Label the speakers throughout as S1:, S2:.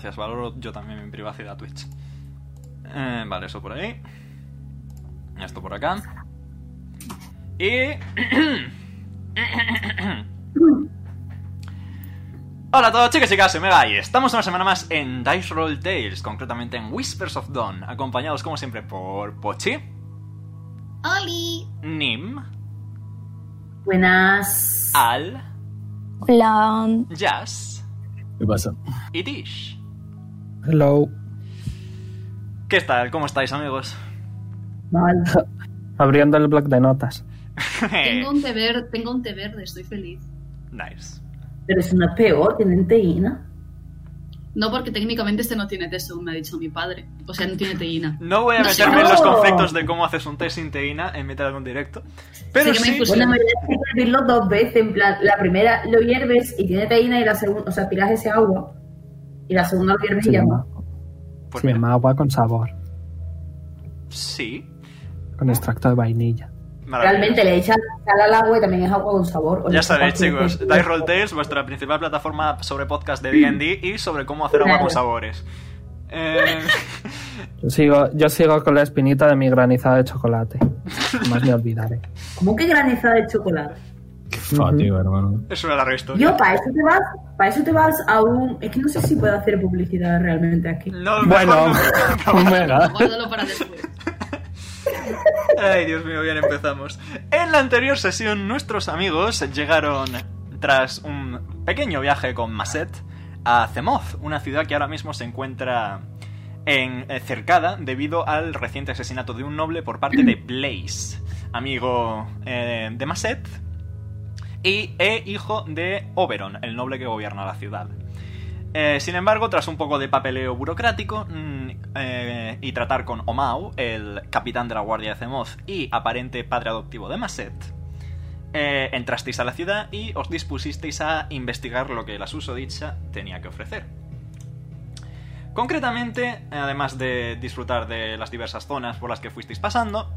S1: Gracias, valoro yo también mi privacidad Twitch. Eh, vale, eso por ahí. Esto por acá. Y... Hola a todos chicos y chicas, soy Mega y estamos una semana más en Dice Roll Tales, concretamente en Whispers of Dawn, acompañados como siempre por Pochi,
S2: ¡Oli!
S1: Nim,
S2: Buenas.
S1: Ah, Al,
S3: Hola.
S1: Jazz
S4: ¿Qué pasa?
S1: y Tish.
S4: Hello.
S1: ¿Qué tal? ¿Cómo estáis amigos?
S4: Mal. Abriendo el bloc de notas.
S1: eh.
S2: Tengo un té verde, tengo un té verde, estoy feliz.
S1: nice.
S5: Pero es una peor, tienen teína.
S2: No porque técnicamente este no tiene té, según me ha dicho mi padre. O sea, no tiene teína.
S1: No voy a
S2: No sé
S1: meterme en
S5: cómo.
S1: los conflictos de cómo haces un test sin teína en mitad de algún directo, pero
S2: Sí que me
S1: sí,
S2: impus-
S5: Bueno, en verdad hay que hervirlo dos veces. En plan, la primera lo hierves y tiene teína, y la segunda, o sea, tiras ese agua. Y la segunda lo hierves
S4: Se
S5: y ya
S4: llama,
S5: no.
S1: pues
S4: se
S1: mira,
S4: llama agua con sabor,
S1: sí,
S4: con extracto de vainilla.
S1: maravilloso.
S5: Realmente le echas sal al agua y también es agua con sabor. O le
S1: Ya
S5: echas
S1: sabéis,
S5: cualquier
S1: chicos,
S5: cosa.
S1: Dice Roll Tales, vuestra principal plataforma sobre podcast de D&D y sobre cómo hacer agua
S5: Claro.
S1: con sabores. Eh,
S4: Yo sigo, yo sigo con la espinita de mi granizada de chocolate. Más me olvidaré.
S5: ¿Cómo que granizada de chocolate?
S6: Fatiga, hermano.
S1: es una larga historia.
S5: Yo, para eso te vas, para eso te vas a un. Es que no sé si puedo hacer publicidad realmente aquí.
S1: No, mejor
S4: Bueno,
S1: no.
S4: Omega.
S2: Guárdalo para después.
S1: Ay, Dios mío, bien empezamos. En la anterior sesión, nuestros amigos llegaron tras un pequeño viaje con Maset a Zemoz, una ciudad que ahora mismo se encuentra en, eh, cercada debido al reciente asesinato de un noble por parte de Blaze, amigo eh, de Maset y e hijo de Oberon, el noble que gobierna la ciudad. Eh, sin embargo, tras un poco de papeleo burocrático mm, eh, y tratar con Omao, el capitán de la Guardia de Zemoz y aparente padre adoptivo de Maset, eh, entrasteis a la ciudad y os dispusisteis a investigar lo que la susodicha tenía que ofrecer. Concretamente, además de disfrutar de las diversas zonas por las que fuisteis pasando,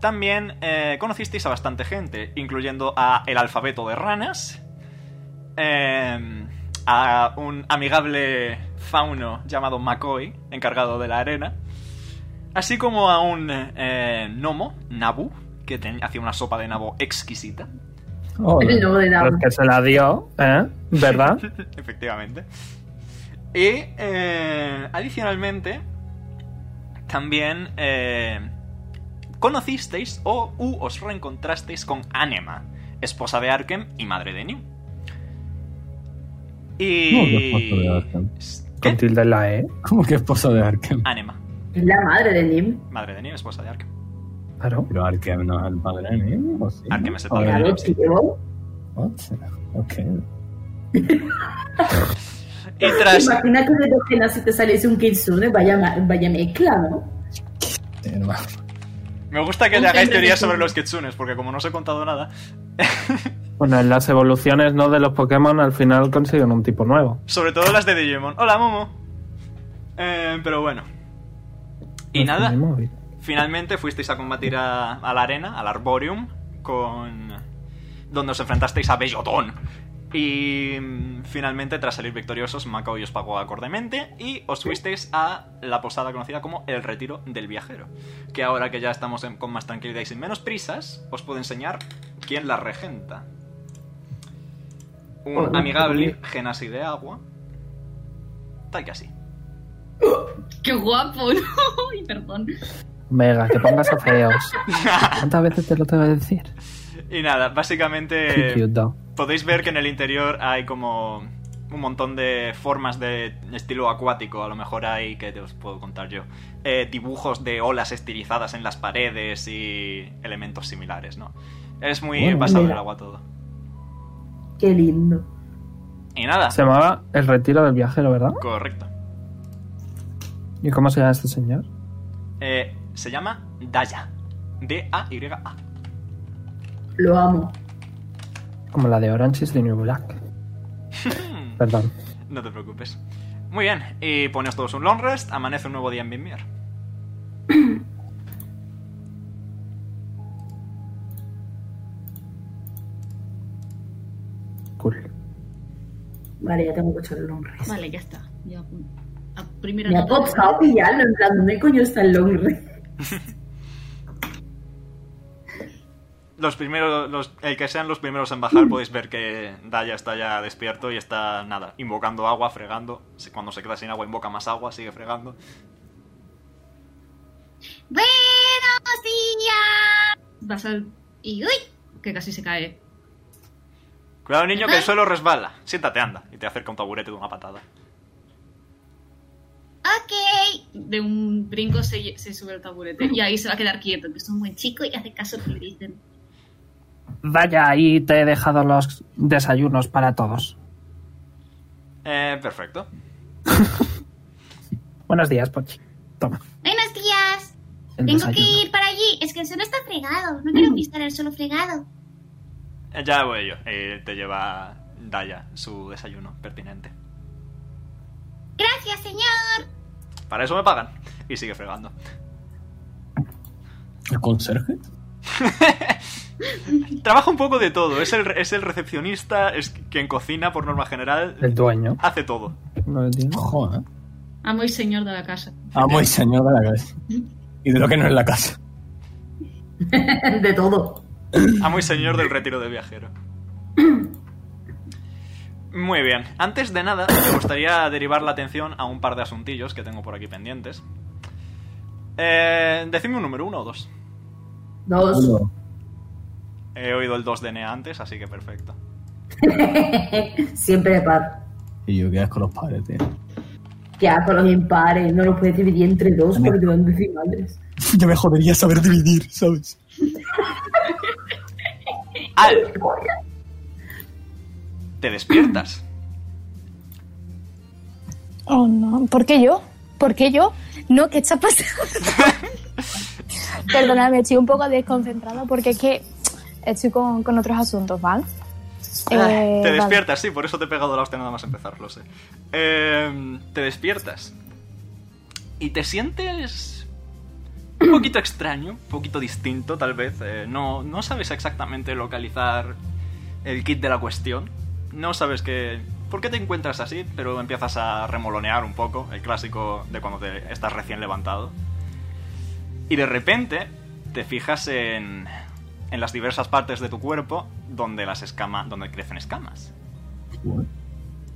S1: también eh, conocisteis a bastante gente, incluyendo a el alfabeto de ranas, eh, a un amigable fauno llamado McCoy, encargado de la arena, así como a un eh, gnomo, Nabu, que ten- hacía una sopa de nabo exquisita,
S4: Joder,
S5: El nuevo de
S4: pero
S5: Dama.
S4: es que se la dio, ¿eh? ¿Verdad?
S1: efectivamente. Y eh, adicionalmente, también eh, conocisteis o u os reencontrasteis con Anema, esposa de Arkham y madre de New.
S6: ¿Cómo que esposa
S1: Y...
S6: de Arkham?
S4: Con
S1: ¿Qué?
S4: tilde en la E.
S6: ¿Cómo que esposa de Arkham?
S1: Anema,
S5: Es la madre de Nim.
S1: madre de New, esposa de Arkham.
S4: Claro.
S6: Pero Arkham no es el padre de Nim, ¿o sí?
S1: Arkham es el
S6: ¿O
S1: padre
S6: es-
S1: de
S5: Claro, tío.
S6: What? Ok.
S1: Y tras,
S5: Imagina que de dos genas si te saliese un kitsune, vaya, ma- vaya mezcla, ¿no?
S6: Sí, hermano.
S1: Me gusta que
S2: Un
S1: te hagáis
S2: centro
S1: teorías
S2: de
S1: sobre
S2: estudio.
S1: los kitsunes, porque como no os he contado nada.
S4: Bueno, en las evoluciones no de los Pokémon al final consiguen un tipo nuevo.
S1: Sobre todo las de Digimon. Hola, Momo. Eh, pero bueno. Y
S4: No es
S1: nada,
S4: mi móvil.
S1: finalmente fuisteis a combatir a, a la arena, al Arborium, con. donde os enfrentasteis a Bellotón. Y mm, finalmente, tras salir victoriosos, Macaoy os pagó acordemente y os fuisteis a la posada conocida como el Retiro del Viajero. Que ahora que ya estamos en- con más tranquilidad y sin menos prisas, os puedo enseñar quién la regenta. Un
S4: Hola.
S1: amigable genasi de agua. Tal que así.
S2: ¡Qué guapo! ¿no? Ay, perdón.
S4: Omega, que pongas a feos. ¿Cuántas veces te lo tengo que decir?
S1: Y nada, básicamente.
S4: Qué cute, though.
S1: Podéis ver que en el interior hay como un montón de formas de estilo acuático, a lo mejor hay, que te os puedo contar yo, Eh, dibujos de olas estilizadas en las paredes y elementos similares, ¿no? Es muy
S6: Bueno,
S1: basado en el
S5: mira.
S1: agua todo.
S5: Qué lindo.
S1: Y nada,
S4: Se llamaba El Retiro del Viajero, ¿verdad?
S1: correcto.
S4: ¿Y cómo se llama este señor?
S1: Eh, se llama Daya. D-A-Y-A.
S5: Lo amo.
S4: Como la de Orange is the New Black. Perdón.
S1: no te preocupes. Muy bien, y poneos todos un long rest, amanece un nuevo día en Bimir.
S4: Cool.
S5: Vale, ya tengo que echar el nombre.
S2: Vale, ya está. Ya apunto. A primera
S5: Me ha
S2: nota.
S5: costado pillarlo, en plan, ¿dónde coño está el Longre?
S1: Los primeros, los- el que sean los primeros en bajar, podéis ver que Daya está ya despierto y está, nada, invocando agua, fregando. Si- Cuando se queda sin agua, invoca más agua, sigue fregando.
S7: ¡Buenos días!
S2: Vas al...
S7: Y uy,
S2: Que casi se cae.
S1: Cuidado, niño, que el suelo resbala. Siéntate, anda. Y te acerca un taburete de una patada.
S7: ok.
S2: De un brinco se, se sube al taburete. Y ahí se va a quedar quieto, que es un buen chico y hace caso a lo que le dicen.
S4: Vaya, ahí te he dejado los desayunos para todos.
S1: Eh, perfecto.
S4: Buenos días, Pochi. Toma.
S7: Buenos días.
S4: El
S7: Tengo
S4: desayuno.
S7: que ir para allí. Es que el suelo está fregado. No
S8: Mm.
S7: quiero pisar el suelo fregado.
S1: Eh, Ya voy yo. Eh, te lleva Daya su desayuno pertinente.
S7: Gracias, señor.
S1: Para eso me pagan. Y sigue fregando.
S6: ¿El conserje?
S1: Trabaja un poco de todo. Es el, es el recepcionista, es quien cocina por norma general.
S4: El dueño.
S1: Hace todo.
S4: No lo digo.
S6: Joder.
S2: Amo y señor de la casa.
S6: Amo y señor de la casa. Y de lo que no es la casa.
S5: De todo.
S1: Amo y señor del retiro de viajero. Muy bien. Antes de nada, me gustaría derivar la atención a un par de asuntillos que tengo por aquí pendientes. Eh, decidme un número, uno o dos.
S5: Dos.
S6: Uno.
S1: He oído el 2 de NEA antes, así que perfecto.
S5: Siempre de par.
S6: Y yo quedas con los padres, tío.
S5: Ya, con los impares. No los puedes dividir entre dos porque te van decimales.
S6: Ya me jodería saber dividir, ¿sabes?
S1: ¡Al! Te despiertas.
S8: Oh, no. ¿Por qué yo? ¿Por qué yo? No, ¿qué está pasando? Perdóname, estoy un poco desconcentrada porque es que estoy con, con otros asuntos, ¿vale? Eh,
S1: Ah, te
S8: vale.
S1: despiertas, sí, por eso te he pegado la hostia nada más empezar, lo sé. Eh, te despiertas. Y te sientes un poquito extraño, un poquito distinto tal vez. Eh, no, no sabes exactamente localizar el kit de la cuestión. No sabes qué... ¿Por qué te encuentras así? Pero empiezas a remolonear un poco, el clásico de cuando te estás recién levantado. Y de repente te fijas en, en las diversas partes de tu cuerpo donde las escamas, donde crecen escamas.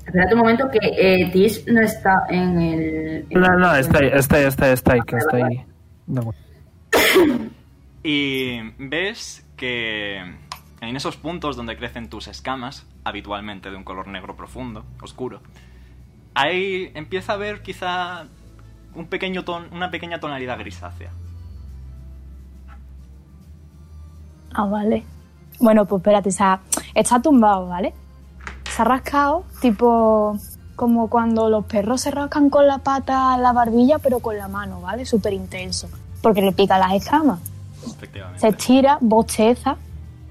S5: Espérate un momento que eh, Tish no está en el. en
S4: No,
S5: el-
S4: no, estoy, estoy, estoy, estoy, que estoy. de acuerdo.
S1: Y ves que en esos puntos donde crecen tus escamas, habitualmente de un color negro profundo, oscuro, ahí empieza a ver quizá un pequeño ton, una pequeña tonalidad grisácea.
S8: Ah, vale. Bueno, pues espérate, se ha- está tumbado, ¿vale? Se ha rascado, tipo como cuando los perros se rascan con la pata la barbilla, pero con la mano, ¿vale? Súper intenso, porque le pica las escamas. Se
S1: Efectivamente.
S8: estira, bosteza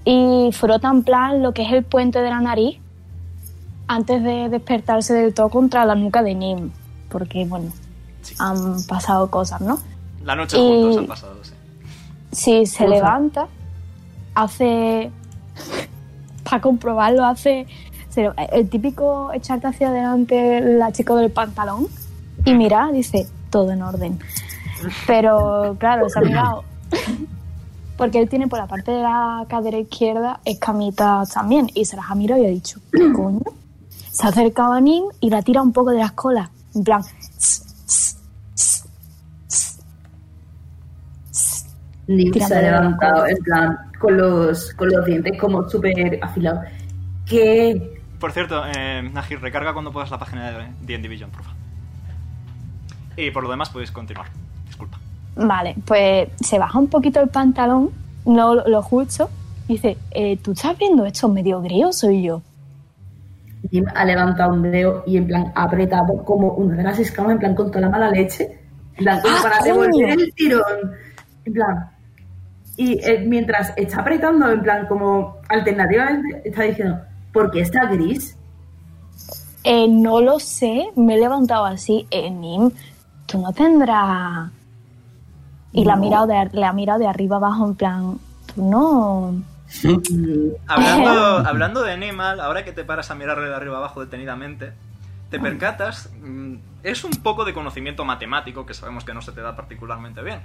S8: y frota en plan lo que es el puente de la nariz antes de despertarse del todo contra la nuca de Nim. Porque, bueno,
S1: Sí.
S8: han pasado cosas, ¿no?
S1: La noche juntos
S8: ah. y-
S1: han pasado, sí.
S8: Si se
S5: Ufa.
S8: levanta, hace. para comprobarlo, hace. se- el típico echarte hacia adelante la chica del pantalón y mira, dice, todo en orden. Pero claro, se ha mirado. Porque él tiene por la parte de la cadera izquierda escamitas también. Y se las ha mirado y ha dicho, ¿qué coño? Se ha acercado a Nim y la tira un poco de las colas. En plan, "Tss, tss, tss, tss".
S5: Nim se ha
S8: Tirando de la
S5: levantado,
S8: cola.
S5: en plan, con los, con los dientes como súper afilados. ¿Qué?
S1: Por cierto, eh, Najir, recarga cuando puedas la página de The Division, por favor. Y por lo demás podéis continuar. Disculpa.
S8: Vale, pues se baja un poquito el pantalón, no lo, lo justo, y dice, eh, ¿tú estás viendo esto medio gris o soy yo?
S5: Nim ha levantado un dedo y en plan ha apretado como una de las escamas, en plan, con toda la mala leche. En plan, como
S8: ¡Ah,
S5: para
S8: coño!
S5: devolver el tirón. En plan. Y eh, mientras está apretando, en plan, como alternativamente, está diciendo, ¿por qué está gris?
S8: Eh, no lo sé, me he levantado así, eh, Nim, tú no tendrás... Y la ha mirado de, ar- le ha mirado de arriba abajo en plan, tú no...
S5: Y
S1: Hablando, hablando de Animal, ahora que te paras a mirarle de arriba abajo detenidamente, te percatas, mm, es un poco de conocimiento matemático que sabemos que no se te da particularmente bien.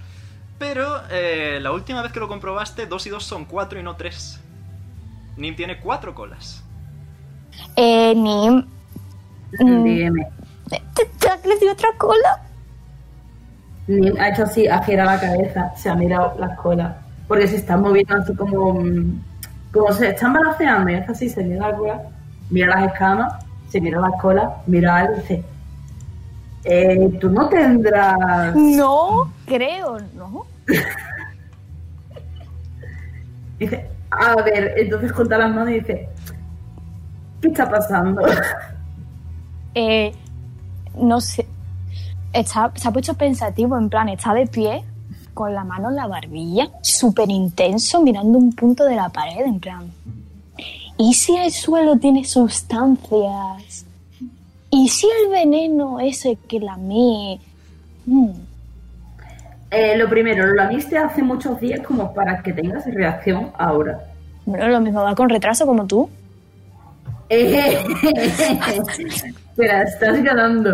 S1: Pero eh, la última vez que lo comprobaste, 2 y 2 son 4 y no 3. Nim tiene 4 colas.
S8: Eh, Nim. Mm,
S5: Dime.
S8: ¿Te, te- le dio otra cola?
S5: Nim ha hecho así, ha girado la cabeza, se ha mirado las colas. Porque se están moviendo así como. mm, Como se están balanceando y hace así, se mira la cola, mira las escamas, se mira las colas, mira algo y dice: eh, Tú no tendrás.
S8: Mm. No, creo, no.
S5: Dice: A ver, entonces junta las manos y dice: ¿Qué está pasando?
S8: Eh, no sé. Está, se ha puesto pensativo, en plan, está de pie, con la mano en la barbilla, súper intenso, mirando un punto de la pared, en plan. ¿Y si el suelo tiene sustancias? ¿Y si el veneno ese que la Mm, mí?
S5: Eh, lo primero, lo lamiste hace muchos días como para que tengas reacción ahora.
S8: Bueno, lo mismo va con retraso como tú.
S5: Eh, Espera, estás ganando.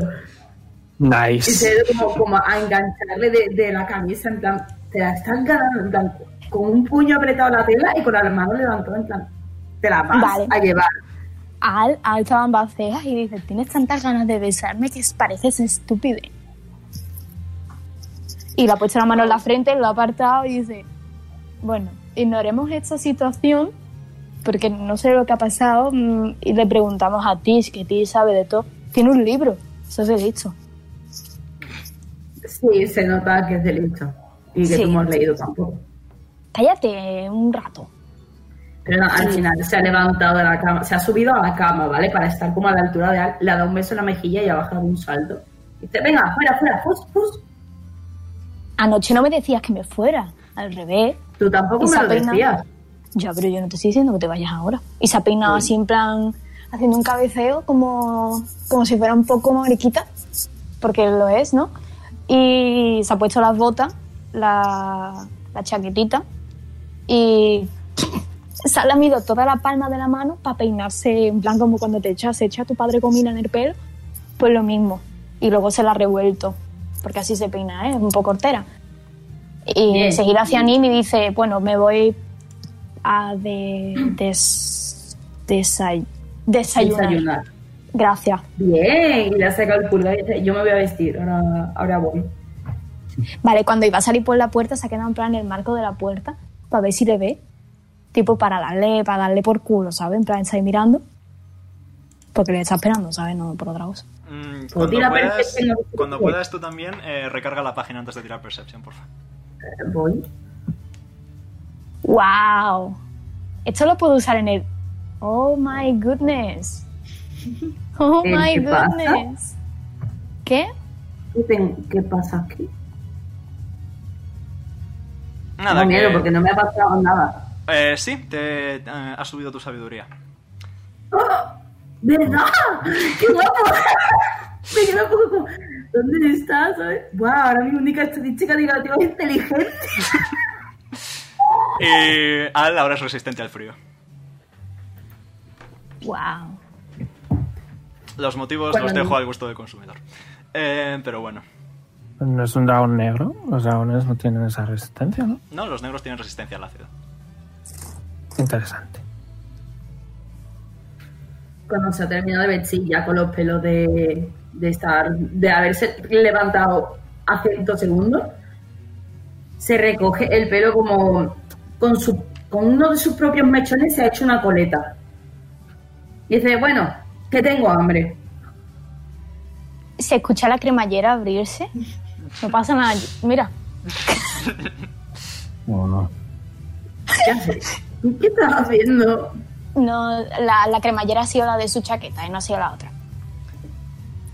S5: Y se
S4: Nice.
S5: ve como, como a engancharle de, de la camisa, en plan, te la estás ganando, en plan, con un puño apretado la tela y con la mano levantada, en plan, te la vas
S8: Vale.
S5: a llevar.
S8: Al, Al estaba en baceas y dice, tienes tantas ganas de besarme que pareces estúpida. Y le ha puesto la mano en la frente, lo ha apartado y dice, bueno, ignoremos esta situación porque no sé lo que ha pasado mm, y le preguntamos a Tish, que Tish sabe de todo. Tiene un libro, eso os he dicho.
S5: Sí, se nota que es delito y que
S8: Sí.
S5: tú no has leído tampoco.
S8: Cállate un rato.
S5: Pero no, al final se ha levantado de la cama, se ha subido a la cama, ¿vale? Para estar como a la altura de Al, le ha dado un beso en la mejilla y ha bajado un salto. Dice, venga, fuera, fuera, pus, pus.
S8: Anoche no me decías que me fuera, al revés.
S5: Tú tampoco
S8: Y se
S5: me
S8: ha
S5: lo
S8: peinado.
S5: decías.
S8: Ya, pero yo no te estoy diciendo que te vayas ahora. Y se ha peinado así en plan, haciendo un cabeceo como, como si fuera un poco mariquita, porque lo es, ¿no? Y se ha puesto las botas, la, la chaquetita, y se ha lamido toda la palma de la mano para peinarse en plan como cuando te echas, se echa tu padre comida en el pelo, pues lo mismo. Y luego se la ha revuelto, porque así se peina, ¿eh? Es un poco hortera. Y
S5: Bien.
S8: se gira hacia Nim y dice, bueno, me voy a de, des- desay- desayunar.
S5: Desayunar.
S8: Gracias.
S5: Bien, y le saca el pulgar y dice, yo me voy a vestir, ahora, ahora voy.
S8: Vale, cuando iba a salir por la puerta se ha quedado en plan en el marco de la puerta para ver si le ve. Tipo para darle, para darle por culo, ¿sabes? En plan, está ahí mirando. Porque le está esperando, ¿sabes? No por otra cosa.
S1: Mm,
S5: Pues
S1: cuando,
S5: tira
S1: puedas,
S5: Perception, a ver si
S1: cuando
S5: te sale.
S1: puedas tú también, eh, recarga la página antes de tirar Perception, por favor.
S5: Voy.
S8: ¡Wow! Esto lo puedo usar en el. ¡Oh my goodness! ¡Oh
S5: ¿El
S8: my
S5: qué pasa?
S8: goodness! ¿Qué?
S5: Dicen, ¿qué pasa aquí?
S1: Nada,
S5: no
S1: que-
S5: miedo, porque no me ha pasado nada.
S1: eh, sí, te eh, ha subido tu sabiduría.
S5: ¡Verdad! ¡Qué guapo! me quedo un poco como, ¿dónde estás? ¿Sabes? ¡Wow! Ahora mi única estadística negativa es inteligente.
S1: Y Al ahora es resistente al frío.
S8: ¡Wow!
S1: Los motivos
S5: Bueno,
S1: los
S5: no.
S1: dejo al gusto del consumidor. Eh, pero bueno,
S4: No es un dragón negro. Los dragones no tienen esa resistencia, ¿no?
S1: no, los negros tienen resistencia al ácido.
S4: Interesante.
S5: Cuando se ha terminado de vestir ya con los pelos de, de estar, de haberse levantado hace dos segundos, se recoge el pelo como con su, con uno de sus propios mechones se ha hecho una coleta. Y dice, bueno, que tengo hambre.
S8: Se escucha la cremallera abrirse. No pasa nada. Mira,
S6: No, no.
S5: ¿Qué haces? ¿Tú ¿Qué estás haciendo?
S8: No, la, la cremallera ha sido la de su chaqueta y no ha sido la otra.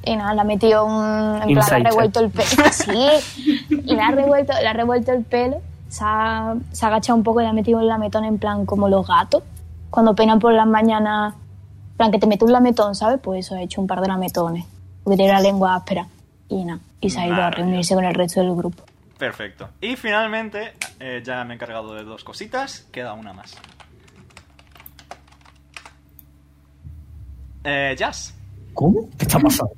S8: Y nada, le ha metido un. En plan, le ha
S4: Inside
S8: revuelto el pelo. sí, y le ha revuelto, le ha revuelto el pelo. Se ha, se ha agachado un poco y le ha metido un lametón en plan como los gatos. Cuando peinan por las mañanas, en plan que te mete un lametón, ¿sabes? Pues eso, ha hecho un par de lametones. Porque tiene la lengua áspera. Y nada, y se ha ido a
S1: Maravilla.
S8: reunirse con el resto del grupo.
S1: Perfecto. Y finalmente, eh, ya me he encargado de dos cositas, queda una más. Eh, Jazz.
S6: ¿Cómo? ¿Qué está pasando?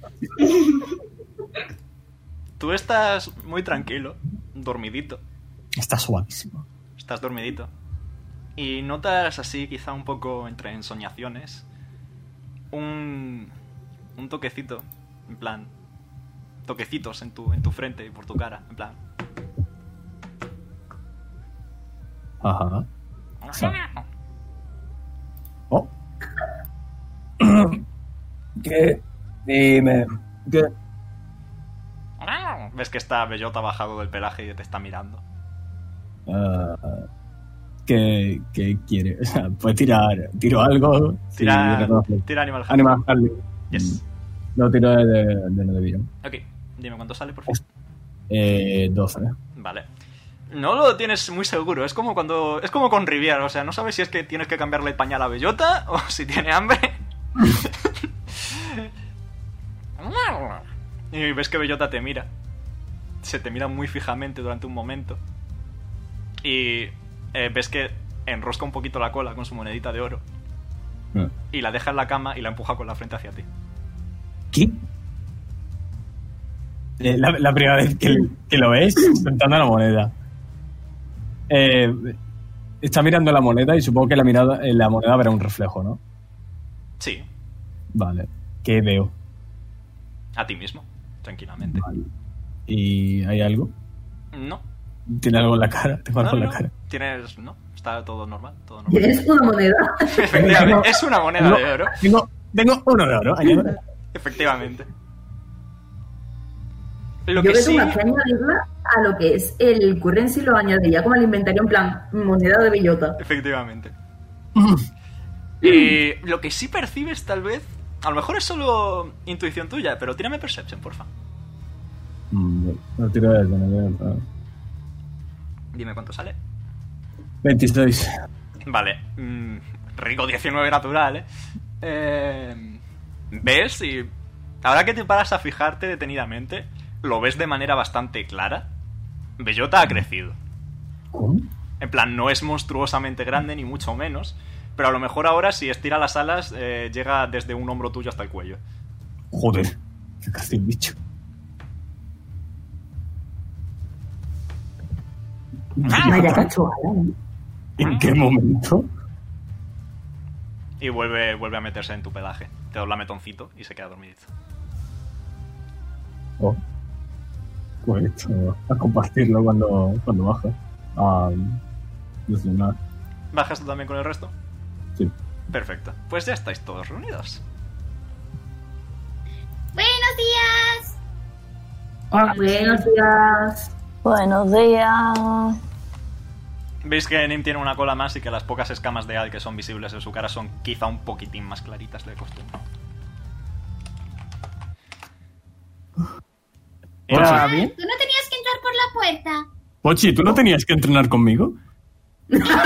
S1: Tú estás muy tranquilo, dormidito.
S6: Está suavísimo.
S1: Estás dormidito. Y notas así, quizá un poco entre ensoñaciones, un, un toquecito, en plan, toquecitos en tu, en tu frente y por tu cara, en plan.
S6: Ajá. Sí. Oh. ¿Qué? Dime. ¿Qué?
S1: Ah, Ves que está bellota bajado del pelaje y te está mirando.
S6: Ah, ¿qué, qué quiere? O sea, puedes tirar. Tiro algo. Sí,
S1: Tira,
S6: reconozco.
S1: tira Animal Handling.
S6: Animal Handling.
S1: Yes.
S6: Lo Mm, tiro de, de, de no debido.
S1: Ok, dime cuánto sale, por favor.
S6: Eh, 12.
S1: Vale. No lo tienes muy seguro. Es como cuando. Es como con Riviera. O sea, no sabes si es que tienes que cambiarle el pañal a Bellota o si tiene hambre. y ves que Bellota te mira. Se te mira muy fijamente durante un momento. Y eh, ves que enrosca un poquito la cola con su monedita de oro.
S6: Ah.
S1: Y la deja en la cama y la empuja con la frente hacia ti.
S6: ¿Qué? Eh, la, la primera vez que, que lo ves, sentando la moneda. Eh, está mirando la moneda y supongo que la, mirada, en la moneda verá un reflejo, ¿no?
S1: Sí,
S6: Vale. ¿Qué veo?
S1: a ti mismo, tranquilamente.
S6: ¿Y hay algo?
S1: No,
S6: ¿Tiene algo en la cara? Tengo
S1: no,
S6: algo
S1: no,
S6: en la
S1: no.
S6: cara.
S1: Tienes. No, está todo normal. Todo normal.
S5: ¿Tienes una moneda?
S1: Efectivamente, es una moneda
S6: No,
S1: de oro.
S6: Tengo, tengo uno de oro. Hay uno.
S1: Efectivamente. Lo
S5: Yo
S1: que
S5: creo
S1: sí.
S5: que más que añadirla a lo que es el currency lo añadiría como al inventario en plan moneda de bellota.
S1: Efectivamente. Eh, lo que sí percibes, tal vez. A lo mejor es solo intuición tuya, pero tírame Perception, porfa.
S6: Mm, No tiro de tenedor.
S1: Dime cuánto sale.
S6: 26.
S1: Vale. mm, rico 19 natural, ¿eh? Eh, ¿Ves? Y ahora que te paras a fijarte detenidamente, lo ves de manera bastante clara. Bellota ha crecido.
S6: ¿Cómo?
S1: En plan, no es monstruosamente grande, ni mucho menos. Pero a lo mejor ahora, si estira las alas, eh, llega desde un hombro tuyo hasta el cuello.
S6: Joder. Qué casi un bicho. Ah.
S5: Vaya ¿eh? cachoala, ¿no?
S6: ¿En qué momento?
S1: Y vuelve, vuelve a meterse en tu pelaje. Te dobla metoncito y se queda dormidito.
S6: Oh. Pues esto, a compartirlo cuando, cuando baja. Ah, no sé, nada.
S1: ¿Bajas tú también con el resto?
S6: Sí.
S1: Perfecto. Pues ya estáis todos reunidos.
S9: Buenos días.
S5: Buenos días.
S3: Buenos días.
S1: Veis que Nim tiene una cola más y que las pocas escamas de Al que son visibles en su cara son quizá un poquitín más claritas de costumbre.
S6: Hola,
S4: bien?
S9: Tú no tenías que entrar por la puerta.
S6: Pochi, ¿tú no tenías que entrenar conmigo?
S9: Un momento,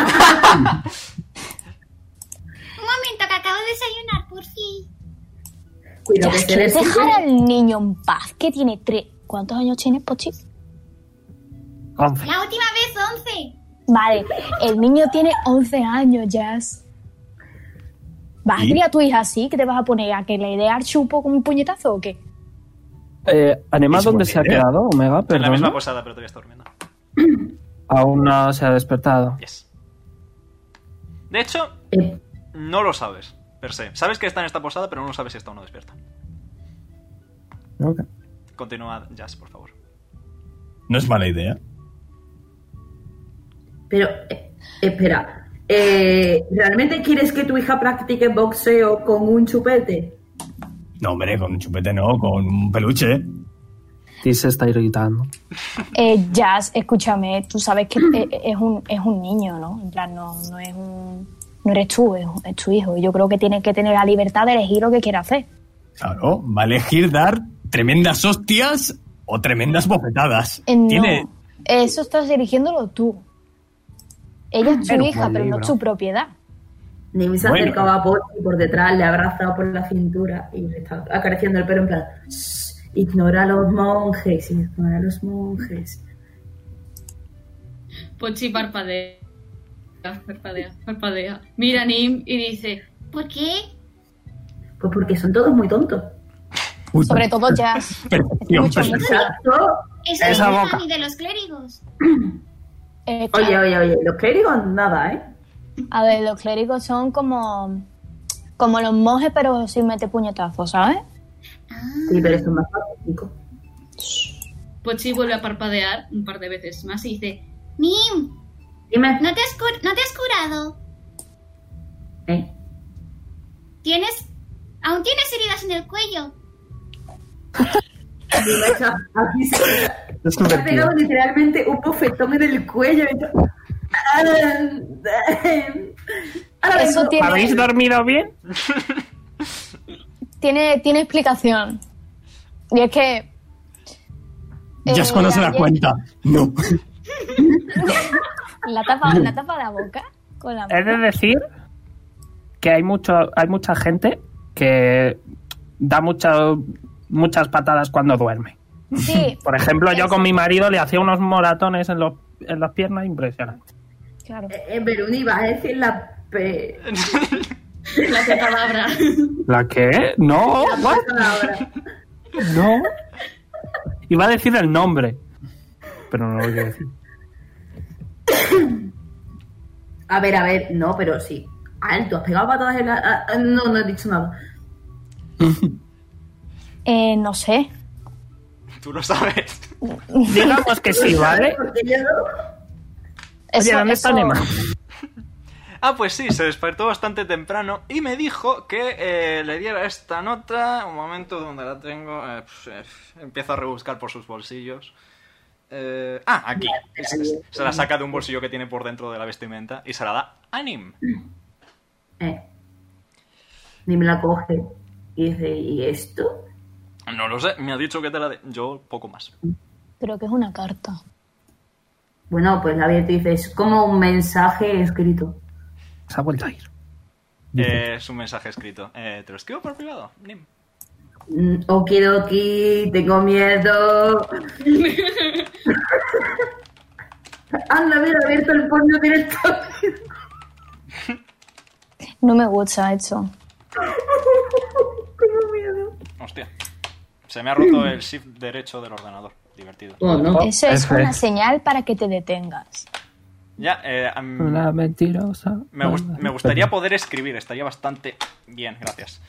S9: que acabo de desayunar, por fin.
S5: Cuidado
S3: Ya,
S5: que se le
S3: ¿quieres dejar
S5: escuche.
S3: al niño en paz? Que tiene tres... ¿Cuántos años tienes, Pochi?
S4: Once.
S9: La última vez, 11.
S3: Vale, el niño tiene 11 años, Jazz. ¿Vas a
S6: ¿Y?
S3: criar a tu hija así? ¿Que te vas a poner? ¿A que le dé al chupo con un puñetazo o qué?
S4: Eh, ¿Anima
S6: Es
S4: dónde
S6: buena
S4: se ha
S6: idea.
S4: quedado, Omega?
S1: En la misma
S4: Perdón.
S1: posada, pero todavía está durmiendo.
S4: Aún no se ha despertado.
S1: Yes. De hecho,
S5: Eh,
S1: no lo sabes, per se. Sabes que está en esta posada, pero no lo sabes si está o no despierta.
S4: Ok.
S1: Continúa, Jazz, por favor.
S6: No es mala idea.
S5: Pero, eh, espera. Eh, ¿Realmente quieres que tu hija practique boxeo con un chupete?
S6: No, hombre, con un chupete no, con un peluche.
S4: Y se está irritando.
S3: Eh, Jazz, escúchame, tú sabes que e- e- es un, es un niño, ¿no? En plan, no, no es un... No eres tú, es, es tu hijo. Yo creo que tiene que tener la libertad de elegir lo que quiera hacer.
S6: Claro, va a elegir dar tremendas hostias o tremendas bofetadas.
S3: Eh, no,
S6: Tiene.
S3: eso estás dirigiéndolo tú. Ella es tu
S4: Pero
S3: hija,
S4: buen
S3: pero no
S4: libro.
S3: es tu propiedad.
S5: Ni se
S6: Bueno.
S5: acercaba a Pochi por detrás, le abrazaba por la cintura y le estaba acariciando el pelo en plan. "Shh, Ignora a los monjes, ignora a los monjes.
S2: Pochi Pues parpadea. Parpadea, parpadea. Mira a Nim y dice:
S9: ¿Por qué?
S5: Pues porque son todos muy tontos.
S6: Puta.
S3: Sobre todo jazz.
S6: Perfección,
S3: Mucho
S6: perfección.
S5: Exacto.
S9: Es
S6: Esa
S9: la
S6: boca.
S9: de los clérigos.
S3: Eh, claro.
S5: Oye, oye, oye, los clérigos nada, ¿eh?
S3: A ver, los clérigos son como. Como los monjes, pero sin meter puñetazos, ¿sabes?
S9: Ah,
S5: Sí, pero eso es más fácil, chico.
S2: Pochi pues vuelve a parpadear un par de veces más y dice,
S9: Mim,
S5: Dime.
S9: ¿no te has, cur- no te has curado?
S5: ¿Eh?
S9: ¿Tienes... Aún tienes heridas en el cuello.
S5: Dime, o sea, aquí se
S4: Es
S5: me ha
S4: divertido.
S5: pegado literalmente un bofetón en el cuello. y yo- "Ah, Ahora
S3: Eso
S5: vengo.
S3: tiene-
S4: ¿Habéis dormido bien?
S3: Tiene, tiene explicación. Y es que.
S6: Ya es cuando
S3: eh,
S6: se da
S3: ayer-
S6: cuenta. No.
S3: La tapa, la tapa la boca con la
S4: He de
S3: mano.
S4: decir que hay mucho, hay mucha gente que da mucha- muchas patadas cuando duerme.
S3: Sí,
S4: Por ejemplo, yo con mi marido le hacía unos moratones en, los, en las piernas impresionantes.
S3: claro.
S5: Eh, eh, Veruni, vas a decir la. P...
S2: la palabra.
S4: ¿La qué? No, what?
S5: palabra.
S4: no. Iba a decir el nombre, pero no lo voy a decir.
S5: A ver, a ver, no, pero sí. Alto, has pegado patadas en la. ah, ah, No, no he dicho nada.
S3: Eh, no sé.
S1: Tú lo sabes.
S4: Digamos que sí, ¿vale?
S5: Porque yo no-
S4: Oye,
S3: Eso-
S4: ¿dónde está
S3: eso-
S4: Nema?
S1: Ah, pues sí, se despertó bastante temprano y me dijo que eh, le diera esta nota. Un momento, donde la tengo? Eh, pf, eh, empiezo a rebuscar por sus bolsillos. Eh, ah, aquí. Es- es- se la saca de un bolsillo que tiene por dentro de la vestimenta y se la da a Nim.
S5: Eh. Ni me la coge. Y dice, ¿y esto?
S1: No lo sé, me ha dicho que te la dé. Yo poco más.
S3: Creo que es una carta.
S5: Bueno, pues la abierta y dice, es como un mensaje escrito.
S4: Se ha vuelto a ir.
S1: Eh, es un mensaje escrito. Eh, te lo escribo por privado, Nim.
S5: Mm, Okidoki, tengo miedo. Anda, mira, ha abierto el porno directo.
S3: No me gusta eso.
S5: tengo miedo.
S1: Hostia. Se me ha roto el shift derecho del ordenador. Divertido.
S5: Oh, no.
S3: Eso es
S4: eso
S3: una
S4: es.
S3: señal para que te detengas.
S1: Ya, eh, am-
S4: Una mentirosa.
S1: Me, gust- me gustaría poder escribir, estaría bastante bien, gracias.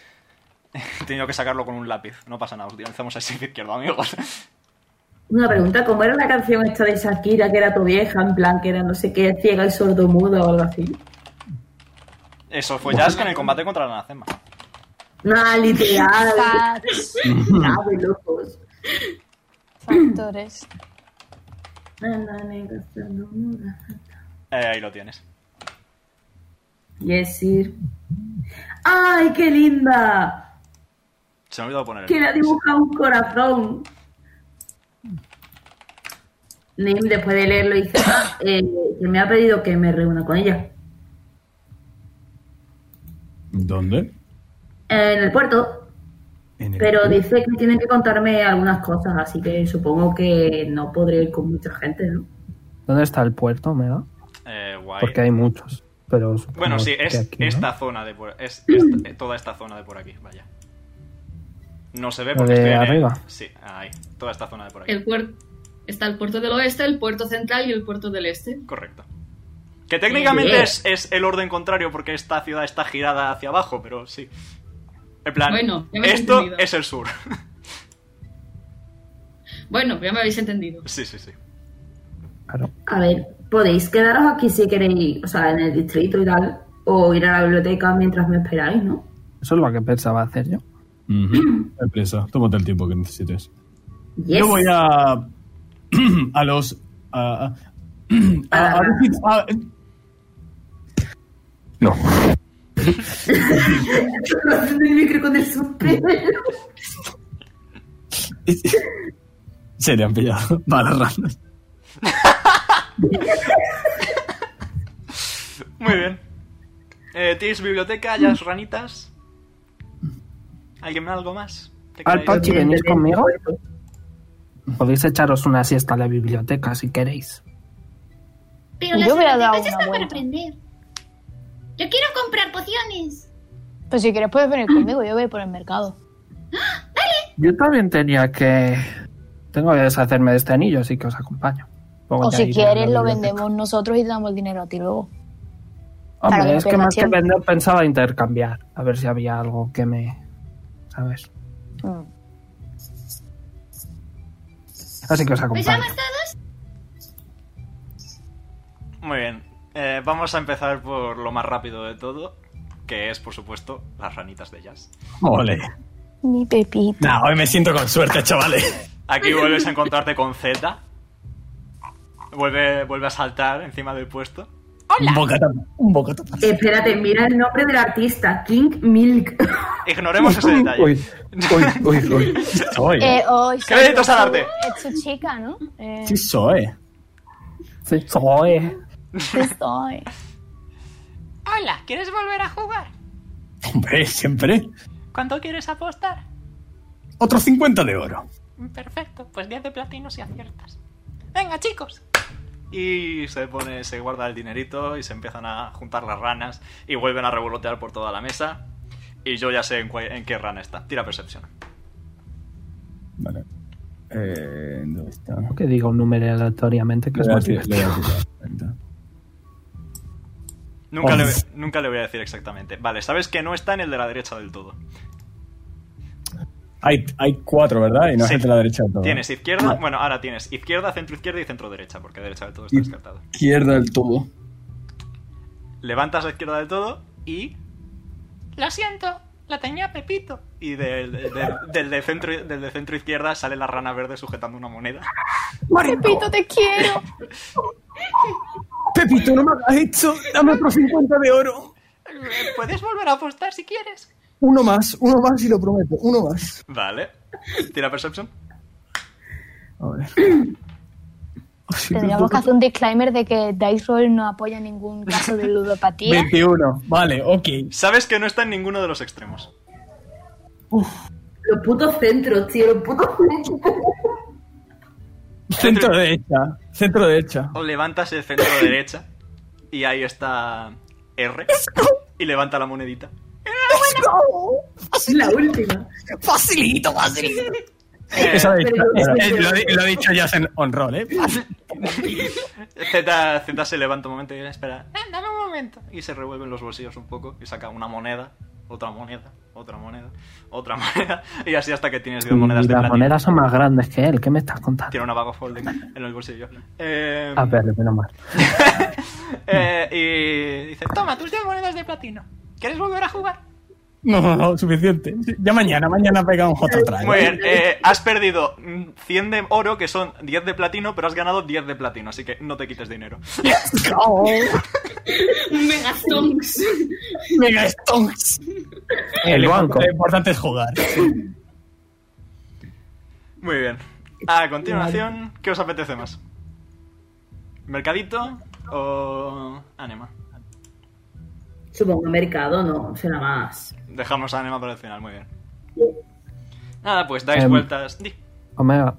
S1: He tenido que sacarlo con un lápiz, no pasa nada, utilizamos el shift izquierdo, amigos.
S5: Una pregunta, ¿cómo era la canción esta de Shakira que era tu vieja? En plan, que era no sé qué, ciega y sordomuda o algo así.
S1: Eso fue Jazz en el combate contra la Anacema.
S5: No, literal.
S3: Fax,
S5: Nada, locos.
S3: factores.
S5: Anda, negra, sordomuda.
S1: Eh, ahí lo tienes.
S5: Yes, sir. ¡Ay, qué linda!
S1: Se me ha olvidado poner el
S5: Que le ha
S1: lápiz.
S5: dibujado un corazón. Nim, después de leerlo, dice "Ah, eh, que me ha pedido que me reúna con ella.
S6: ¿Dónde?
S5: En el puerto,
S6: En el-
S5: pero dice que tiene que contarme algunas cosas, así que supongo que no podré ir con mucha gente, ¿no?
S4: ¿Dónde está el puerto, Mega?
S1: Eh, guay.
S4: Porque hay muchos. Pero supongo
S1: Bueno, sí,
S4: que
S1: es
S4: aquí, ¿no?
S1: esta zona de por es esta- eh, toda esta zona de por aquí, vaya. No se ve
S4: ¿La
S1: porque
S4: de
S1: estoy en el-
S4: arriba?
S1: Sí, ahí. Toda esta zona de por aquí.
S2: El puer- Está el puerto del oeste, el puerto central y el puerto del este.
S1: Correcto. Que técnicamente
S5: Bien.
S1: es, es el orden contrario porque esta ciudad está girada hacia abajo, pero sí. En plan,
S2: Bueno, ya me has
S1: esto
S2: entendido.
S1: es el sur.
S2: Bueno, ya me habéis entendido.
S1: Sí, sí, sí.
S4: Claro.
S5: A ver, podéis quedaros aquí si queréis, o sea, en el distrito y tal, o ir a la biblioteca mientras me esperáis, ¿no?
S4: Eso es lo que pensaba hacer yo.
S6: Ujú. Empresa, tómate el tiempo que necesites.
S5: Yes.
S6: Yo voy a. a los. a. a. a, a- a- no.
S5: el micro con el sombrero.
S6: Se le han pillado balas random.
S1: Muy bien. Eh, ¿Tienes biblioteca, ya las ranitas? ¿Alguien algo más? ¿Te
S4: Al
S1: quedáis?
S4: Pachi, ¿venís conmigo? Podéis echaros una siesta a la biblioteca si queréis.
S9: Pero
S3: Yo
S9: las
S3: hubiera dado una
S9: bibliotecas están para
S3: vuelta.
S9: aprender. Yo quiero comprar pociones.
S3: Pues si quieres puedes venir conmigo, yo voy por el mercado.
S9: Vale,
S4: Yo también tenía que. Tengo que deshacerme de este anillo, así que os acompaño. Luego
S8: O
S4: ya
S8: si
S4: iré a
S8: quieres
S4: la
S8: lo
S4: biblioteca.
S8: vendemos nosotros y te damos el dinero a ti luego. para que
S4: Hombre,
S8: no
S4: es que
S8: pierdas
S4: más que
S8: tiempo.
S4: vender pensaba intercambiar. A ver si había algo que me. ¿Sabes?
S8: Mm.
S4: Así que os
S8: Pues
S4: acompaño.
S9: ¿Pensamos todos?
S1: Muy bien. Eh, vamos a empezar por lo más rápido de todo, que es, por supuesto, las ranitas de jazz.
S6: Ole.
S3: Mi pepito.
S6: Nah, hoy me siento con suerte, chavales.
S1: Aquí vuelves a encontrarte con Z. Vuelve, vuelve a saltar encima del puesto.
S6: Un bocata, un bocata.
S5: Espérate, mira el nombre del artista, King Milk.
S1: Ignoremos ese detalle.
S4: Uy, uy, uy, uy.
S6: Soy.
S8: Eh, hoy
S1: Créditos al arte.
S8: Es su chica, ¿no? Eh,
S6: Sí, soy.
S4: Sí, soy.
S8: sí soy.
S10: Hola, ¿quieres volver a jugar?
S6: Hombre, siempre.
S10: ¿Cuánto quieres apostar?
S6: Otros 50 de oro.
S10: Perfecto, pues 10 de platino si aciertas. Venga, chicos.
S1: Y se pone, se guarda el dinerito y se empiezan a juntar las ranas y vuelven a revolotear por toda la mesa. Y yo ya sé en, cua- en qué rana está. Tira percepción.
S6: Vale. Eh, ¿Dónde está?
S4: Que digo un número aleatoriamente que
S6: Le
S4: es
S6: voy a
S4: más
S6: tirar-
S4: divertido.
S6: le voy a tirar.
S1: Nunca le,
S6: Once.
S1: nunca le voy a decir exactamente. Vale, sabes que no está en el de la derecha del todo.
S6: Hay, hay cuatro, ¿verdad? Y no
S1: Sí.
S6: es de la derecha del todo.
S1: Tienes izquierda,
S6: Vale.
S1: bueno, ahora tienes izquierda, centro izquierda y centro derecha, porque derecha del todo está
S6: Y-
S1: descartado.
S6: Izquierda del todo.
S1: Levantas la izquierda del todo y
S10: Lo siento, la tenía Pepito.
S1: Y del, del- del de centro, del de centro izquierda sale la rana verde sujetando una moneda.
S8: Pepito, te quiero.
S6: Pepito, no me hagas esto. Dame otros 50 de oro.
S10: Eh, Puedes volver a apostar si quieres.
S6: Uno más, uno más y lo prometo. Uno más.
S1: Vale. Tira Perception.
S6: A ver. Sí,
S8: Tendríamos
S6: pero-
S8: que hacer un disclaimer de que Dice Roll no apoya ningún caso de ludopatía.
S6: 21. Vale, ok.
S1: Sabes que no está en ninguno de los extremos.
S5: Los putos centros, tío, los putos centros.
S6: Centro derecha. Centro derecha.
S1: O levantas el centro derecha y ahí está R. Y levanta la monedita.
S5: La última.
S6: Facilito, facilito.
S1: Eh,
S6: Eso lo he
S5: Pero-
S6: dicho, eh, lo, he- lo he dicho ya en on roll, ¿eh?
S1: Z, Z Eh, se levanta un momento y espera.
S10: Eh, dame un momento.
S1: Y se revuelven los bolsillos un poco y saca una moneda, otra moneda, otra moneda, otra moneda. Y así hasta que tienes 10 monedas
S4: Y
S1: de
S4: las
S1: platino.
S4: monedas son más grandes que él. ¿Qué me estás contando?
S1: Tiene una vago folding en el bolsillo. Eh,
S4: A ver, menos mal.
S1: eh, y dice, toma,
S10: Toma, tus 10 monedas de platino. ¿Quieres volver a jugar?
S6: No, no, no, suficiente. Ya mañana, mañana pegamos otro traje.
S1: Muy bien, eh, has perdido mm, 100 de oro, que son 10 de platino, pero has ganado 10 de platino, así que no te quites dinero.
S2: Mega stonks.
S6: Mega Stones.
S4: El banco.
S6: Lo importante es jugar.
S1: Muy bien. A continuación, ¿qué os apetece más? ¿Mercadito o Anema?
S5: Supongo mercado, no, será más.
S1: Dejamos a Anema para el final, muy bien. Nada, pues dais
S4: Em.
S1: vueltas. Di.
S4: Omega.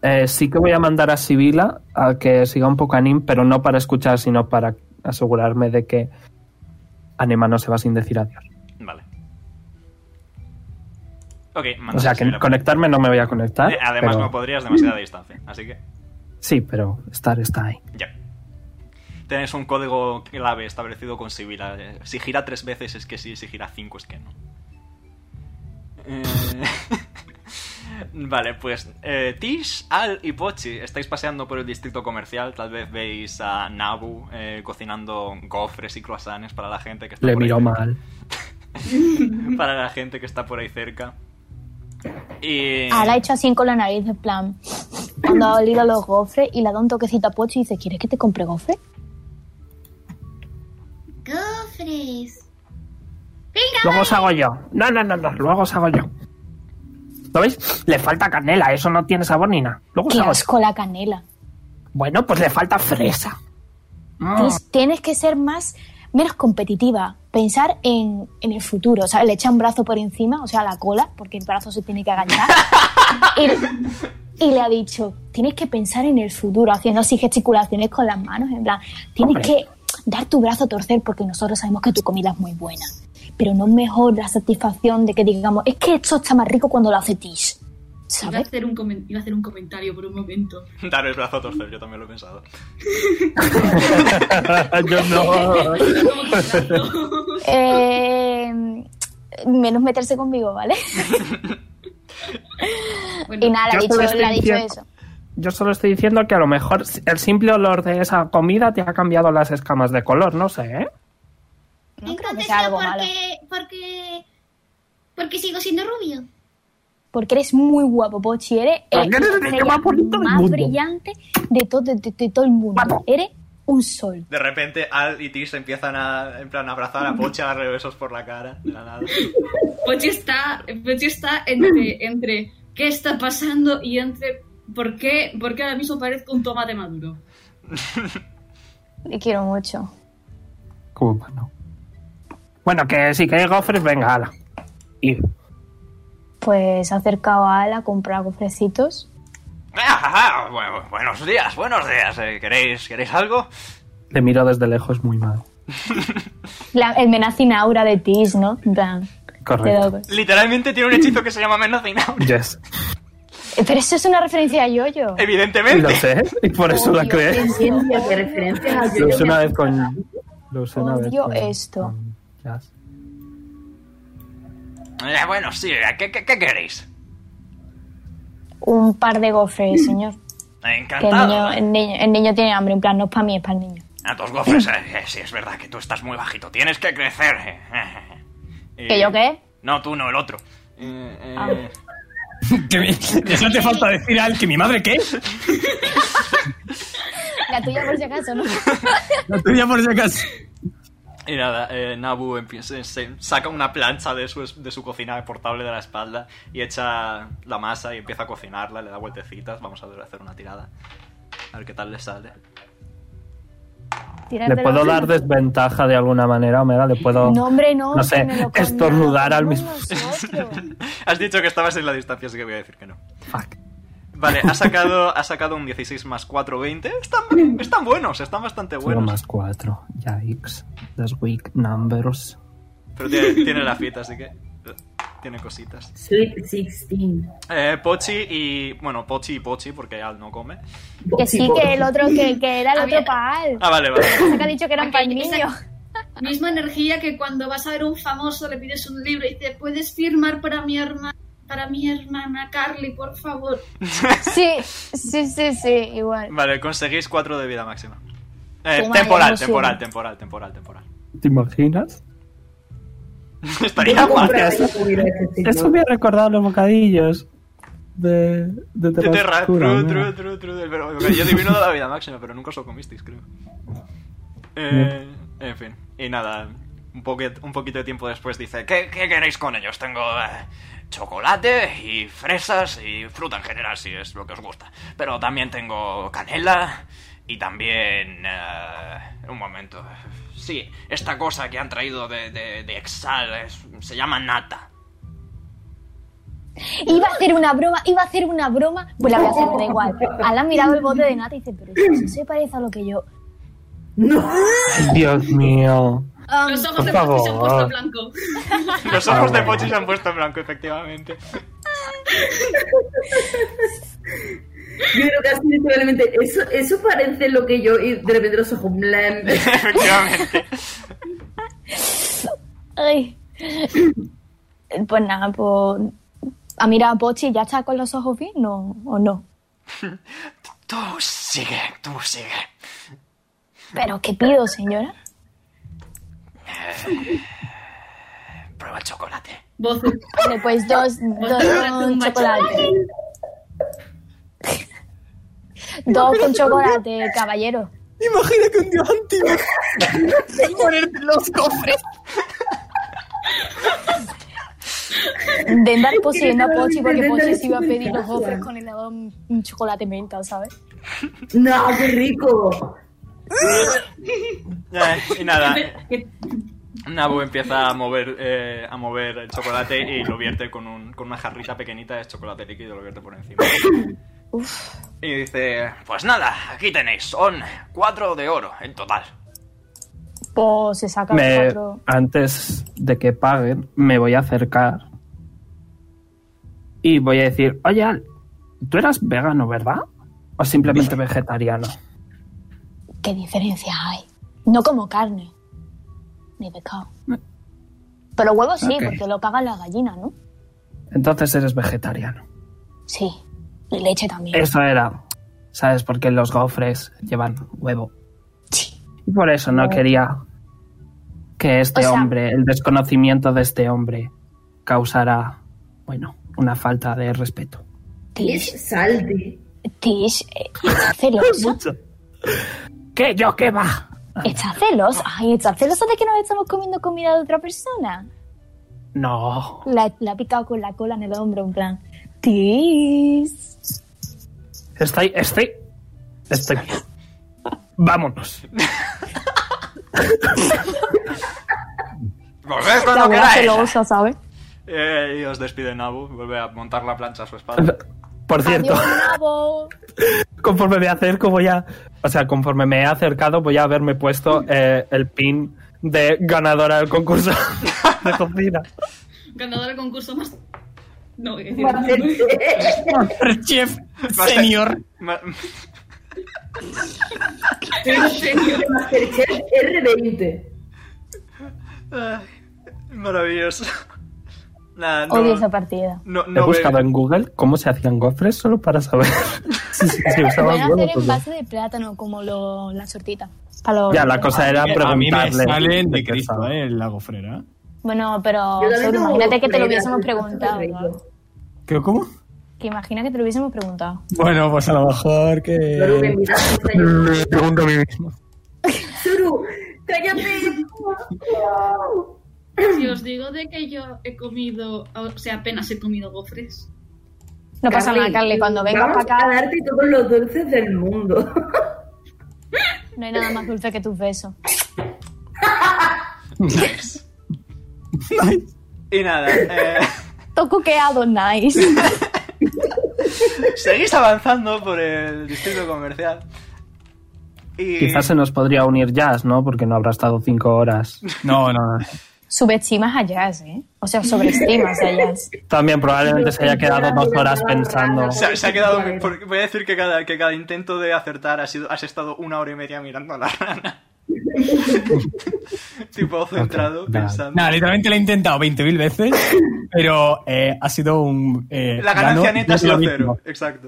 S4: eh, sí que voy a mandar a Sibila a que siga un poco a Nim, pero no para escuchar, sino para asegurarme de que Anima no se va sin decir adiós.
S1: Vale. Ok,
S4: O
S1: mandas
S4: sea,
S1: a
S4: que
S1: subir a-
S4: conectarme no me voy a conectar.
S1: Eh, Además,
S4: pero-
S1: no podrías demasiada distancia, así que
S4: Sí, pero estar está ahí.
S1: Ya. Tenéis un código clave establecido con Sibila. Eh, Si gira tres veces es que sí, si gira cinco es que no. Eh, vale, pues eh, Tish, Al y Pochi estáis paseando por el distrito comercial. Tal vez veis a Nabu eh, cocinando gofres y croissants para la gente que está
S4: Le
S1: por ahí
S4: miró
S1: cerca.
S4: mal.
S1: Para la gente que está por ahí cerca. Y...
S8: Ahora he hecho así con Ah, la nariz, en plan. Cuando ha olido los gofres y le ha dado un toquecito a Pocho y dice: ¿Quieres que te compre gofres?
S9: Cofres.
S4: Luego os hago yo. No, no, no, no. Luego os hago yo. ¿Lo veis? Le falta canela. Eso no tiene sabor ni nada. Luego os
S8: ¡Qué
S4: hago yo.
S8: asco la canela!
S4: Bueno, pues le falta fresa. Mm.
S8: Tienes- Tienes que ser más menos competitiva, pensar en, en el futuro, ¿sabes? Le echa un brazo por encima, o sea, la cola, porque el brazo se tiene que agachar. y, y le ha dicho, tienes que pensar en el futuro, haciendo así gesticulaciones con las manos, en plan, tienes
S4: Hombre.
S8: que dar tu brazo a torcer porque nosotros sabemos que tu comida es muy buena. pero no mejor la satisfacción de que digamos, es que esto está más rico cuando lo hace Tish.
S2: Iba a,
S8: ¿Sabes?
S2: hacer un comen- iba a hacer un comentario por un momento.
S1: Dar el brazo a torcer, yo también lo he pensado.
S4: Yo no.
S2: Como que hablando.
S8: Eh, menos meterse conmigo, ¿vale?
S2: Bueno,
S8: Y nada, le ha dicho,
S4: Yo solo estoy
S8: le ha dicho
S4: diciendo-
S8: eso.
S4: Yo solo estoy diciendo que a lo mejor el simple olor de esa comida te ha cambiado las escamas de color, no sé, ¿eh?
S8: No creo que
S9: Entonces
S8: sea
S9: yo
S8: algo malo.
S9: porque, porque, porque sigo siendo rubio.
S8: Porque eres muy guapo, Pochi. Eres
S4: Porque
S8: el
S4: eres el niño
S8: estrella
S4: más bonito del
S8: más
S4: mundo.
S8: brillante de todo, de, de- de todo el mundo.
S4: Guapo.
S8: Eres un sol.
S1: De repente Al y Tish empiezan a, en plan, a abrazar a Pocha, a darle besos por la cara, de la nada.
S2: Pochi está, Pochi está entre, entre qué está pasando y entre por qué, por qué ahora mismo parezco un tomate maduro.
S8: Te quiero mucho.
S4: Como para no. Bueno, que sí que hay gofres, venga, ala. Y
S8: Pues se ha acercado a Ala a comprar gofrecitos.
S1: Ah, bueno, buenos días, buenos días. eh, ¿Queréis, ¿Queréis algo?
S4: le miro desde lejos muy mal.
S8: La- el menacin aura de Tis, ¿no? En plan, te
S4: Correcto.
S8: doy-
S1: Literalmente tiene un hechizo que se llama Menacina.
S4: Yes.
S8: Eh, Pero eso es una referencia a Yoyo.
S4: Eh.
S1: Evidentemente.
S4: Lo sé, y por eso la creé.
S5: Ciencia de referencias a
S4: Lo
S5: yo.
S4: usé una vez con. Lo usé una vez.
S8: Odio
S4: con-
S8: esto.
S4: con jazz.
S1: Eh, bueno, sí, ¿qué, qué, qué queréis?
S8: Un par de
S4: Mm.
S8: gofres, señor. Que el niño,
S1: Encantado.
S8: el, niño, el niño tiene hambre, en plan, no es para mí, es para el niño.
S1: A dos gofres, eh, eh, sí, es verdad que tú estás muy bajito. Tienes que crecer. eh. Y-
S8: ¿Que yo qué?
S1: No, tú no, el otro. Eh, eh,
S8: Ah.
S6: Que mi- Eso te falta decir al que mi madre qué.
S8: La tuya por si acaso, ¿no?
S6: La tuya por si acaso.
S1: Y nada, eh, Nabu empieza- se saca una plancha de su, de su cocina portable de la espalda y echa la masa y empieza a cocinarla, le da vueltecitas. Vamos a ver, hacer una tirada. A ver qué tal le sale.
S8: Tírate
S4: ¿Le
S8: la
S4: puedo
S8: mano.
S4: dar desventaja de alguna manera, Omega? ¿Le puedo.?
S8: No, hombre, no.
S4: No sé,
S8: que me lo comamos
S4: estornudar al mismo-
S8: nosotros.
S1: Has dicho que estabas en la distancia, así que voy a decir que no.
S4: Fuck.
S1: Vale, ha sacado, ha sacado un 16 más 4, 20. Están, están buenos, están bastante
S4: Uno
S1: buenos.
S4: más cuatro. Yikes. That's weak numbers.
S1: Pero tiene, tiene la fita, así que. eh, Tiene cositas.
S5: Sweet 16.
S1: Eh, Pochi y. Bueno, Pochi y Pochi, porque Al no come.
S8: Que sí, que el otro, que, que era el
S2: A
S8: otro
S2: ver.
S8: pal.
S1: Ah, vale, vale.
S8: Se que ha dicho que eran para el
S2: Aquel-
S8: niño.
S2: Misma energía que cuando vas a ver un famoso le pides un libro y te puedes firmar para mi hermana, para mi hermana Carly, por favor.
S8: Sí, sí, sí, sí, igual.
S1: Vale, conseguís 4 de vida máxima. Eh,
S8: Toma,
S1: temporal,
S8: emoción.
S1: temporal, temporal, temporal, temporal.
S4: ¿Te imaginas?
S1: Estaría mal.
S5: este
S4: Eso me ha recordado los bocadillos de. de
S1: Te- te ra-
S4: Terrascura,
S1: tru,
S4: Omega.
S1: tru, tru, tru, pero- pero Yo divino de la vida máxima, pero nunca os lo comisteis, creo. Eh, en fin, y nada, un, poquet- un poquito de tiempo después dice, ¿qué, qué queréis con ellos? Tengo eh, chocolate y fresas y fruta en general, si es lo que os gusta. Pero también tengo canela y también... eh, un momento. Sí, esta cosa que han traído de, de, de Exal es- se llama nata.
S8: Iba a hacer una broma, iba a hacer una broma. Pues la voy a hacer, me da igual. Ala ha mirado el bote de nata y dice, pero eso se parece a lo que yo.
S4: Dios mío.
S8: Um,
S2: Los ojos
S4: Ah,
S2: de
S4: por
S2: Pochi se han
S4: favor.
S2: puesto blanco.
S1: Los ojos
S4: Ah.
S1: de Pochi se han puesto en blanco, efectivamente.
S5: Yo creo que así literalmente. Eso, eso parece lo que yo. Y de repente los ojos blancos.
S1: efectivamente.
S8: ay. Pues nada, pues. Ha mirado a Pochi, ¿ya está con los ojos bien? No, o no.
S1: Tú sigue, tú sigue.
S8: Pero, ¿qué pido, señora?
S1: Prueba el chocolate.
S2: Voz.
S8: Vale, pues dos, dos con chocolate. Dos con chocolate, caballero.
S6: Imagina que un dios antiguo.
S8: Intentar poseyendo a Pochi porque
S5: Intentar
S8: Pochi se iba a pedir
S5: intentar.
S8: los gofres con helado un un chocolate menta, ¿sabes?
S5: ¡No, qué rico!
S1: y nada, Nabu empieza a mover, eh, a mover el chocolate y lo vierte con, un- con una jarrita pequeñita de chocolate líquido, lo vierte por encima. Y dice, pues nada, aquí tenéis, son cuatro de oro en total.
S3: Pues se saca
S4: Me-
S3: cuatro.
S4: antes de que paguen, me voy a acercar y voy a decir, oye, Al, tú eras vegano, ¿verdad? ¿O simplemente vegetariano?
S8: ¿Qué diferencia hay? No como carne. Ni pescado. Pero huevos sí,
S4: Ok.
S8: porque lo cagan las gallinas, ¿no?
S4: Entonces eres vegetariano.
S8: Sí. Y leche también.
S4: Eso era, ¿sabes? Porque los gofres llevan huevo. Y por eso no
S8: Huevo.
S4: quería que este
S8: O sea-
S4: hombre, el desconocimiento de este hombre, causara, bueno, una falta de respeto.
S8: Tish,
S5: Es salty.
S8: Tish, eh, ¿estás celosa?
S4: ¿Qué? ¿Yo qué va?
S8: ¿Estás celosa? Ay, ¿estás celosa de que nos estamos comiendo comida de otra persona?
S4: No.
S8: La, la ha picado con la cola en el hombro, en plan. Tish.
S4: Estoy, estoy, estoy bien. Vámonos. Pues
S1: Volved
S3: La
S1: cuando
S3: abuela
S1: queráis.
S3: celosa, ¿sabes?
S1: Eh, y os despide Nabu. Vuelve a montar la plancha a su espalda.
S4: Por cierto,
S8: Adiós, nabo.
S4: conforme me acerco voy a, o sea, conforme me he acercado voy a haberme puesto eh, el pin de ganadora del concurso de cocina.
S2: Ganador del concurso más. No, es decir,
S6: Chef,
S1: Va a ser-
S6: señor.
S1: Ma-
S5: Masterchef R20.
S1: Ay, maravilloso. Nah, no,
S8: Odio esa partida.
S1: no, no
S4: he buscado
S1: veo-
S4: en Google cómo se hacían gofres solo para saber si se si
S8: Lo
S4: usaban
S8: van a hacer
S4: huevos o
S8: en
S4: no.
S8: base de plátano, como lo, la sortita. Para los-
S4: Ya, la cosa era
S6: A mí me
S4: preguntarle.
S6: salen de
S4: qué
S6: Cristo,
S4: estaba.
S6: eh, la gofrera.
S8: Bueno, pero
S5: Yo también
S8: Saúl,
S5: tengo
S8: imagínate que te lo
S5: gofrera,
S8: hubiésemos
S5: es
S8: preguntado.
S5: rico.
S8: ¿no?
S4: Eh,
S6: ¿Qué, ¿Cómo?
S8: Que imagina que te lo hubiésemos preguntado.
S6: Bueno, pues a lo mejor que.
S5: Suru, que mira,
S6: Me pregunto a mí mismo.
S5: Suru, cállate.
S2: si os digo de que yo he comido, o sea, apenas he comido gofres.
S8: No pasa nada, Carly. Cuando vengas
S5: vamos
S8: para acá,
S5: a darte todos los dulces del mundo.
S8: no hay nada más dulce que tus besos.
S1: Y nada, eh,
S8: Todo cuqueado, nice.
S1: seguís avanzando por el distrito comercial. Y
S4: Quizás se nos podría unir Jazz, ¿no? Porque no habrá estado cinco horas.
S6: No, no, no.
S8: Subestimas a Jazz, ¿eh? O sea, sobreestimas a Jazz.
S4: También probablemente se haya quedado dos horas pensando.
S1: se, ha- se ha quedado. porque Voy a decir que cada, que cada intento de acertar ha sido, has estado una hora y media mirando a la rana. tipo centrado,
S4: vale.
S1: pensando.
S6: Nada, literalmente lo he intentado 20.000 veces, pero eh, ha sido un. eh,
S1: La ganancia
S6: gano,
S1: neta ha
S6: yo
S1: sido
S6: lo mismo.
S1: cero. Exacto.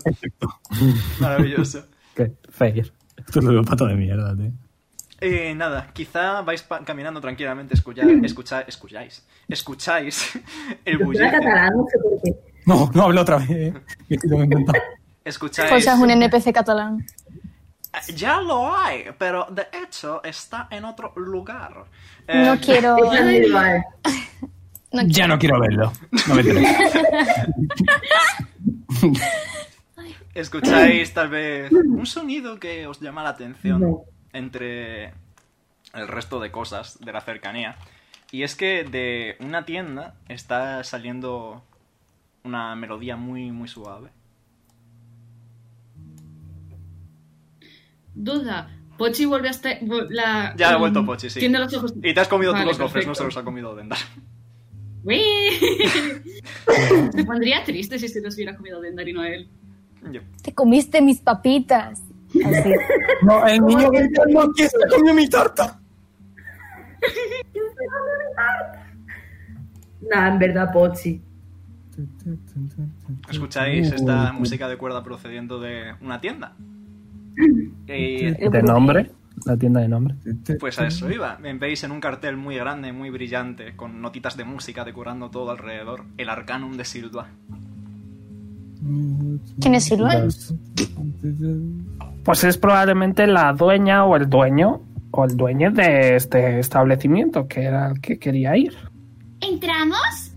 S1: Maravilloso.
S4: Qué fail.
S6: Esto es lo pato de mierda, tío.
S1: Eh, nada, quizá vais pa- caminando tranquilamente, escucha, escucha, escucháis, escucháis el
S5: Era
S1: bullicio,
S5: catalán, no sé por qué.
S6: No, no hablo otra vez. eh. Que sí lo he intentado.
S1: escucháis...
S8: Pues es un NPC catalán.
S1: Eh, Ya lo hay, pero de hecho está en otro lugar. Eh,
S8: No quiero.
S5: Es la medieval.
S8: No
S6: Ya no quiero verlo. No me interesa.
S1: Escucháis tal vez un sonido que os llama la atención
S5: No.
S1: entre el resto de cosas de la cercanía. Y es que de una tienda está saliendo una melodía muy, muy suave.
S2: Duda. Pochi vuelve hasta. vu- La,
S1: Ya ha
S2: mm,
S1: vuelto Pochi, sí.
S2: Tiene los ojos.
S1: Y te has comido
S2: Vale,
S1: tú los gofres, no se
S2: perfecto.
S1: los ha comido Dendar.
S2: ¡Uy! Me pondría triste si este se los hubiera comido Dendar y no él.
S1: Yo-
S8: Te comiste mis papitas. Así.
S6: No, el niño gritando que se comió mi torta.
S5: Nah, en verdad, Pochi.
S1: Escucháis esta música de cuerda procediendo de una tienda. Y
S4: ¿De nombre? La tienda de nombre.
S1: Pues a eso iba. Me veis en un cartel muy grande, muy brillante, con notitas de música decorando todo alrededor, el Arcanum de Silva.
S8: ¿Quién es Silvan?
S4: Pues es probablemente la dueña o el dueño o el dueño de este establecimiento que era el que quería ir.
S9: ¿Entramos?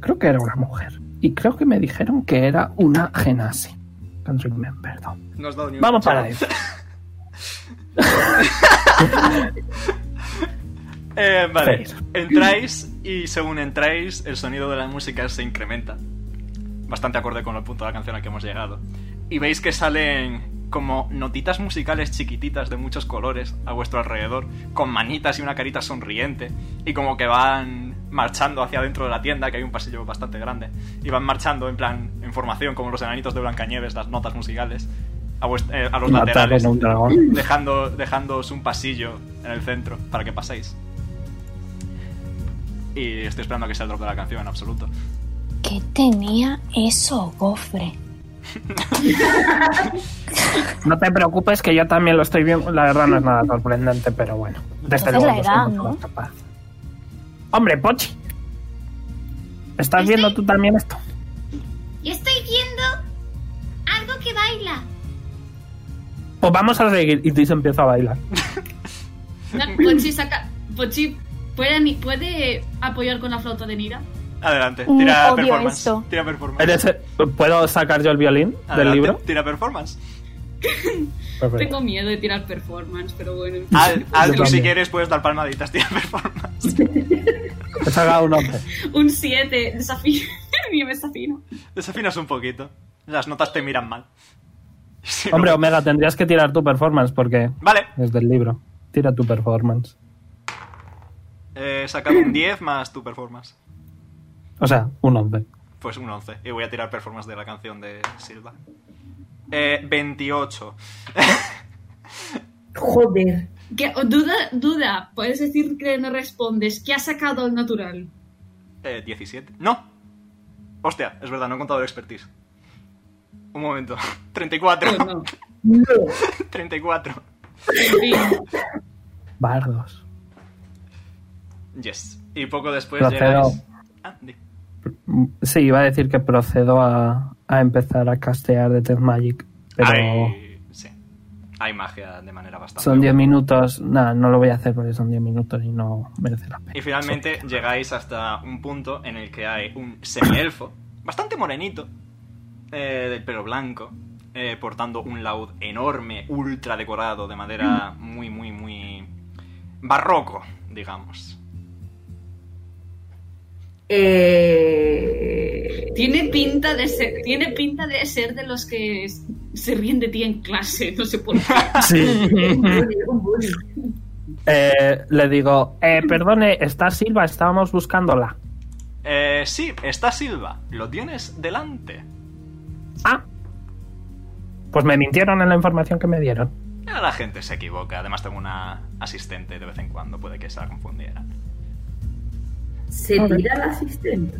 S4: Creo que era una mujer. Y creo que me dijeron que era una genasi. Can't remember, though.
S1: No has dado ni un
S4: Vamos para
S1: cacho.
S4: adentro.
S1: Eh, vale,
S4: Fair.
S1: entráis y según entráis, el sonido de la música se incrementa. Bastante acorde con el punto de la canción al que hemos llegado. Y veis que salen como notitas musicales chiquititas de muchos colores a vuestro alrededor, con manitas y una carita sonriente, y como que van marchando hacia dentro de la tienda, que hay un pasillo bastante grande, y van marchando en plan, en formación, como los enanitos de Blancanieves, las notas musicales, a, vuest- eh, a los
S4: Matar
S1: laterales,
S4: a un dragón.
S1: dejando, dejándoos un pasillo en el centro para que paséis. Y estoy esperando a que sea el drop de la canción en absoluto.
S8: ¿Qué tenía eso, gofre?
S4: No te preocupes, que yo también lo estoy viendo. La verdad no es nada sorprendente, pero bueno. Desde
S8: Entonces
S4: luego
S8: la
S4: no
S8: edad,
S4: somos
S8: ¿no?
S4: todos capaces. Hombre, Pochi. ¿Estás viendo tú también esto?
S9: Yo estoy viendo algo que baila.
S4: Pues vamos a seguir. Y Tiso empieza a bailar.
S2: No, Pochi Pues saca. Pochi puede, ani- puede apoyar con la flauta de Nira.
S1: Adelante,
S3: Mm,
S1: tira
S3: odio
S1: performance.
S3: esto.
S1: Tira performance.
S4: ¿Eres el- ¿Puedo sacar yo el violín del
S1: Adelante,
S4: libro?
S1: Tira performance.
S4: Perfecto.
S2: Tengo miedo de tirar performance, pero bueno.
S1: Al, al-
S4: Yo
S1: tú si
S4: también.
S1: quieres puedes dar palmaditas, tira performance.
S4: He sacado un 11.
S2: Un 7, desafío. Yo me desafino.
S1: Desafinas un poquito. Las notas te miran mal. Sí,
S4: Hombre,
S1: no-
S4: Omega, tendrías que tirar tu performance porque
S1: Vale,
S4: es del libro. Tira tu performance.
S1: eh, he sacado un 10 más tu performance.
S4: O sea, un 11.
S1: Pues un 11. Y voy a tirar performance de la canción de Silva. Eh, 28.
S5: Joder.
S2: Que- o duda, duda, puedes decir que no respondes. ¿Qué ha sacado el natural?
S1: Eh, 17. No. Hostia, es verdad, no he contado el expertise. Un momento. 34.
S2: Pues no.
S1: 34.
S2: En fin.
S4: Bardos.
S1: Yes. Y poco después
S4: Procedo.
S1: llegáis... Ah, di.
S4: Mm, Sí, iba a decir que procedo a, a empezar a castear Detect Magic. Pero
S1: Hay... Sí. Hay magia de manera bastante...
S4: son 10
S1: buena.
S4: minutos. Nada, no lo voy a hacer porque son 10 minutos y no merece la pena.
S1: Y finalmente llegáis hasta un punto en el que hay un semielfo, bastante morenito, eh, del pelo blanco, eh, portando un laúd enorme, ultra decorado, de madera
S4: Mm.
S1: muy, muy, muy barroco, digamos.
S5: Eh...
S2: Tiene pinta de ser, tiene pinta de ser de los que s- se ríen de ti en clase, no sé por qué.
S4: Sí.
S5: un bully, un bully.
S4: Eh, le digo, eh, perdone, está Silva, estábamos buscándola.
S1: Eh, sí, está Silva, lo tienes delante.
S4: Ah. Pues me mintieron en la información que me dieron.
S1: Ah, La gente se equivoca, además tengo una asistente de vez en cuando, puede que se la confundiera.
S5: Se tira el asistente.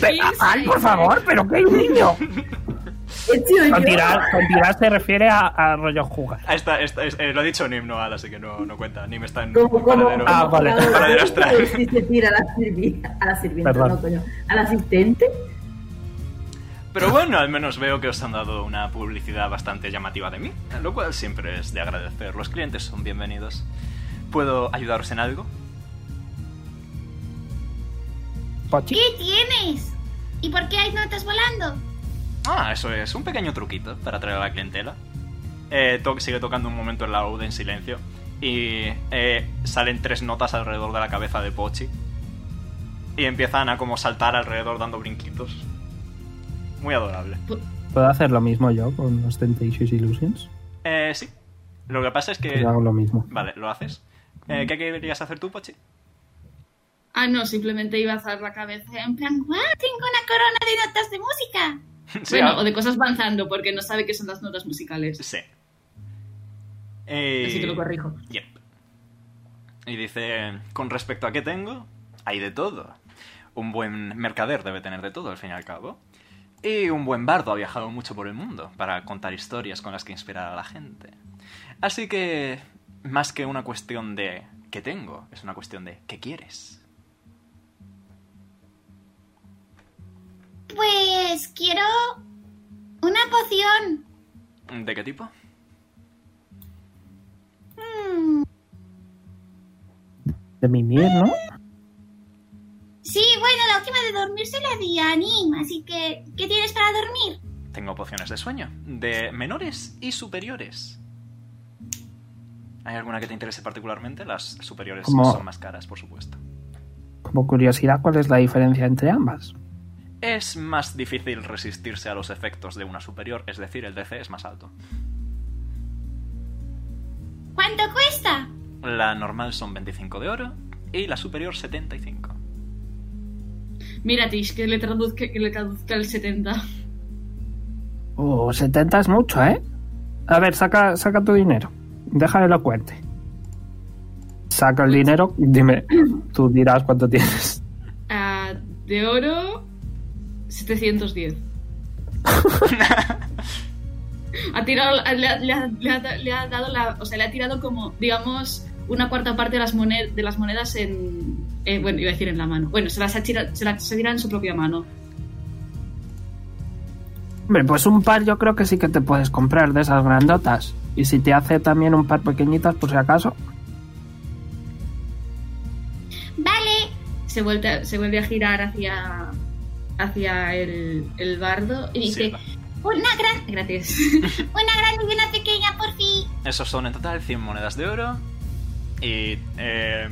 S2: Pe-
S4: ¡Ay, por favor! ¿Pero qué niño?
S5: Eh, tío, yo-
S4: Con tirar, con tirar se refiere a, a rollo jugar.
S1: Ah, está, está- es- eh, lo ha dicho Nim Noal, así que no, no cuenta. Nim está en
S5: Como,
S1: un
S5: como,
S1: paradero-
S4: Ah, vale.
S1: un paradero astral.
S5: Sí, se tira a la sirvienta, a la sirvienta,
S4: Perdón.
S5: no, coño, al asistente.
S1: Pero bueno, al menos veo que os han dado una publicidad bastante llamativa de mí, lo cual siempre es de agradecer. Los clientes son bienvenidos. ¿Puedo ayudaros en algo?
S4: Pochi.
S9: ¿Qué tienes? ¿Y por qué hay notas volando?
S1: Ah, eso es un pequeño truquito para atraer a la clientela. Eh, to- sigue tocando un momento el laúd en silencio y eh, salen tres notas alrededor de la cabeza de Pochi y empiezan a como saltar alrededor dando brinquitos. Muy adorable.
S4: ¿Puedo hacer lo mismo yo con los Temptations Illusions?
S1: Eh, sí. Lo que pasa es que...
S4: Yo hago lo mismo.
S1: Vale, lo haces. Eh, ¿Qué querías hacer tú, Pochi?
S2: Ah, no, simplemente iba a alzar la cabeza en plan "Guau".
S9: ¡Ah, tengo una corona de notas de música!
S1: Sí,
S2: Bueno,
S1: ah.
S2: o de cosas avanzando porque no sabe qué son las notas musicales.
S1: Sí. Eh,
S2: Así que lo corrijo.
S1: yep. Y dice, con respecto a qué tengo, hay de todo. Un buen mercader debe tener de todo, al fin y al cabo. Y un buen bardo ha viajado mucho por el mundo para contar historias con las que inspirar a la gente. Así que, más que una cuestión de qué tengo, es una cuestión de qué quieres.
S9: Pues quiero una poción.
S1: ¿De qué tipo?
S9: Mm,
S4: De mi miel, ¿no?
S9: Sí, bueno, la última de dormir se la di a Nim, así que ¿qué tienes para dormir?
S1: Tengo pociones de sueño, de menores y superiores. ¿Hay alguna que te interese particularmente? Las superiores
S4: Como-
S1: son más caras, por supuesto.
S4: Como curiosidad, ¿cuál es la diferencia entre ambas?
S1: es más difícil resistirse a los efectos de una superior, es decir, el DC es más alto.
S9: ¿Cuánto cuesta?
S1: La normal son 25 de oro y la superior 75.
S2: Mira, Tish, que le traduzca, que le traduzca el 70.
S4: Oh, 70 es mucho, ¿eh? A ver, saca, saca tu dinero. Déjale la cuente. Saca el dinero, dime, tú dirás cuánto tienes.
S2: Ah, de oro, 710. ha tirado, le, ha- le ha- le ha- le ha dado la, o sea, le ha tirado como, digamos, una cuarta parte de las, monedas de las monedas en, eh, bueno, iba a decir en la mano. Bueno, se las ha tirado, se las ha tirado en su propia mano.
S4: Hombre, pues un par yo creo que sí que te puedes comprar de esas grandotas. Y si te hace también un par pequeñitas, por si acaso.
S9: Vale,
S2: Se vuelve, se vuelve a girar hacia, hacia el, el bardo y dice,
S1: Sí, va.
S9: una gran,
S2: gracias.
S9: una grande y una pequeña por fin.
S1: Esos son en total 100 monedas de oro. Y eh,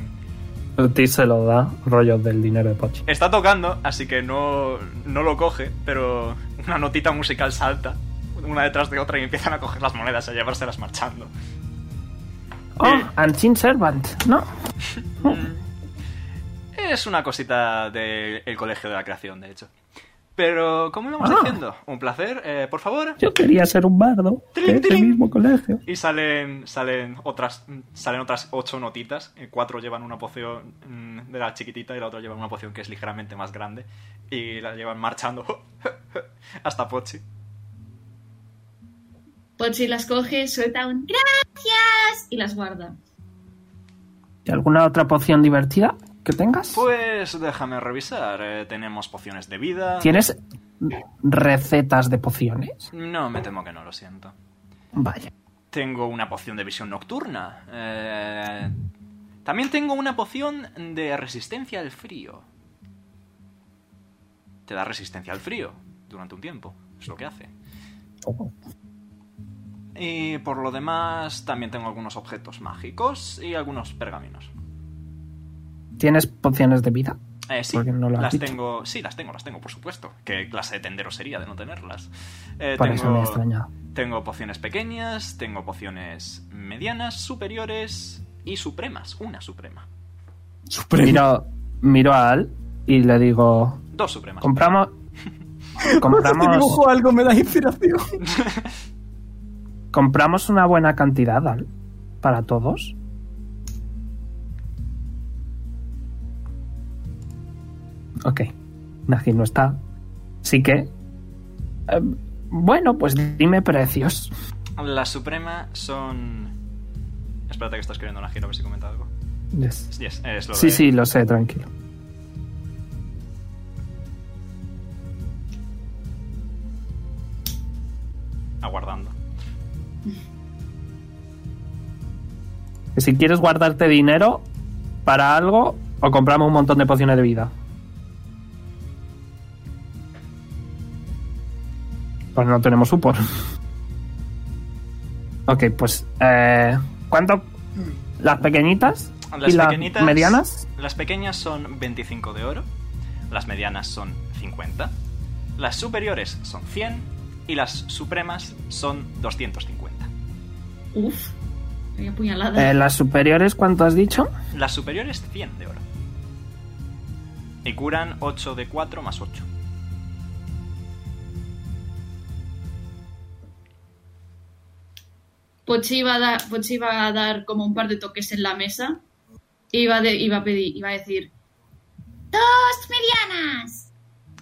S4: ti se lo da rollos del dinero de Pochi.
S1: está tocando, así que no, no lo coge, pero una notita musical salta una detrás de otra y empiezan a coger las monedas y a llevárselas marchando.
S4: Oh, Unseen Servant, ¿no?
S1: Es una cosita del Colegio de la Creación, de hecho. Pero, como íbamos diciendo, un placer. eh, por favor,
S4: Yo quería ser un bardo
S1: Trin,
S4: de ese
S1: trin.
S4: mismo colegio.
S1: Y salen, salen otras salen otras ocho notitas. Eh, Cuatro llevan una poción mm, de la chiquitita y la otra lleva una poción que es ligeramente más grande. Y la llevan marchando hasta Pochi.
S2: Pochi las coge, suelta un gracias y las guarda.
S4: ¿Y alguna otra poción divertida que tengas?
S1: Pues déjame revisar. Eh, tenemos pociones de vida.
S4: ¿Tienes recetas de pociones?
S1: No, me temo que no, lo siento.
S4: Vaya.
S1: Tengo una poción de visión nocturna. Eh, también tengo una poción de resistencia al frío. Te da resistencia al frío durante un tiempo. Es lo que hace. Y por lo demás, también tengo algunos objetos mágicos y algunos pergaminos.
S4: ¿Tienes pociones de vida?
S1: Eh, sí,
S4: Porque no lo has
S1: las
S4: dicho.
S1: tengo. Sí, las tengo, las tengo, por supuesto. ¿Qué clase de tendero sería de no tenerlas? Eh,
S4: Por eso me
S1: tengo,
S4: he extrañado.
S1: tengo pociones pequeñas, tengo pociones medianas, superiores y supremas. Una suprema.
S6: Supremo.
S4: Miro, miro a Al y le digo,
S1: Dos supremas.
S4: compramos...
S6: Te
S4: Compramos,
S6: dibujo algo, me da inspiración.
S4: compramos una buena cantidad, Al, para todos. Ok, Naji no está. Así que... eh, bueno, pues dime precios.
S1: Las supremas son. Espérate que estás escribiendo una gira a ver si comenta algo.
S4: Yes.
S1: Yes, es lo
S4: Sí,
S1: de-
S4: sí, lo sé, tranquilo.
S1: Aguardando.
S4: Que si quieres guardarte dinero para algo o compramos un montón de pociones de vida. Pues no tenemos upor. ok, pues... Eh, ¿Cuánto? ¿Las pequeñitas?
S1: Mm. Las
S4: ¿Y las
S1: pequeñitas-
S4: medianas?
S1: Las pequeñas son 25 de oro, las medianas son 50, las superiores son 100 y las supremas son 250.
S2: Uf, media puñalada.
S4: Eh, ¿Las superiores cuánto has dicho?
S1: Las superiores 100 de oro. Y curan 8 de 4 más 8.
S2: Pochi iba, a dar, Pochi iba a dar como un par de toques en la mesa y iba, de- iba a pedir, iba a decir,
S9: Dos medianas.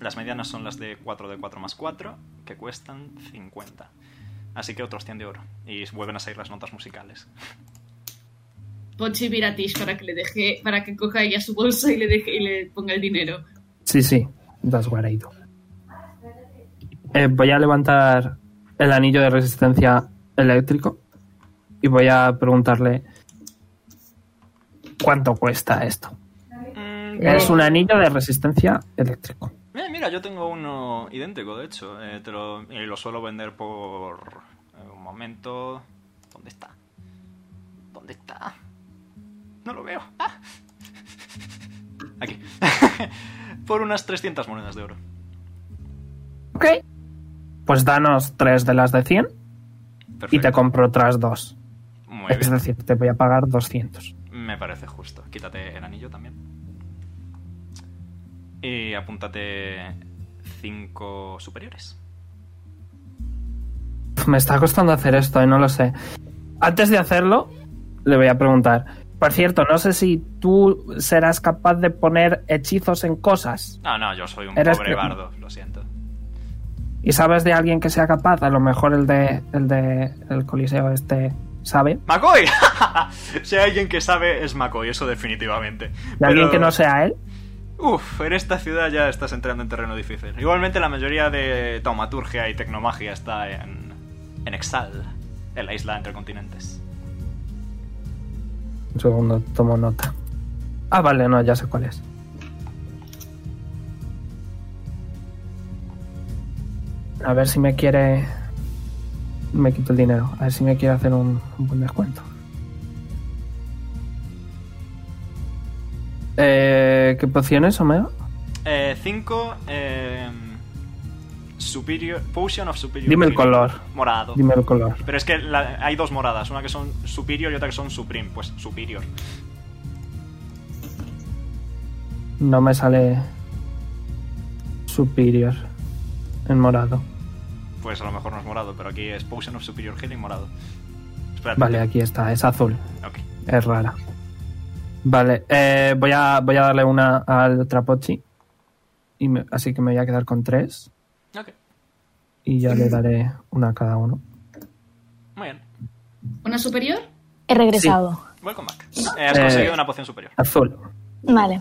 S1: Las medianas son las de 4 de 4 más 4, que cuestan 50. Así que otros 100 de oro. Y vuelven a salir las notas musicales.
S2: Pochi mira a Tish para que le deje, para que coja ella su bolsa y le deje y le ponga el dinero.
S4: Sí, sí, das guaraído. Eh, voy a levantar el anillo de resistencia eléctrico y voy a preguntarle cuánto cuesta esto.
S1: Mm,
S4: Es un anillo de resistencia eléctrico.
S1: Eh, mira, yo tengo uno idéntico, de hecho. Eh, te lo, y lo suelo vender por... eh, un momento... ¿Dónde está? ¿Dónde está? No lo veo. Ah. Aquí. por unas 300 monedas de oro.
S4: Pues danos tres de las de 100 y te
S1: Perfecto.
S4: compro otras dos.
S1: Muy
S4: Es
S1: bien.
S4: decir, te voy a pagar 200.
S1: Me parece justo. Quítate el anillo también. Y apúntate cinco superiores.
S4: Pf, Me está costando hacer esto, eh, no lo sé. Antes de hacerlo, le voy a preguntar. Por cierto, no sé si tú serás capaz de poner hechizos en cosas.
S1: No, no, yo soy un
S4: Eres
S1: pobre
S4: que-
S1: bardo, lo siento.
S4: ¿Y sabes de alguien que sea capaz? A lo mejor el de el de el coliseo este sabe.
S1: ¡McCoy! si hay alguien que sabe, es McCoy, eso definitivamente.
S4: De
S1: Pero-
S4: alguien que no sea él.
S1: Uf, en esta ciudad ya estás entrando en terreno difícil. Igualmente la mayoría de taumaturgia y tecnomagia está en, en Exal, en la isla entre continentes.
S4: Un segundo, tomo nota. Ah, vale, no, ya sé cuál es. A ver si me quiere. Me quito el dinero. A ver si me quiere hacer un, un buen descuento. Eh, ¿Qué pociones, Omega?
S1: Eh, 5. em, superior, Potion of Superior.
S4: Dime el
S1: Healing.
S4: color.
S1: Morado.
S4: Dime el color.
S1: Pero es que la- hay dos moradas, una que son Superior y otra que son Supreme. Pues Superior.
S4: No me sale. Superior. En morado.
S1: Pues a lo mejor no es morado, pero aquí es Potion of Superior Healing morado. Espérate.
S4: Vale, aquí está, es azul.
S1: Ok.
S4: Es rara. Vale, eh, voy, a, voy a darle una al Trapochi. Y me- así que me voy a quedar con tres.
S1: Ok.
S4: Y ya le daré una a cada uno.
S1: Muy bien.
S2: ¿Una superior?
S8: He regresado.
S1: Welcome back. Eh, has
S4: Eh,
S1: conseguido una poción superior.
S4: Azul.
S8: Vale.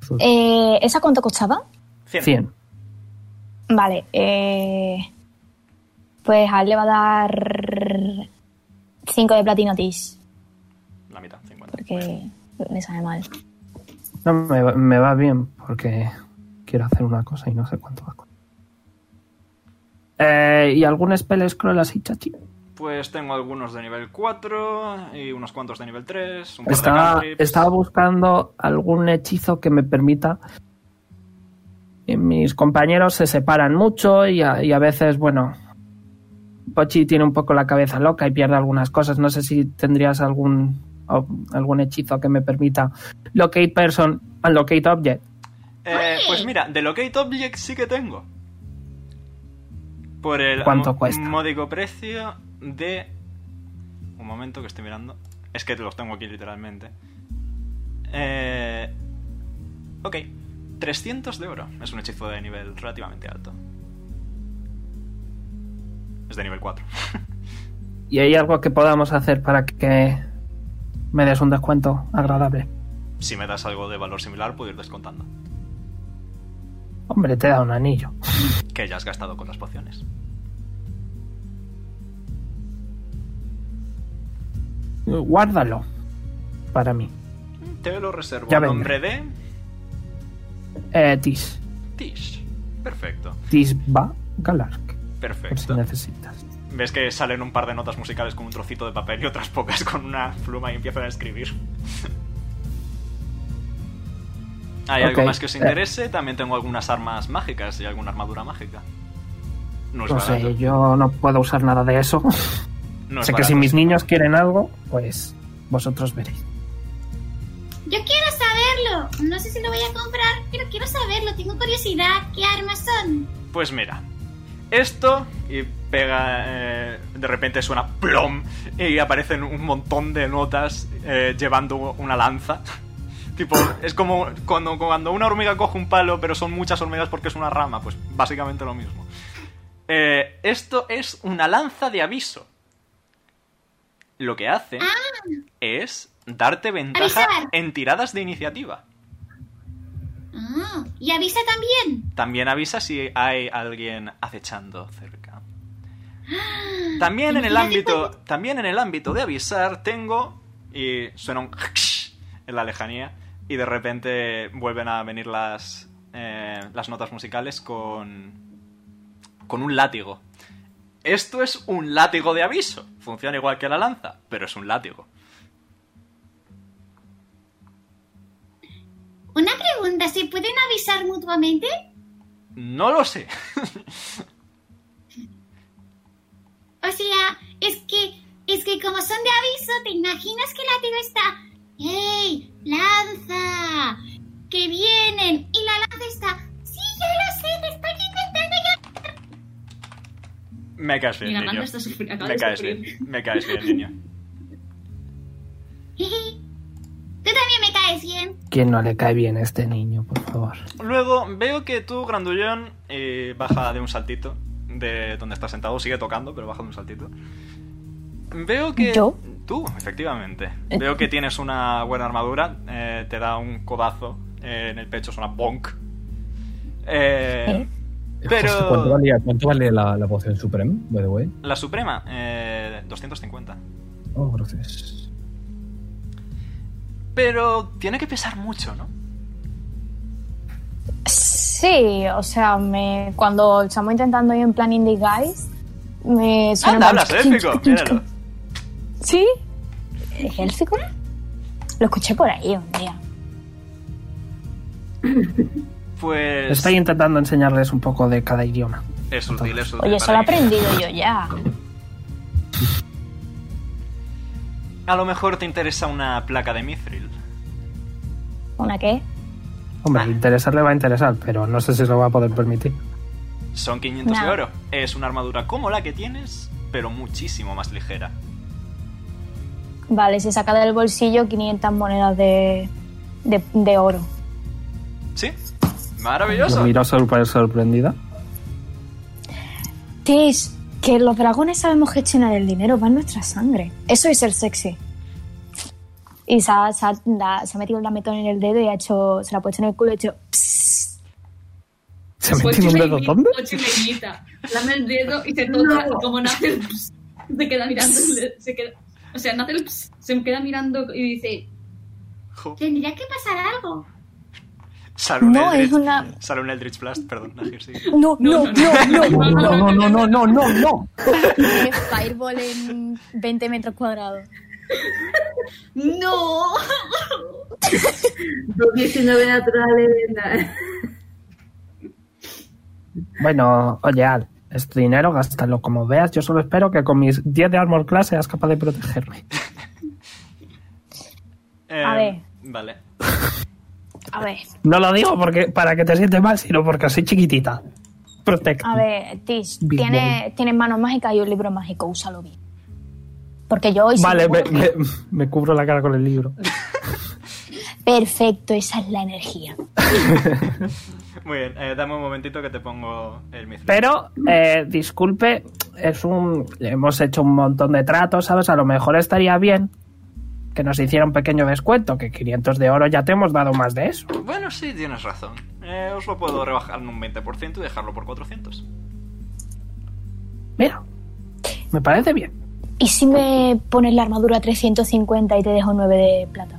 S4: Azul.
S8: Eh, ¿Esa cuánto costaba?
S1: 100.
S4: 100.
S8: Vale. eh, pues a él le va a dar 5 de platinotis,
S1: La mitad, 50.
S8: porque me sale mal.
S4: No, me, va- me va bien porque quiero hacer una cosa y no sé cuánto va a costar. Eh, ¿Y algún spell scroll así, chachi?
S1: Pues tengo algunos de nivel 4 y unos cuantos de nivel 3. Un par de
S4: Estaba,
S1: cantrips.
S4: estaba buscando algún hechizo que me permita. Y Mis compañeros se separan mucho y a, y a veces, bueno, Pochi tiene un poco la cabeza loca y pierde algunas cosas. No sé si tendrías algún o- algún hechizo que me permita locate person and locate object.
S1: Eh, pues mira, de Locate Object sí que tengo. Por el
S4: ¿Cuánto
S1: mo-
S4: cuesta?
S1: módico precio de... Un momento que estoy mirando. Es que los tengo aquí literalmente. Eh... Ok. 300 de oro. Es un hechizo de nivel relativamente alto. Es de nivel 4.
S4: ¿Y hay algo que podamos hacer para que me des un descuento agradable?
S1: Si me das algo de valor similar, puedo ir descontando.
S4: Hombre, te da un anillo.
S1: Que ya has gastado con las pociones.
S4: Guárdalo para mí.
S1: Te lo reservo.
S4: Ya
S1: a
S4: vendrá.
S1: nombre de...
S4: Eh, Tis.
S1: Tish. Perfecto.
S4: Tis va Galark. Por Pues si
S1: Perfecto.
S4: necesitas.
S1: Ves que salen un par de notas musicales con un trocito de papel y otras pocas con una pluma y empiezan a escribir. ¿Hay algo
S4: Ok,
S1: más que os
S4: eh.
S1: interese? También tengo algunas armas mágicas y alguna armadura mágica. No es
S4: No
S1: barato.
S4: sé, yo no puedo usar nada de eso.
S1: Pues No es
S4: sé que si
S1: barato.
S4: mis niños quieren algo, pues vosotros veréis.
S9: Yo quiero saberlo. No sé si lo voy a comprar, pero quiero saberlo. Tengo curiosidad. ¿Qué armas son?
S1: Pues mira, esto y pega, eh, de repente suena plom y aparecen un montón de notas eh, llevando una lanza. tipo, es como cuando, cuando una hormiga coge un palo, pero son muchas hormigas porque es una rama, pues básicamente lo mismo. Eh, esto es una lanza de aviso. Lo que hace es darte ventaja
S9: Avisar.
S1: en tiradas de iniciativa.
S9: Ah, y avisa también.
S1: También avisa si hay alguien acechando cerca. También en el
S9: Imagínate
S1: ámbito, también en el ámbito de avisar tengo y suena un en la lejanía y de repente vuelven a venir las eh, las notas musicales con con un látigo. Esto es un látigo de aviso. Funciona igual que la lanza, pero es un látigo.
S9: Una pregunta, ¿se pueden avisar mutuamente?
S1: No lo sé.
S9: O sea, es que, es que como son de aviso, ¿te imaginas que el látigo está? ¡Ey! ¡Lanza! ¡Que vienen! Y la lanza está. ¡Sí, yo lo sé! ¡Te estoy intentando ayudar!
S1: Me caes
S2: Y
S1: bien,
S2: la mano
S1: niño.
S2: está sufri- acaba
S1: Me
S2: de
S1: caes
S2: sufrir.
S1: bien, me caes bien, niño.
S9: Tú también me caes bien.
S4: ¿Quién no le cae bien a este niño, por favor?
S1: Luego veo que tú, grandullón, eh, baja de un saltito de donde estás sentado. Sigue tocando, pero baja de un saltito. Veo que...
S8: ¿Yo?
S1: Tú, efectivamente.
S8: Eh.
S1: Veo que tienes una buena armadura. eh, te da un codazo eh, en el pecho, es una bonk. Eh,
S6: José, ¿Cuánto
S1: pero...
S6: valía, cuánto valía la, la poción Supreme, by the way?
S1: La Suprema, eh, 250.
S6: Oh, gracias.
S1: Pero tiene que pesar mucho, ¿no?
S8: Sí, o sea, me, cuando estamos intentando ir en plan Indie Guys, me suena.
S1: Anda,
S8: en plan-
S1: hablas élfico, míralo.
S8: ¿Sí? ¿Es élfico? Lo escuché por ahí un día.
S1: Pues...
S4: Estoy intentando enseñarles un poco de cada idioma.
S1: Es útil, es útil.
S8: Oye, eso lo
S1: para que-
S8: he aprendido yo ya.
S1: A lo mejor te interesa una placa de Mithril.
S8: ¿Una qué?
S1: Ah.
S4: Hombre, interesar le va a interesar, pero no sé si lo va a poder permitir.
S1: Son 500 de
S8: No.
S1: oro. Es una armadura como la que tienes, pero muchísimo más ligera.
S8: Vale, se saca del bolsillo 500 monedas de, de, de oro.
S1: ¿Sí?
S4: Lo
S1: Maravilloso.
S4: miro sorpre- sorprendida.
S8: Tish, que los dragones sabemos gestionar el dinero, va en nuestra sangre. Eso es ser sexy. Y se ha, se ha- la- se ha metido la metón en el dedo y ha hecho, se la ha puesto en el culo y ha hecho... "Psst".
S4: ¿Se ha
S6: Pues
S4: metido un dedo dónde?
S2: Chileñita. Lame el dedo y se toca.
S5: No.
S2: Y como nace el ps, se queda mirando. el- Se queda, o sea, nace el ps, se queda mirando y dice.
S1: Jo,
S9: Tendría que pasar algo.
S1: Sale un
S8: No, es
S1: Eldritch,
S8: una-
S1: sale un Eldritch Blast, perdón, Nagir, sí.
S8: No, no, no, no,
S6: No, no, no, no, no, no, no, no.
S8: Tiene Fireball en 20 metros cuadrados.
S2: ¡No!
S5: Dos 19 naturales. nada.
S4: Bueno, oye, Al, este dinero gástalo como veas. Yo solo espero que con mis 10 de armor class seas capaz de protegerme.
S1: Em,
S8: ver.
S1: Vale.
S8: A ver,
S4: No lo digo porque para que te sientes mal, sino porque soy chiquitita. Protecta.
S8: a ver, Tish,
S4: Big
S8: tiene, tiene manos mágicas y un libro mágico, úsalo bien. Porque yo hoy...
S4: Vale, me,
S8: seguro que-
S4: me- me cubro la cara con el libro.
S8: Perfecto, esa es la energía.
S1: Muy bien, eh, dame un momentito que te pongo el Mithril.
S4: Pero, eh, disculpe, es un. Hemos hecho un montón de tratos, ¿sabes? A lo mejor estaría bien que nos hiciera un pequeño descuento, que 500 de oro ya te hemos dado más de eso.
S1: Bueno, sí, tienes razón. Eh, os lo puedo rebajar en un 20% y dejarlo por 400.
S4: Mira, me parece bien.
S8: ¿Y si me pones la armadura 350 y te dejo 9 de plata?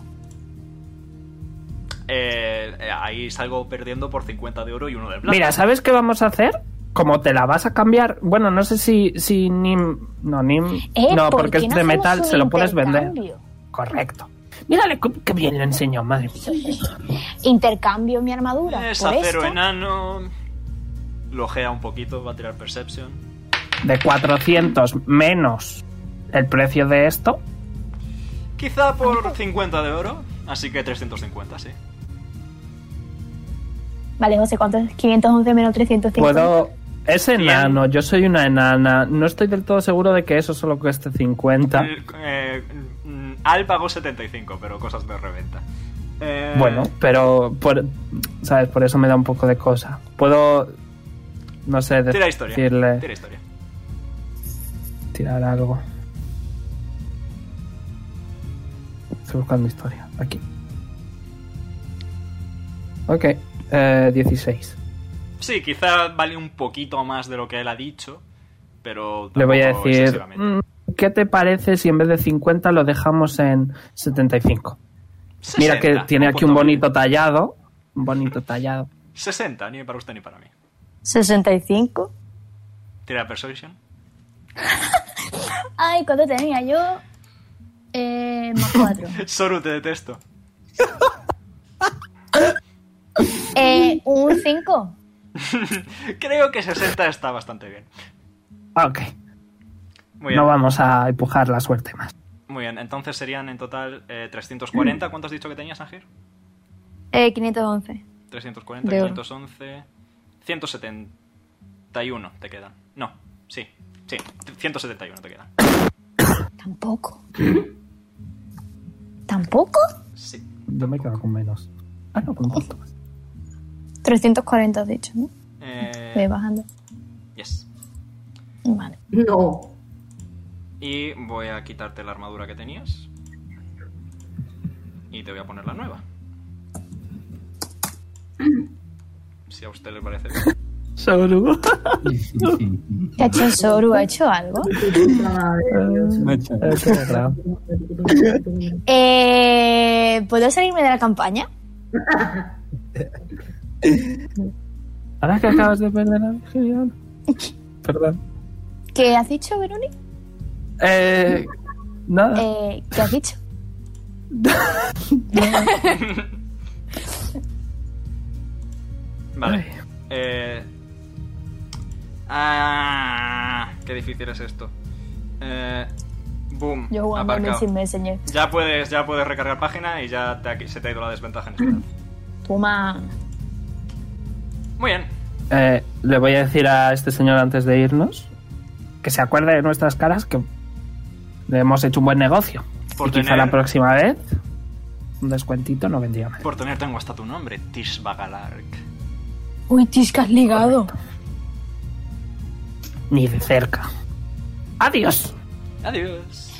S1: Eh, eh, ahí salgo perdiendo por 50 de oro y uno de plata.
S4: Mira, ¿sabes qué vamos a hacer? Como te la vas a cambiar, bueno, no sé si, si Nim. No, Nim.
S8: Eh,
S4: no,
S8: ¿por
S4: porque
S8: qué
S4: es
S8: no
S4: de
S8: hacemos
S4: metal,
S8: un
S4: se lo puedes vender.
S8: intercambio?
S4: Correcto. Mírale cu- qué bien le enseñó, madre mía.
S8: Intercambio mi armadura.
S1: es
S8: por
S1: acero
S8: esta.
S1: enano. Lojea un poquito, va a tirar Perception.
S4: De 400 menos el precio de esto,
S1: Quizá por 50 de oro, así que 350, sí.
S8: Vale, José, ¿cuánto es? 511 menos 350.
S4: Puedo. Es enano, yo soy una enana. No estoy del todo seguro de que eso solo cueste 50.
S1: El- eh, mm, Al pagó 75, pero cosas de reventa. Eh,
S4: Bueno, pero. Por, ¿Sabes? Por eso me da un poco de cosa. Puedo. No sé, de-
S1: Tira historia.
S4: decirle.
S1: Tira historia.
S4: Tirar algo. Estoy buscando historia. Aquí. Ok, eh, 16.
S1: Sí, quizá vale un poquito más de lo que él ha dicho, pero.
S4: Le voy a
S1: tampoco
S4: decir.
S1: excesivamente.
S4: "Mm, ¿Qué te parece si en vez de 50 lo dejamos en 75? Mira que
S1: 60,
S4: tiene aquí un
S1: punto
S4: bonito tallado. Un bonito tallado.
S1: medio. 60, ni para usted ni para mí.
S8: 65.
S1: Tira Persuasion.
S8: Ay, ¿cuánto tenía yo? Eh, más 4.
S1: Soru, te detesto.
S8: eh, un 5.
S1: Creo que 60 está bastante bien.
S4: Ah, ok.
S1: Muy Muy bien.
S4: No vamos a empujar la suerte más.
S1: Muy bien, entonces serían en total eh, 340. ¿Cuánto has dicho que tenías, Ángel?
S3: Eh, 511.
S1: 340,
S3: De oro.
S1: 511, 171 te quedan. No, sí, sí, 171 te quedan.
S8: Tampoco. ¿Tampoco?
S1: Sí.
S4: Yo me quedo con menos. Ah, no, con cuánto.
S3: 340 has dicho, ¿no? Voy
S1: Eh,
S3: bajando.
S1: yes.
S8: Vale.
S5: No.
S1: Y voy a quitarte la armadura que tenías. Y te voy a poner la nueva. Si a usted le parece. bien.
S4: Soru.
S8: ¿Qué ha hecho el Soru? ¿Ha hecho algo?
S4: Eh, qué raro.
S8: Eh, ¿Puedo salirme de la campaña?
S4: Ahora que acabas de perder la virginidad. Perdón.
S8: ¿Qué has dicho, Verónica?
S4: Eh, nada.
S8: Eh, ¿Qué has dicho?
S1: Vale. Eh... Ah, qué difícil es esto. Eh... Boom.
S3: Yo jugando a
S1: aparcado.
S3: Amazing Messenger.
S1: Ya puedes, ya puedes recargar página y ya te ha- se te ha ido la desventaja en este.
S8: Toma.
S1: Muy bien.
S4: Eh, le voy a decir a este señor antes de irnos que se acuerde de nuestras caras que le hemos hecho un buen negocio.
S1: Por
S4: y quizá
S1: tener-
S4: la próxima vez un descuentito no vendría mal.
S1: Por tener tengo hasta tu nombre, Tish Bagalark.
S8: Uy, tis, que has ligado.
S4: Ni de cerca. Adiós.
S1: Adiós.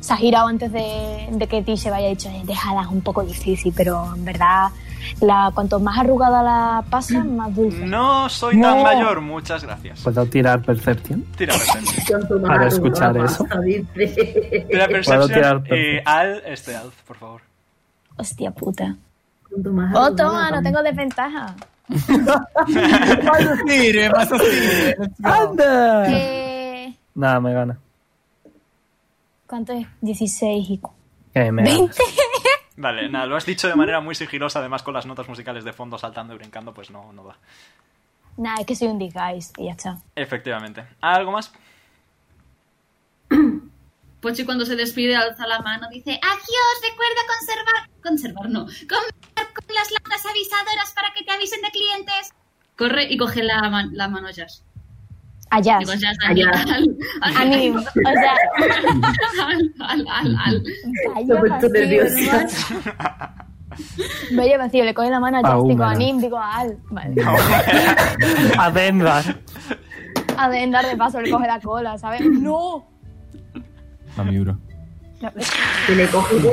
S8: Se ha girado antes de, de que Tish se vaya dicho, eh, déjala, es un poco difícil, pero en verdad, la, cuanto más arrugada la pasa, más dulce.
S1: No soy tan
S8: No.
S1: mayor, muchas gracias.
S4: ¿Puedo tirar Perception?
S1: Tira Perception.
S5: Cuanto más
S4: Para
S5: arrugada
S4: escuchar eso.
S5: pasa, dice.
S1: Tira
S4: tirar
S1: Perception y
S4: Perception.
S1: al este alf, por favor.
S8: Hostia puta.
S5: Cuanto más
S8: Oh,
S5: arrugada
S8: toma, no
S5: pasa.
S8: tengo desventaja.
S1: eh,
S6: Tire, vas a tire.
S4: ¡Anda!
S8: Eh,
S4: Nada, me gana.
S8: ¿Cuánto es? 16 y... cu-
S4: Que me ganas.
S1: Vale, nada, lo has dicho de manera muy sigilosa, además con las notas musicales de fondo saltando y brincando, pues no, no va.
S8: Nah, es que soy un disguise y ya está.
S1: Efectivamente. ¿Algo más?
S2: Pochi cuando se despide alza la mano, dice,
S9: Dice, adiós, recuerda conservar... Conservar no. Conversar con las latas avisadoras para que te avisen de clientes.
S2: corre y coge la, man- la mano a Jazz.
S8: Allá.
S2: Digo, Jazz,
S5: Allá.
S2: al- al-
S8: Ah, A mí, o sea,
S2: al- al- al- al.
S5: Me he
S8: vaya
S5: puesto
S8: vacío, hermano.
S5: nerviosa.
S8: Vaya vacío, le coge la mano a Jazz,
S4: Aún
S8: digo a
S4: menos.
S8: Nim, digo a Al. Vale.
S4: Adendas.
S8: A Dendar de paso le coge la cola, ¿sabes? ¡No!
S6: A mi euro.
S5: ¿Que le coge qué?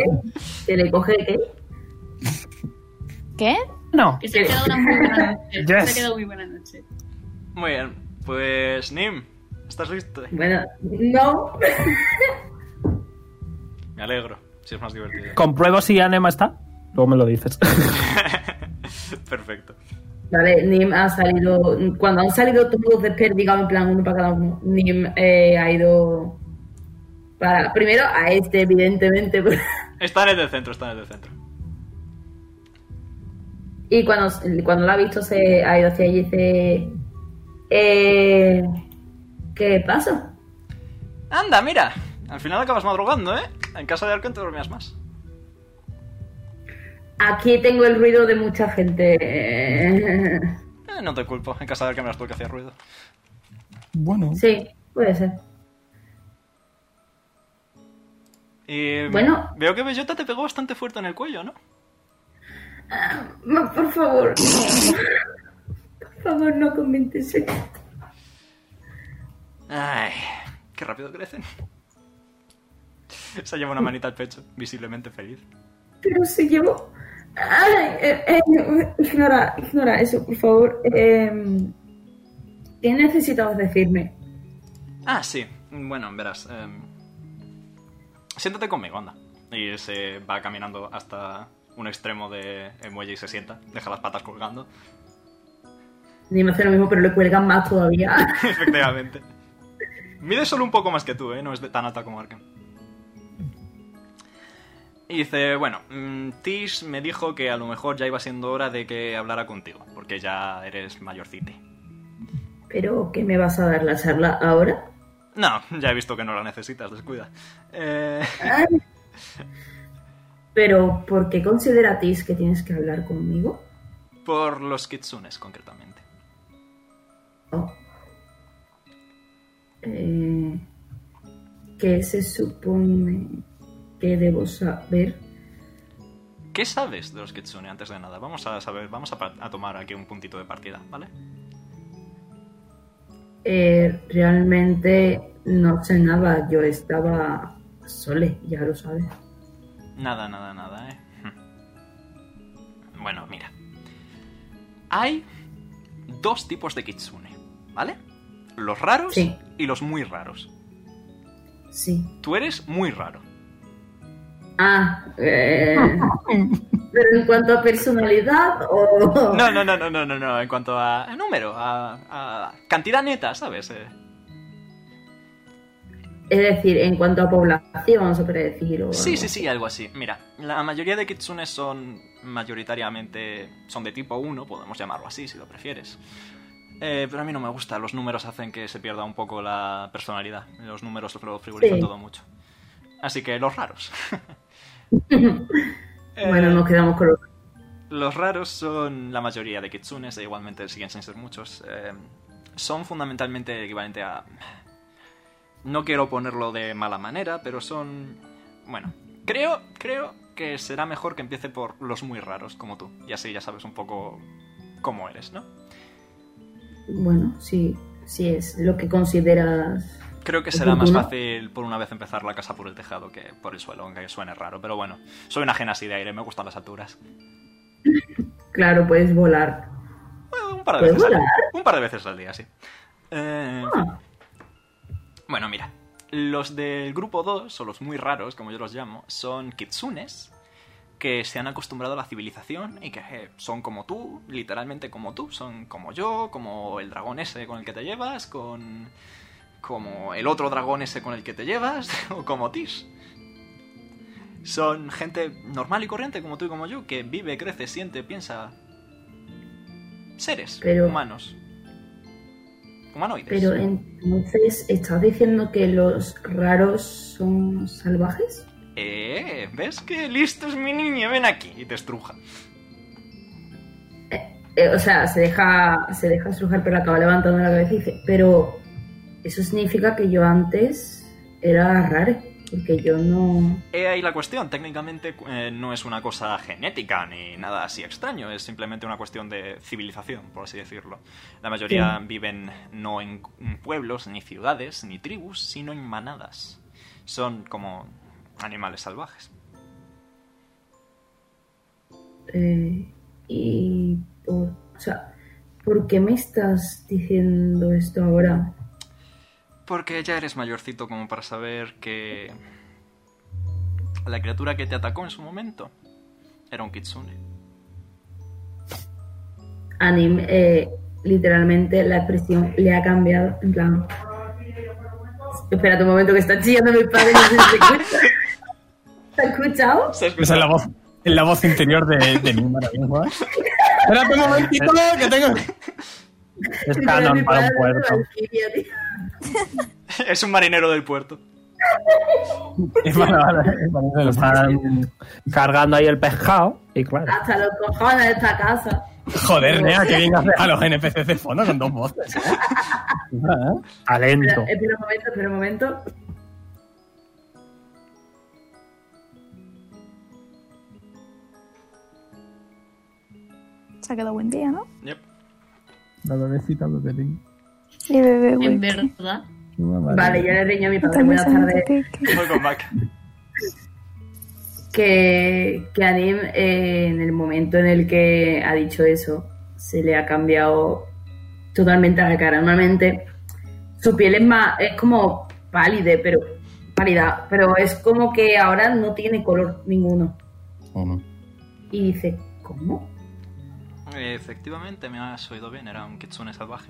S5: ¿Que le coge qué?
S8: ¿Qué?
S4: No.
S2: Que se ha quedado una muy buena noche. Se
S4: Yes.
S2: ha quedado muy buena noche.
S1: Muy bien. Pues Nim, ¿estás listo?
S5: Bueno, no.
S1: Me alegro, si es más divertido.
S4: Compruebo si Anema está. Luego me lo dices.
S1: Perfecto.
S5: Vale, Nim ha salido. Cuando han salido todos desperdigados, en plan uno para cada uno, Nim eh, ha ido. Para, primero a este, evidentemente. pero-
S1: Está en el del centro, está en el del centro.
S5: Y cuando, cuando lo ha visto, se ha ido hacia allí y dice: eh, ¿Qué pasa?
S1: Anda, mira. Al final acabas madrugando, ¿eh? En casa de Arcon te dormías más.
S5: Aquí tengo el ruido de mucha gente.
S1: Eh, no te culpo. En casa de Arcon me las tuve que hacía ruido.
S6: Bueno.
S5: Sí, puede ser.
S1: Y
S5: Bueno.
S1: Veo que Bellota te pegó bastante fuerte en el cuello, ¿no?
S5: Ma, por favor. Por favor, no comentes esto.
S1: Ay, qué rápido crecen. Se lleva una manita al pecho, visiblemente feliz.
S5: Pero se llevó. Ay, eh, eh, ignora, ignora eso, por favor. Em, ¿Qué necesitabas decirme?
S1: Ah, sí. Bueno, verás. em, Siéntate conmigo, anda. Y se va caminando hasta un extremo del muelle y se sienta. Deja las patas colgando.
S5: Ni me hace lo mismo, pero le cuelgan más todavía.
S1: Efectivamente. Mide solo un poco más que tú, ¿eh? No es de- tan alta como Arkham. Y dice, bueno, mm, Tish me dijo que a lo mejor ya iba siendo hora de que hablara contigo, porque ya eres mayorcite.
S5: Pero, ¿qué me vas a dar la charla ahora?
S1: No, ya he visto que no la necesitas, descuida. Eh,
S5: Pero, ¿por qué consideratis que tienes que hablar conmigo?
S1: por los kitsunes, concretamente.
S5: Oh. Eh, ¿Qué se supone que debo saber?
S1: ¿Qué sabes de los kitsune antes de nada? Vamos a saber, vamos a, pa- a tomar aquí un puntito de partida, ¿vale?
S5: Eh, realmente no sé nada, yo estaba sole, ya lo sabes.
S1: Nada, nada, nada, ¿eh? Bueno, mira. Hay dos tipos de kitsune, ¿vale? Los raros
S5: Sí.
S1: y los muy raros.
S5: Sí.
S1: Tú eres muy raro.
S5: Ah, eh, pero en cuanto a personalidad o...
S1: No, no, no, no, no, no, no. En cuanto a a número, a, a cantidad neta, ¿sabes? Eh,
S5: Es decir, en cuanto a población, vamos a predecir. O
S1: Sí,
S5: algo.
S1: sí, sí, algo así. Mira, la mayoría de kitsune son mayoritariamente... son de tipo 1, podemos llamarlo así, si lo prefieres. Eh, pero a mí no me gusta, los números hacen que se pierda un poco la personalidad. Los números lo frivolizan
S5: Sí.
S1: todo mucho. Así que los raros. Eh,
S5: Bueno, nos quedamos con los...
S1: Los raros son la mayoría de kitsunes, e igualmente siguen sin ser muchos. eh, son fundamentalmente el equivalente a... No quiero ponerlo de mala manera, pero son... Bueno, creo, creo que será mejor que empiece por los muy raros, como tú. Y así ya sabes un poco cómo eres, ¿no?
S5: Bueno, sí, sí es lo que consideras...
S1: Creo que
S5: ¿Es
S1: será
S5: un
S1: más
S5: uno?
S1: fácil por una vez empezar la casa por el tejado que por el suelo, aunque suene raro. Pero bueno, soy una ajena así de aire, me gustan las alturas.
S5: Claro, puedes volar.
S1: Bueno, un par de
S5: ¿Puedes
S1: veces al día.
S5: volar?
S1: Un par de veces al día, sí. Eh,
S5: Ah.
S1: Bueno, mira. Los del grupo 2, o los muy raros, como yo los llamo, son kitsunes que se han acostumbrado a la civilización y que eh, son como tú, literalmente como tú, son como yo, como el dragón ese con el que te llevas, con como el otro dragón ese con el que te llevas, o como Tish. Son gente normal y corriente como tú y como yo, que vive, crece, siente, piensa. Seres
S5: Pero-
S1: humanos. Humanoides.
S5: Pero entonces, ¿estás diciendo que los raros son salvajes?
S1: Eh, ¿ves que listo es mi niño? Ven aquí y te estruja.
S5: Eh, o sea, se deja, se deja estrujar, pero acaba levantando la cabeza y dice, pero eso significa que yo antes era raro, porque yo no...
S1: He ahí la cuestión, técnicamente cu- eh, no es una cosa genética ni nada así extraño, es simplemente una cuestión de civilización, por así decirlo. La mayoría viven no en en pueblos, ni ciudades, ni tribus, sino en manadas. Son como animales salvajes.
S5: eh, y... por- o sea, ¿por qué me estás diciendo esto ahora?
S1: Porque ya eres mayorcito como para saber que... La criatura que te atacó en su momento era un kitsune.
S5: Anim, eh, literalmente la expresión le ha cambiado, en plan... Espérate un momento que está chillando mi padre, no sé si se escucha. ¿Se ha escuchado?
S6: Esa es la voz, es la voz interior de, de Nim ahora mismo, ¿eh? Espérate un momentito, que tengo...
S4: Es canon
S5: Mi
S4: para un
S5: padre,
S4: puerto.
S5: Valkyria, tío.
S1: es un marinero del puerto.
S6: Es para, es para- es para-
S4: Están cargando ahí el pescado y claro.
S5: hasta los cojones de esta casa.
S6: Joder, Nea, que bien haces a los NPCs de fondo con dos voces. ¿eh?
S4: Talento.
S5: Espera, espera un momento, espera un momento.
S3: Se ha quedado buen día, ¿no?
S1: Yep.
S6: La bebecita Peperín.
S3: Y bebé, güey.
S2: En verdad.
S5: Vale, yo le riño a mi padre.
S3: También
S5: Buenas
S3: se nota
S5: tardes.
S3: que- que-
S1: Voy con Mac.
S5: Que, que a Nim, eh, en el momento en el que ha dicho eso, se le ha cambiado totalmente la cara. Normalmente su piel es más, es como pálida, pero pálida, pero es como que ahora no tiene color ninguno. Y dice, ¿cómo?
S1: Efectivamente, me has oído bien, era un kitsune salvaje.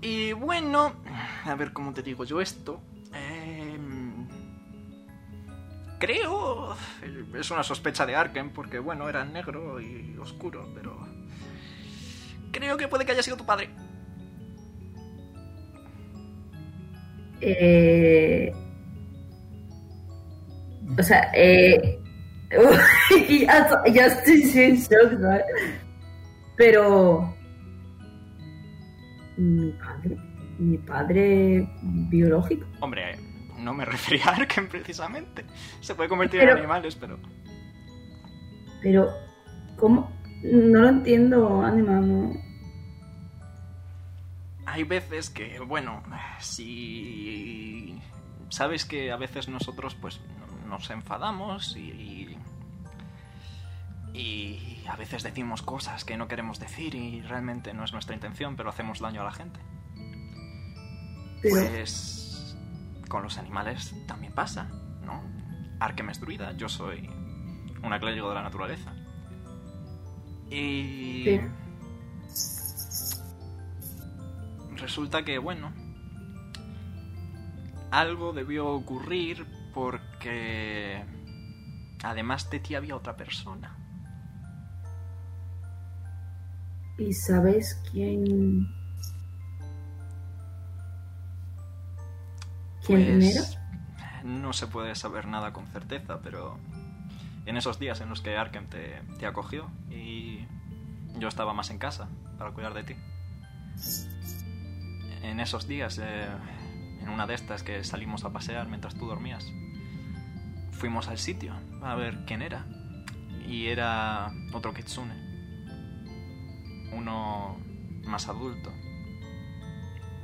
S1: Y bueno, a ver cómo te digo yo esto. Em, creo. Es una sospecha de Arken, porque bueno, era negro y oscuro, pero. Creo que puede que haya sido tu padre.
S5: Eh, o sea, eh, ya, ya estoy en shock, ¿no? Pero mi padre, mi padre biológico.
S1: Hombre, eh, no me refería a Arken precisamente. Se puede convertir en
S5: Pero-
S1: animales, pero.
S5: Pero, ¿cómo? No lo entiendo, Anima. No.
S1: Hay veces que, bueno, si... Sabes que a veces nosotros pues nos enfadamos y... Y a veces decimos cosas que no queremos decir y realmente no es nuestra intención, pero hacemos daño a la gente.
S5: Pero,
S1: Pues... Con los animales también pasa, ¿no? Arkham es druida, yo soy una clérigo de la naturaleza. Y...
S5: Sí.
S1: Resulta que, bueno... Algo debió ocurrir porque... Además de ti había otra persona.
S5: ¿Y sabes quién? ¿Quién
S1: Pues,
S5: era?
S1: No se puede saber nada con certeza, pero en esos días en los que Arkham te, te acogió y yo estaba más en casa para cuidar de ti. En esos días, eh, en una de estas que salimos a pasear mientras tú dormías, fuimos al sitio a ver quién era. Y era otro kitsune. Uno más adulto.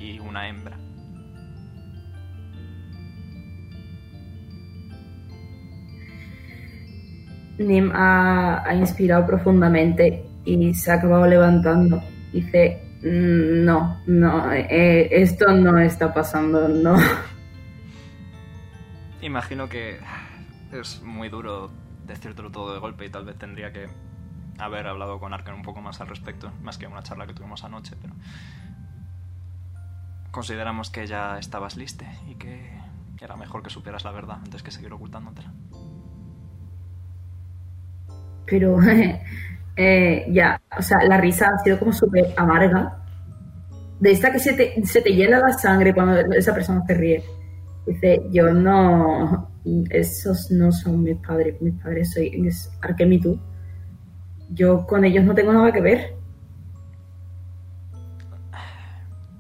S1: Y una hembra.
S5: Nim ha, ha inspirado profundamente y se ha acabado levantando. Dice, "Mm, no, no, eh, esto no está pasando, no.
S1: Imagino que es muy duro decírtelo todo de golpe y tal vez tendría que haber hablado con Arkan un poco más al respecto, más que una charla que tuvimos anoche, pero consideramos que ya estabas lista y que era mejor que supieras la verdad antes que seguir ocultándotela.
S5: Pero eh, ya, o sea, la risa ha sido como súper amarga. De esta que se te, se te llena la sangre cuando esa persona se ríe. Dice, yo no, esos no son mis padres, mis padres soy es Arkham y tú. Yo con ellos no tengo nada que ver.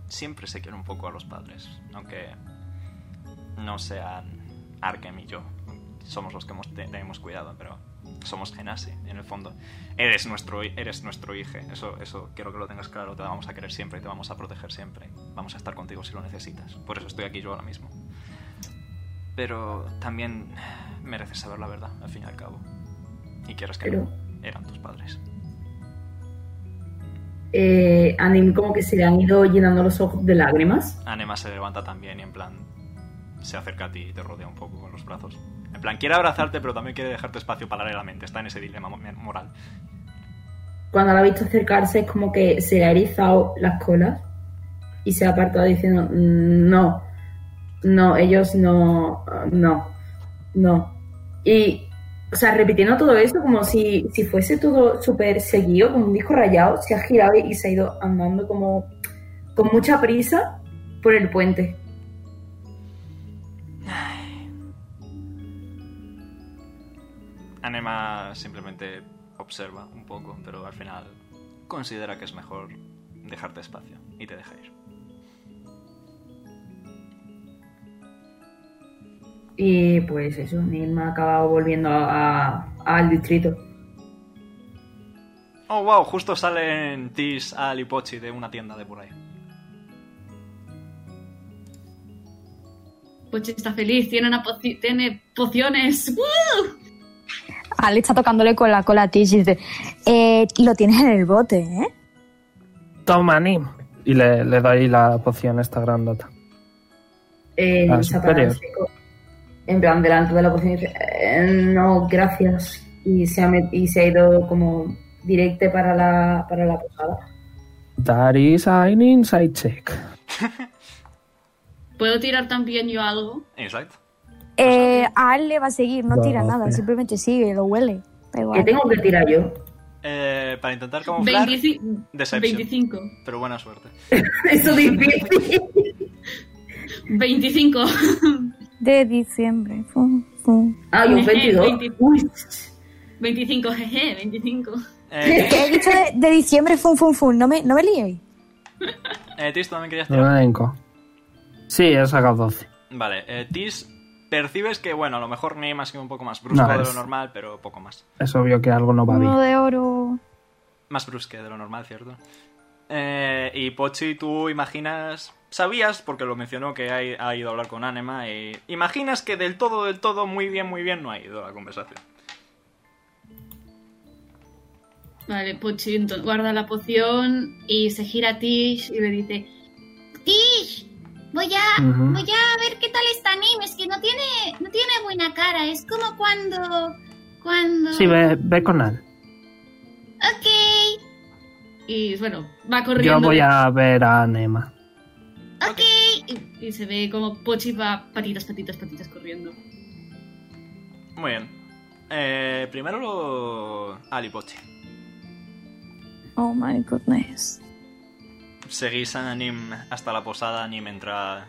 S1: Siempre se quiere un poco a los padres, aunque no sean Arkham y yo. Somos los que hemos- te- tenemos cuidado, pero somos Genasi, en el fondo. Eres nuestro, hi- eres nuestro hijo. Eso, eso quiero que lo tengas claro. Te vamos a querer siempre, te vamos a proteger siempre. Vamos a estar contigo si lo necesitas. Por eso estoy aquí yo ahora mismo. Pero también mereces saber la verdad, al fin y al cabo. Y quieras que
S5: Pero-
S1: no, eran tus padres.
S5: eh, a Nim como que se le han ido llenando los ojos de lágrimas.
S1: Anema se levanta también y en plan se acerca a ti y te rodea un poco con los brazos. En plan, quiere abrazarte, pero también quiere dejarte espacio paralelamente. Está en ese dilema mo- moral.
S5: Cuando la ha visto acercarse es como que se le ha erizado las colas y se ha apartado diciendo, no, no, ellos no, no, no. Y, o sea, repitiendo todo eso como si, si fuese todo súper seguido, como un disco rayado, se ha girado y se ha ido andando como con mucha prisa por el puente.
S1: Anema simplemente observa un poco, pero al final considera que es mejor dejarte espacio y te deja ir.
S5: Y pues eso, Nim ha acabado volviendo a- a- al distrito.
S1: Oh, wow, justo salen Tis al y Pochi de una tienda de por ahí.
S2: Pochi está feliz, tiene, una poci- tiene pociones. ¡Uh!
S3: Ale está tocándole con la cola a Tish y dice, eh, lo tienes en el bote, ¿eh?
S4: Toma, Nim. Y le, le doy la poción esta grandota.
S5: Eh,
S4: Ah,
S5: no,
S4: superior.
S5: Satán se co- En plan, delante de la poción y dice, "Eh, no, gracias. Y se, ha met- y se ha ido como directo para la, para la posada.
S4: That is an inside check.
S2: ¿Puedo tirar también yo algo?
S1: Exacto.
S3: Eh, a Ale le va a seguir, no
S4: No,
S3: tira
S4: no,
S3: nada,
S4: espera.
S3: simplemente sigue, lo huele. Da
S5: ¿Qué
S3: igual.
S5: tengo que tirar yo?
S1: Eh, para intentar camuflar,
S2: 25.
S1: Deception.
S2: 25.
S1: pero buena suerte.
S5: Eso es difícil.
S2: 25.
S11: De diciembre. Fum, fum.
S5: Ah, y un
S2: Jeje, 20.
S5: 22. Uy,
S2: 25, jeje, 25.
S1: Eh,
S11: Que he dicho de, de diciembre, fum, fum, fum. No me, no me liéis.
S1: eh, Tis, ¿tú también querías tirar?
S4: Flamenco. Sí, he sacado 12.
S1: Vale, eh, Tis, percibes que, bueno, a lo mejor Neim ha sido un poco más brusco
S4: No,
S1: de lo
S4: es-
S1: normal, pero poco más.
S4: Es obvio que algo no va
S11: Uno
S4: bien.
S11: de oro.
S1: Más brusque de lo normal, ¿cierto? Eh, y Pochi, tú imaginas... Sabías, porque lo mencionó, que ha, ha ido a hablar con Anema y... Imaginas que del todo, del todo, muy bien, muy bien, no ha ido la conversación.
S2: Vale, Pochi entonces guarda la poción y se gira a Tish y le dice:
S9: Tish, voy a,
S4: Ujú.
S9: voy a ver qué tal está Nim. Es que no tiene, no tiene buena cara. Es como cuando, cuando.
S4: Sí, ve, ve con Al.
S9: Ok,
S2: Y bueno, va
S4: Yo
S2: corriendo.
S4: voy a ver a Nema.
S9: ok.
S2: Y, y se ve como Pochi va patitas, patitas, patitas corriendo.
S1: Muy bien. Eh, primero lo... Ali Pochi.
S11: Oh my goodness.
S1: Seguís a Nim hasta la posada, Nim entra...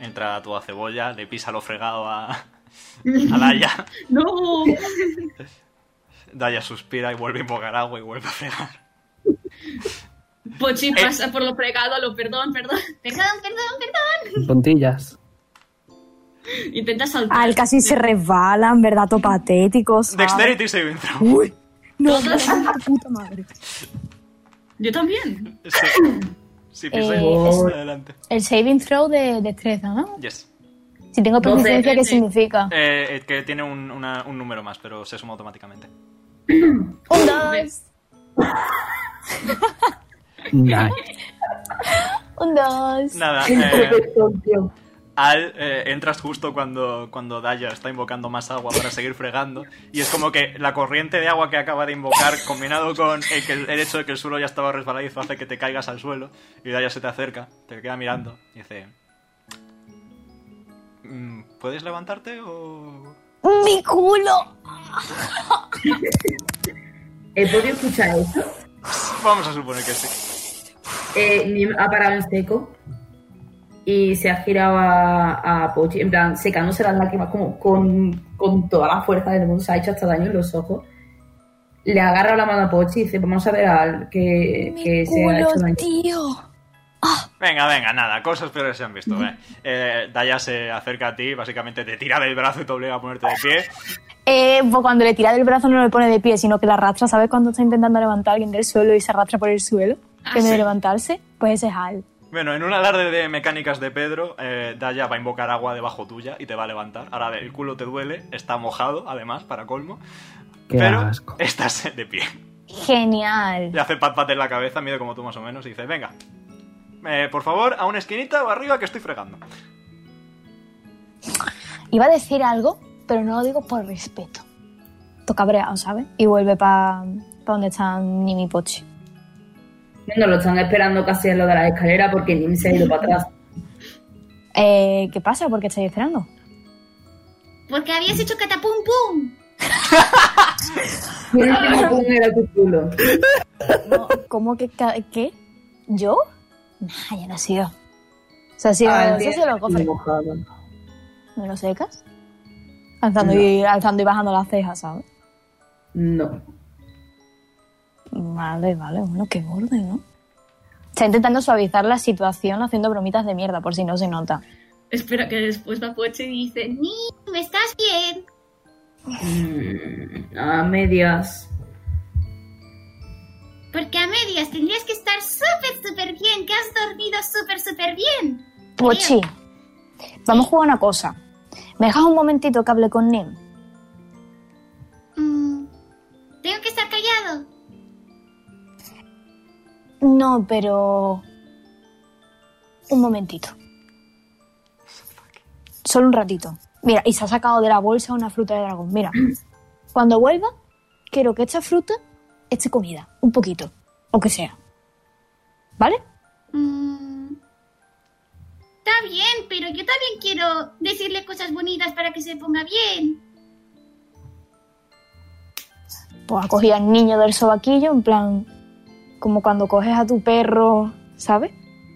S1: Entra a toda cebolla, le pisa lo fregado a... A Daya.
S2: ¡No!
S1: Daya suspira y vuelve a invocar agua y vuelve a fregar.
S4: Eh.
S2: Pochi pasa por lo fregado, a lo perdón, perdón.
S9: Perdón, perdón, perdón.
S4: Puntillas.
S2: Intenta saltar.
S11: Al casi se resbalan, ¿verdad? To patéticos. ¿sabes?
S1: Dexterity saving throw.
S11: Uy. No,
S2: Todas.
S11: no, puta madre.
S2: Yo también.
S1: Sí. Sí, piensa en-
S8: Eh, es-
S1: adelante.
S8: El saving throw de destreza, ¿no?
S1: Yes.
S8: Si tengo
S5: Doce,
S8: proficiencia, ¿qué
S2: trece.
S8: significa?
S1: Eh, eh, que tiene un, una- un número más, pero se suma automáticamente.
S8: Un, dos,
S4: Nice.
S8: un, dos.
S1: Nada, eh, Al, eh, entras justo cuando, cuando Daya está invocando más agua para seguir fregando. Y es como que la corriente de agua que acaba de invocar, combinado con el, que- el hecho de que el suelo ya estaba resbaladizo, hace que te caigas al suelo. Y Daya se te acerca, te queda mirando y dice: "Mm, ¿Puedes levantarte o.?
S8: ¡Mi culo!
S5: ¿He podido escuchar eso?
S1: Vamos a suponer que sí.
S5: Eh, Nim ha parado en seco y se ha girado a, a Pochi, en plan, secándose las lágrimas como con, con toda la fuerza del mundo, se ha hecho hasta daño en los ojos. Le agarra la mano a Pochi y dice, vamos a ver al que, que
S11: Mi
S5: se ha
S11: culo,
S5: hecho daño.
S11: tío.
S1: Venga, venga, nada, cosas peores se han visto. ve. Eh, Daya se acerca a ti, básicamente te tira del brazo y te obliga a ponerte de pie.
S8: Eh, pues cuando le tira del brazo no le pone de pie, sino que la arrastra. ¿Sabes cuando está intentando levantar a alguien del suelo y se arrastra por el suelo?
S2: Ah,
S8: Que no
S2: sí.
S8: de levantarse, pues ese es Al.
S1: Bueno, en un alarde de mecánicas de Pedro, eh, Daya va a invocar agua debajo tuya y te va a levantar. Ahora el culo te duele, está mojado, además, para colmo.
S4: Qué
S1: pero
S4: asco.
S1: estás de pie.
S8: Genial.
S1: Le hace pat pat en la cabeza, mide como tú más o menos, y dice, venga. eh, por favor, a una esquinita o arriba que estoy fregando.
S8: Iba a decir algo, pero no lo digo por respeto. Toca breado, ¿sabes? Y vuelve para donde están Nimi y Pochi.
S5: No, lo están esperando casi en lo de la escalera porque Nim se ha ido para atrás.
S8: Eh, ¿Qué pasa? ¿Por qué estáis esperando?
S9: Porque habías hecho catapum pum.
S5: Nim se lo pone a tu culo.
S8: No, ¿Cómo que ca- qué? ¿Yo? Nah, ya no ha sido. O sea, ha sido,
S5: Ah,
S8: eso ha sido los cofres.
S5: mojado.
S8: ¿Me lo secas? Alzando,
S5: No.
S8: y, alzando y bajando las cejas, ¿sabes?
S5: No.
S8: Vale, vale, bueno, qué borde, ¿no? Está intentando suavizar la situación haciendo bromitas de mierda, por si no se nota.
S2: Espera que después va Pochi y dice: "Ni-
S9: ¿Me estás bien?
S5: Mm, a medias.
S9: Porque a medias tendrías que estar súper, súper bien. Que has dormido súper, súper bien.
S8: Pochi, vamos a jugar una cosa. ¿Me dejas un momentito que hable con Nim?
S9: Mm, Tengo que estar callado.
S8: No, pero... Un momentito. Solo un ratito. Mira, y se ha sacado de la bolsa una fruta de dragón. Mira, cuando vuelva, quiero que esta fruta esté comida. Un poquito. O que sea. ¿Vale?
S9: Mm, Está bien, pero yo también quiero decirle cosas bonitas para que se ponga bien.
S8: pues ha cogido al niño del sobaquillo, en plan, como cuando coges a tu perro, ¿sabes?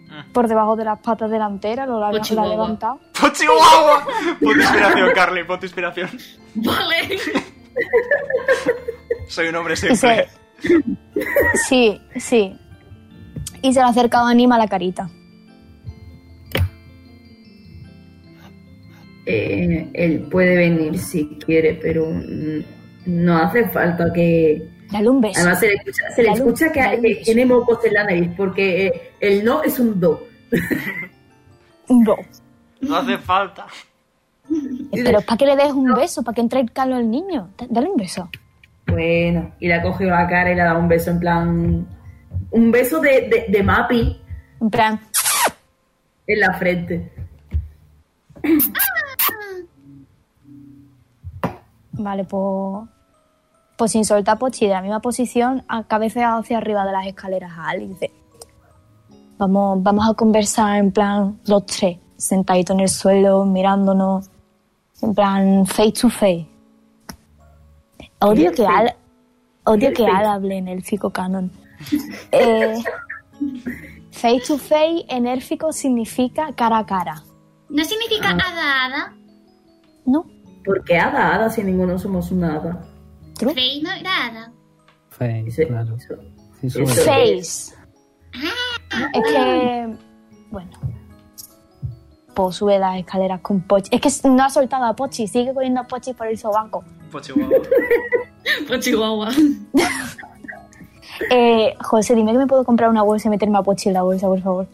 S1: Mm.
S3: por debajo de las patas delanteras, lo la,
S2: Oh,
S3: la ha
S2: chihuahua.
S3: levantado.
S1: ¡Oh, Chihuahua! Ponte inspiración, Carly, ponte inspiración.
S2: Vale.
S1: Soy un hombre
S8: Y se-
S1: simple.
S8: Sí, sí. Y se le ha acercado a Nima la carita.
S5: Eh, él puede venir si quiere, pero mm, no hace falta que...
S8: Dale un beso.
S5: Además se le escucha, se le
S8: Dale un-
S5: escucha que,
S8: dale un
S5: que
S8: beso.
S5: tiene mocos en la nariz, porque eh, el no es un do.
S8: No.
S1: No hace falta.
S8: Pero es para que le des un beso, para que entre el calor al niño. Da- Dale un beso.
S5: Bueno, y le ha cogido la cara y le ha dado un beso en plan... Un beso de, de, de Mapi
S8: En plan,
S5: en la frente.
S8: vale, pues. Pues sin soltar pochi de la misma posición, a cabeza hacia arriba de las escaleras a Ali. Dice: Vamos, vamos a conversar en plan los tres, sentaditos en el suelo, mirándonos. En plan face to face. Odio que Al. Odio que Al hable en élfico canon. Eh, face to face en élfico significa cara a cara.
S9: No significa
S4: Ah.
S9: hada hada.
S8: ¿No?
S5: Porque hada, hada, si ninguno somos una hada.
S8: ¿True?
S9: Fey no era hada.
S4: Face,
S5: Eso-
S4: claro.
S5: eso-
S4: Sí, sube.
S5: eso-
S8: Face. Es que. Bueno. Po sube las escaleras con Pochi. Es que no ha soltado a Pochi, sigue corriendo a Pochi por el sobaco.
S1: Pues Chihuahua.
S2: Por Chihuahua.
S8: Eh, José, dime que me puedo comprar una bolsa y meterme a Pochi en la bolsa, por favor.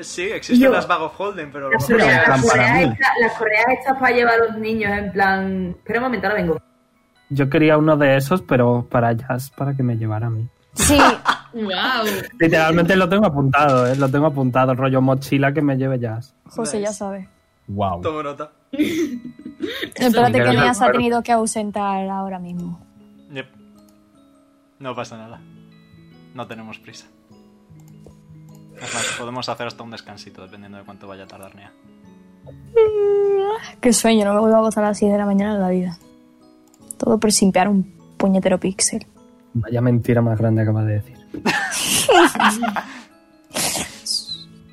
S1: Sí, existen
S5: Yo-
S1: las Bag of Holding, pero a lo
S5: Las
S1: mejor
S6: Pero en
S5: correas,
S6: plan
S5: las
S6: para
S5: correas
S6: mí.
S5: estas- las correas estas para llevar a los niños en plan... Espera un momento, ahora vengo.
S4: Yo quería uno de esos, pero para Jazz, para que me llevara a mí.
S8: Sí,
S2: Wow.
S4: Literalmente lo tengo apuntado, ¿eh? Lo tengo apuntado, rollo mochila que me lleve Jazz.
S1: José, ya
S8: sabes.
S6: Wow.
S1: tomo nota.
S8: Espérate que
S4: Miguel,
S8: Neas ha
S4: claro.
S8: tenido que ausentar ahora mismo.
S1: Yep. No pasa nada. No tenemos prisa. Es más, podemos hacer hasta un descansito, dependiendo de cuánto vaya a tardar Nea.
S8: Qué sueño, no me vuelvo a gozar a las 6 de la mañana en la vida. Todo por simpear un puñetero píxel.
S4: Vaya mentira más grande acabas de decir.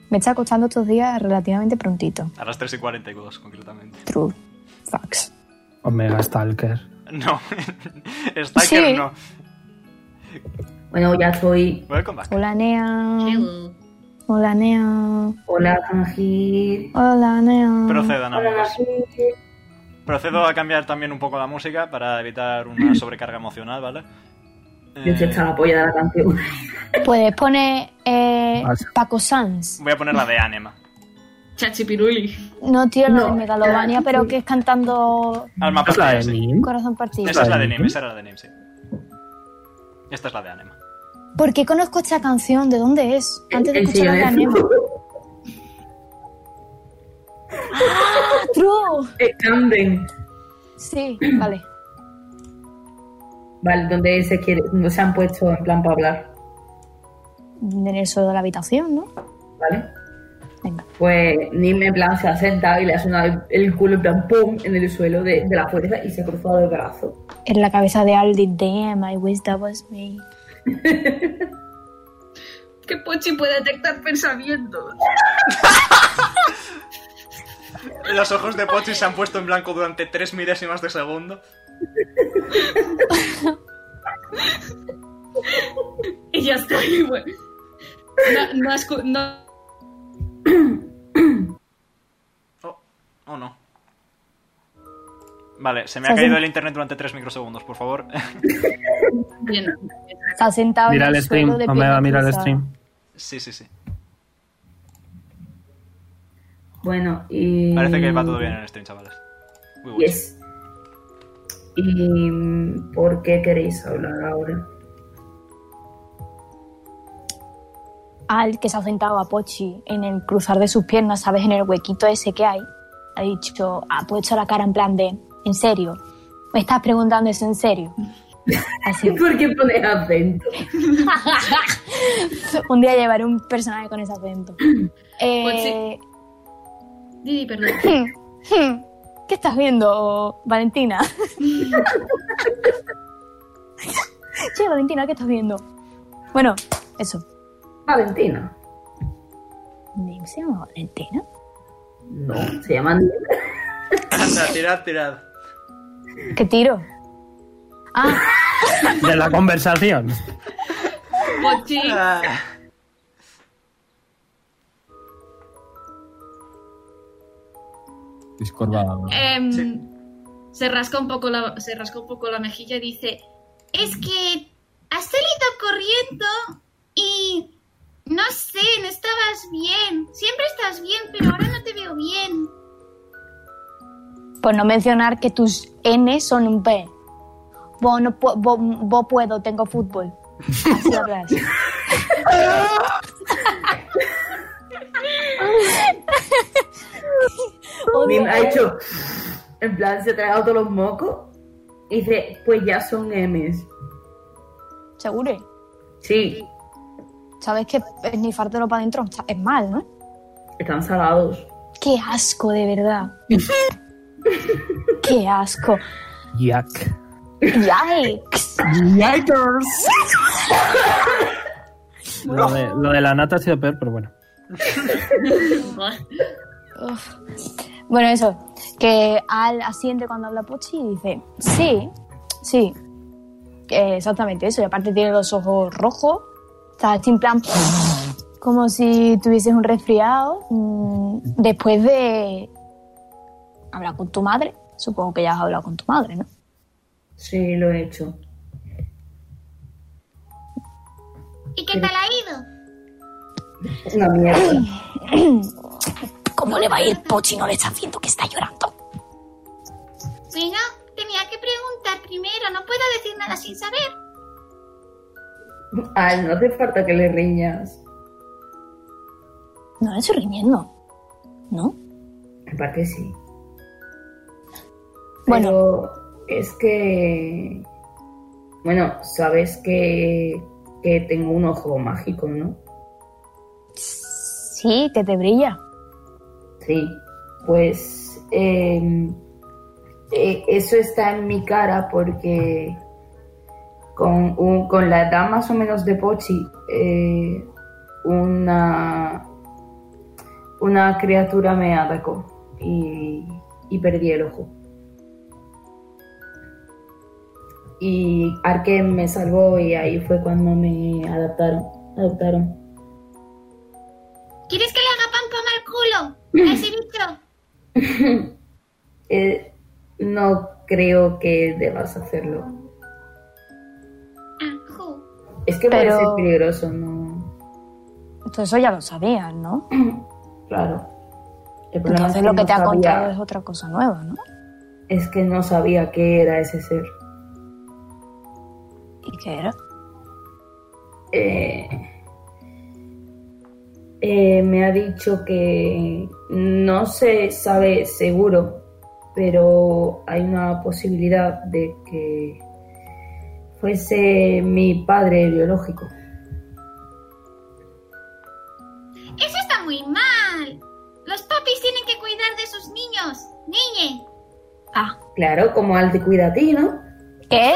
S8: Me está costando estos días relativamente prontito.
S1: A las 3 y 42, concretamente.
S8: True. Facts.
S4: Omega Stalker.
S1: No, Stalker
S8: Sí.
S1: no.
S5: Bueno, ya estoy.
S1: Welcome back.
S8: Hola, Nea.
S2: Hello.
S8: Hola, Nea.
S5: Hola, Tanjir.
S8: Hola, Nea.
S1: Procedan,
S5: Hola,
S1: amigos.
S5: Tanjir.
S1: Procedo a cambiar también un poco la música para evitar una sobrecarga emocional, ¿vale?
S5: Yo estoy hasta
S1: Eh,
S5: la polla de la canción.
S8: Puedes poner Pues eh,
S4: Vas.
S8: Paco Sanz.
S1: voy a poner la de Anema.
S2: Chachi Piruli.
S8: No, tío, la
S5: No.
S8: de Megalovania, pero que es cantando
S1: Alma
S4: ¿Es la
S1: partida,
S4: de
S1: sí.
S4: Nim?
S8: Corazón Partido.
S1: Esa es la de Nim,
S4: Nim?
S1: esa era la de Nim, sí. Esta es la de Anema.
S8: ¿Por qué conozco esta canción? ¿De dónde es? Antes de
S5: El
S8: escuchar la
S5: sillón ¿eh?
S8: canción.
S5: es-
S8: True.
S5: El eh, Camden.
S8: Sí, vale.
S5: Vale, donde se quiere, no se han puesto en plan para hablar,
S8: En el suelo de la habitación, ¿no?
S5: ¿vale?
S8: Venga.
S5: Pues Nim en plan se ha sentado y le ha sonado el culo en plan pum en el suelo de, de la fuerza y se ha cruzado el brazo.
S8: En la cabeza de Aldi. Damn, I wish that was me.
S2: Que Pochi puede detectar pensamientos.
S1: Los ojos de Pochi se han puesto en blanco durante 3 milésimas de segundo.
S2: Y ya está. y bueno. No, no, escu- no-
S1: Oh, oh no. Vale, se me
S8: Se
S1: ha
S8: hace-
S1: caído el internet durante 3 microsegundos, por favor.
S2: Bien.
S8: Está sentado
S4: Mira
S8: en el,
S4: el stream,
S8: suelo de
S4: Omega,
S8: pierna
S4: mira el
S8: cruzada.
S4: stream.
S1: sí, sí, sí.
S5: Bueno, y.
S1: Parece que va todo bien en el stream, chavales. We watch.
S5: Mm. Yes. ¿Y mm, por qué queréis hablar ahora?
S8: Al que se ha sentado a Pochi en el cruzar de sus piernas, ¿sabes? En el huequito ese que hay. Ha dicho, "Ah, ha puesto la cara en plan de, ¿en serio? ¿Me estás preguntando eso en serio? Así.
S5: ¿Por qué pones acento?
S8: un día llevaré un personaje con ese acento. Eh,
S2: Didi, perdón.
S8: ¿Qué estás viendo, Valentina? che, Valentina, ¿qué estás viendo? Bueno, eso.
S5: Valentina.
S8: Nim. ¿Cómo se llama Valentina?
S5: No, se llaman.
S1: Anda, tirad, tirad.
S8: ¿Qué tiro? Ah,
S4: De la conversación.
S2: Pochi.
S1: Ah,
S6: Discord va-
S9: Eh.
S2: em,
S1: Sí.
S2: se, rasca un poco la, se rasca un poco la mejilla y dice:
S9: Es que has salido corriendo y no sé, no estabas bien. Siempre estás bien, pero ahora no te veo bien.
S8: por no mencionar que tus N son un B. Vos, no pu- vos- vos puedo, tengo fútbol. Así hablas.
S5: Nim ha hecho. En plan, se ha tragado todos los mocos. Y dice, pues ya son M's.
S8: Seguro.
S5: Sí,
S8: Sabes que esnifártelo para adentro está- es mal, ¿no?
S5: están salados.
S8: Qué asco, de verdad. Qué asco.
S4: Yak.
S8: Yikes.
S4: Yikers. Lo de, lo de la nata ha sido peor, pero bueno.
S8: Uf. Bueno, eso. Que Al asiente cuando habla Pochi y dice, sí, sí. Eh, exactamente eso. Y aparte tiene los ojos rojos. Está así en plan como si tuvieses un resfriado. Mm, Después de hablar con tu madre. Supongo que ya has hablado con tu madre, ¿no?
S5: Sí, lo he hecho.
S9: ¿Y qué tal ha ido?
S5: Una mierda.
S8: ¿Cómo le va a ir Pochi? No le está viendo que está llorando.
S9: Bueno, tenía que preguntar primero, no puedo decir nada sin saber.
S5: Ay, no hace falta que le riñas.
S8: No le estoy riñendo. ¿No?
S5: En parte sí.
S8: Bueno.
S5: Pero es que. Bueno, sabes que. Que tengo un ojo mágico, ¿no?
S8: Sí, que te brilla.
S5: Sí. Pues. eh, eh, eso está en mi cara porque. Con, un- con la edad más o menos de Pochi, eh, una. Una criatura me atacó y, y perdí el ojo. Y Arken me salvó y ahí fue cuando me adaptaron. adoptaron.
S9: ¿Quieres que le haga pan pam al culo? A ese bicho.
S5: Eh, no creo que debas hacerlo.
S9: Ajú.
S5: Es que
S8: Pero-
S5: puede ser peligroso, ¿no?
S8: Entonces eso ya lo sabías, ¿no?
S5: Claro. El problema
S8: Entonces
S5: es
S8: lo que
S5: no
S8: te ha
S5: sabía-
S8: contado es otra cosa nueva, ¿no?
S5: Es que no sabía qué era ese ser.
S8: ¿Y qué era?
S5: Eh, eh, me ha dicho que no se sabe seguro, pero hay una posibilidad de que fuese mi padre biológico.
S9: Eso está muy mal. Los papis tienen que cuidar de sus niños. Niñe.
S5: Claro, como al te cuida a ti, ¿no?
S8: ¿Qué?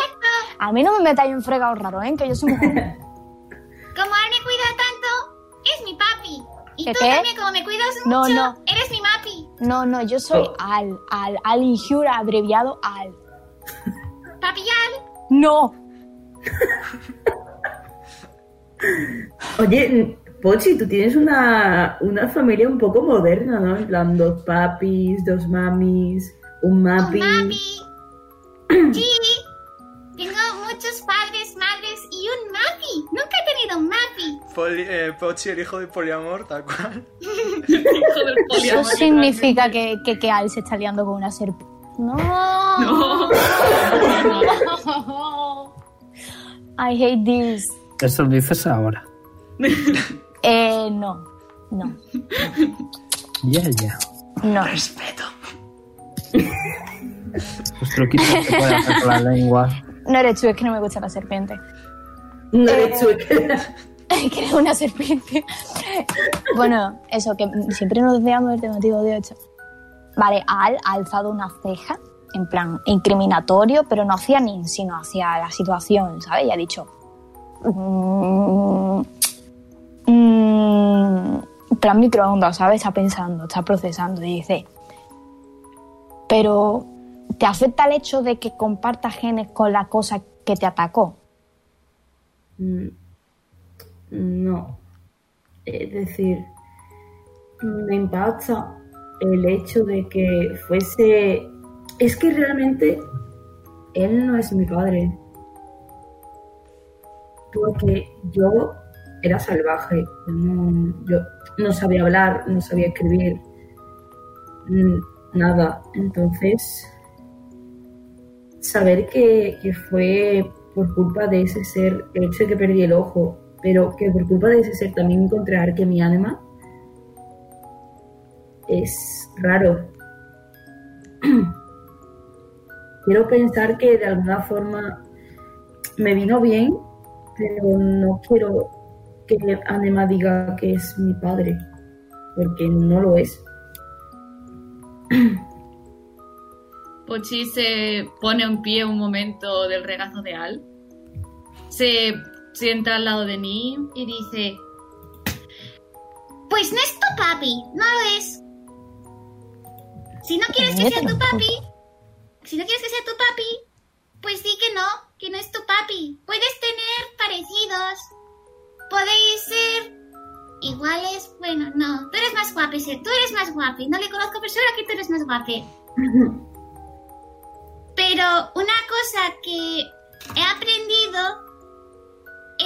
S8: A mí no me metáis en fregado raro, ¿eh? Que yo soy mujer.
S9: Como él me cuida tanto, es mi papi. Y
S8: ¿Qué
S9: tú
S8: qué?
S9: también, como me cuidas
S8: No,
S9: mucho,
S8: no.
S9: eres mi papi.
S8: No, no, yo soy
S5: Oh.
S8: Al, Al, Al Injura, abreviado Al.
S9: Papial.
S8: ¡No!
S5: Oye, Pochi, tú tienes una, una familia un poco moderna, ¿no? En plan, dos papis, dos mamis, un
S9: Un
S5: mapi.
S9: papi. Sí. Tengo muchos padres, madres y un mapi. Nunca he tenido un mapi.
S1: Poli- eh, Pochi, el hijo de poliamor, tal cual.
S2: Hijo del
S8: Eso
S2: poliamor.
S8: significa que, que, que Al se está liando con una serpiente. ¡No!
S2: No.
S8: I hate this.
S4: Eso lo dices ahora.
S8: Eh, no. No.
S4: Ya, ya.
S8: No.
S4: Los truquitos que puede hacer con la lengua.
S8: No eres tú, es que no me gusta la serpiente.
S5: No eres tú, que-
S8: que era una serpiente. bueno, eso, que siempre nos desviamos del motivo de 8. Vale, Al ha alzado una ceja, en plan incriminatorio, pero no hacia Nin, sino hacia la situación, ¿sabes? Y ha dicho. "Mm, mm, plan microondas, ¿sabes? Está pensando, está procesando y dice, pero ¿te afecta el hecho de que compartas genes con la cosa que te atacó?
S5: Mm, No. Es decir, me impacta el hecho de que fuese... Es que realmente él no es mi padre. Porque yo era salvaje. No, yo no sabía hablar, no sabía escribir. mm, Nada. Entonces, saber que, que fue por culpa de ese ser, el hecho de que perdí el ojo, pero que por culpa de ese ser también encontrar que mi alma es raro. Quiero pensar que de alguna forma me vino bien, pero no quiero que Anema diga que es mi padre, porque no lo es.
S2: Pochi se pone en pie un momento del regazo de Al. Se sienta al lado de mí y dice:
S9: Pues no es tu papi, no lo es. Si no quieres que sea tu papi, si no quieres que sea tu papi, pues di que no, que no es tu papi. Puedes tener parecidos, podéis ser iguales, bueno, no. Tú eres más guapi, sí, tú eres más guapi. No le conozco, pero seguro que tú eres más guapi. Pero una cosa que he aprendido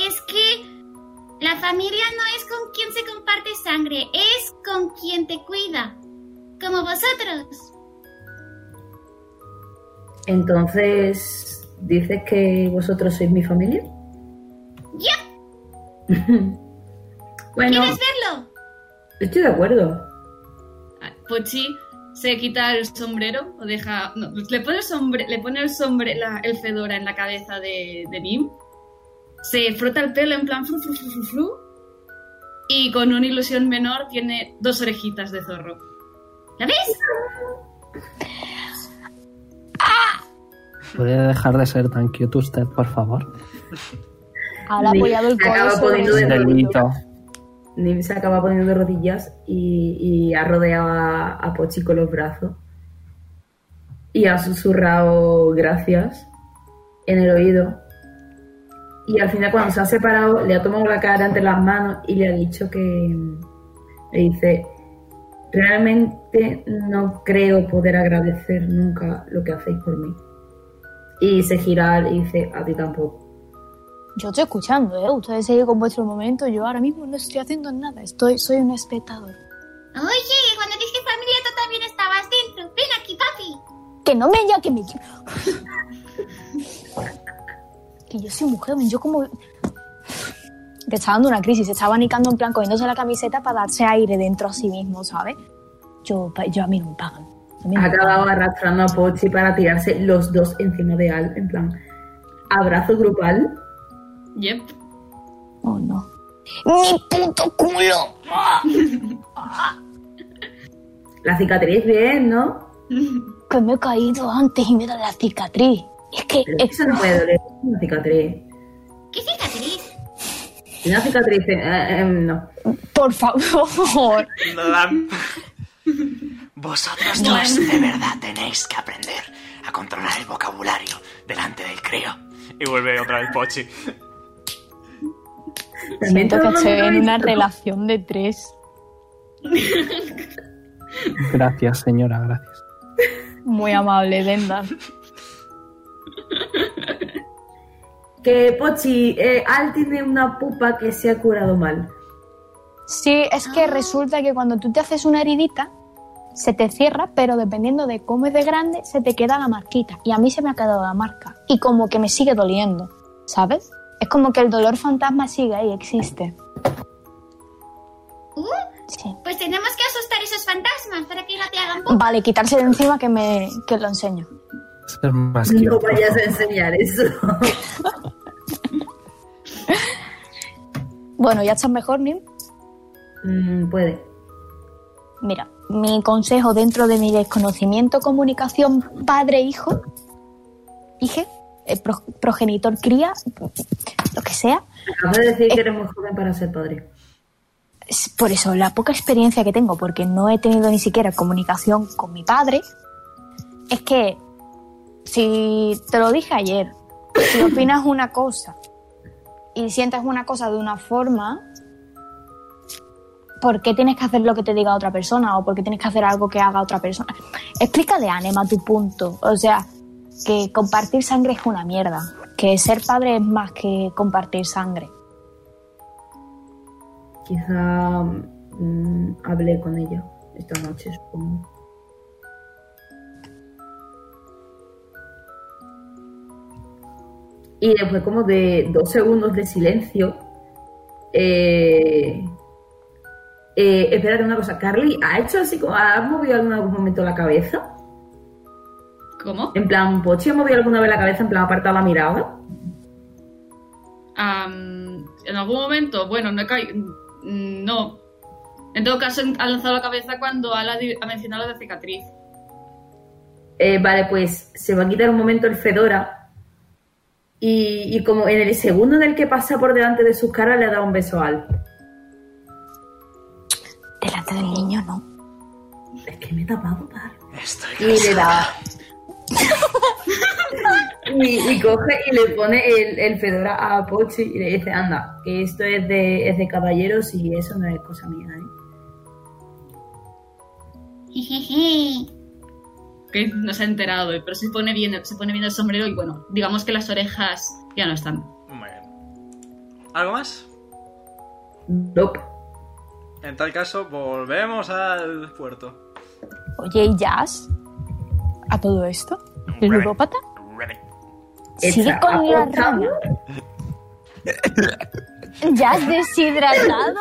S9: es que la familia no es con quien se comparte sangre, es con quien te cuida, como vosotros.
S5: Entonces, ¿dices que vosotros sois mi familia?
S9: ¡Ya!
S5: Bueno,
S9: ¿Quieres verlo?
S5: estoy de acuerdo.
S2: Pochi se quita el sombrero o deja. No, le pone el sombre, le pone el sombre, la- el fedora en la cabeza de, de Nim. Se frota el pelo en plan flu, flu, flu, flu, flu, Y con una ilusión menor tiene dos orejitas de zorro.
S9: ¿La ves?
S4: ¿Puede dejar de ser tan cute usted, por favor?
S8: Al ha
S5: Sí,
S8: apoyado el
S5: se
S8: codo
S5: acaba
S8: sobre
S5: poniendo
S8: su
S5: de
S8: hombro.
S4: Delito.
S5: Nim se acaba poniendo de rodillas y, y ha rodeado a, a Pochi con los brazos. Y ha susurrado gracias en el oído. Y al final cuando se ha separado, le ha tomado la cara entre las manos y le ha dicho que... Le dice, realmente no creo poder agradecer nunca lo que hacéis por mí. Y se gira y dice, a ti tampoco.
S8: Yo estoy escuchando, ¿eh? Ustedes siguen con vuestro momento. Yo ahora mismo no estoy haciendo nada. Estoy, soy un espectador.
S9: Oye, cuando dije familia tú también estabas dentro. Ven aquí, papi.
S8: Que no me haya que me... que yo soy mujer, men, yo como... Te está dando una crisis, se está abanicando en plan cogiéndose la camiseta para darse aire dentro a sí mismo, ¿sabes? Yo, pa- yo a mí no me pagan. A mí no
S5: Ha
S8: me
S5: acabado arrastrando a Pochi para tirarse los dos encima de Al, en plan, abrazo grupal.
S2: Yep.
S8: pagan. Oh, no. ¡Mi puto culo!
S5: La cicatriz bien, ¿no?
S8: Que Pues me he caído antes y me da la cicatriz. Es que... eh,
S5: Pero
S8: es-
S5: eso no puede doler, es una cicatriz.
S9: ¿Qué cicatriz?
S5: Una cicatriz, eh, eh, no.
S8: Por favor.
S1: Lam. Vosotros dos de verdad tenéis que aprender a controlar el vocabulario delante del crío. Y vuelve otra vez Pochi.
S5: También
S8: Siento que
S5: todo lo
S8: estoy en
S5: que
S8: una
S5: hizo-
S8: relación de tres.
S4: Gracias, señora, gracias.
S8: Muy amable, Lenda.
S5: Que Pochi, eh, Al tiene una pupa que se ha curado mal.
S8: Sí, es que resulta que cuando tú te haces una heridita, se te cierra, pero dependiendo de cómo es de grande, se te queda la marquita. Y a mí se me ha quedado la marca. Y como que me sigue doliendo, ¿sabes? Es como que el dolor fantasma sigue ahí, existe.
S9: Uh,
S8: Sí.
S9: pues tenemos que asustar esos fantasmas para que no te hagan pum.
S8: Vale, quitarse de encima que me que lo enseño.
S4: Ser más cute.
S5: No pues
S4: por
S5: vayas
S4: favor.
S5: a enseñar eso.
S8: Bueno, ya estás mejor, Nim.
S5: Mm, puede.
S8: Mira, mi consejo dentro de mi desconocimiento comunicación padre-hijo, hije, eh, pro- progenitor-cría, lo que sea,
S5: Acabas de decir que eres muy joven para ser padre.
S8: es por eso, la poca experiencia que tengo, porque no he tenido ni siquiera comunicación con mi padre, es que si te lo dije ayer, si opinas una cosa y sientes una cosa de una forma, ¿por qué tienes que hacer lo que te diga otra persona? ¿O por qué tienes que hacer algo que haga otra persona? Explícale a Anema tu punto. O sea, que compartir sangre es una mierda. Que ser padre es más que compartir sangre.
S5: Quizá mm, hablé con ella esta noche, supongo. Y después como de dos segundos de silencio, eh, eh, espérate una cosa, Carly, ¿ha hecho así como, ha movido en algún momento la cabeza?
S2: ¿Cómo?
S5: En plan, ¿Pochi ha movido alguna vez la cabeza en plan apartado la mirada?
S2: Am, en algún momento, bueno, no he caído. No. En todo caso, ha lanzado la cabeza cuando Ala di- ha mencionado la cicatriz.
S5: Eh, vale, pues se va a quitar un momento el Fedora y, y como en el segundo en el que pasa por delante de sus caras le ha dado un beso al.
S8: Delante del niño, no.
S5: Es que me he tapado, para.
S1: Estoy
S5: Y le da. y, y coge y le pone el, el fedora a Pochi y le dice, anda, que esto es de, es de caballeros y eso no es cosa mía, ¿eh?
S9: Jejeje.
S2: Que no se ha enterado, pero se pone bien, se pone bien el sombrero y bueno, digamos que las orejas ya no están.
S1: Muy bien. ¿Algo más?
S5: Nope.
S1: En tal caso, volvemos al puerto.
S8: Oye, ¿y Jazz? ¿A todo esto? ¿El neurópata? ¿Sigue
S5: Hecha
S8: con la
S5: aposta.
S8: rabia? ¿Jazz deshidratado?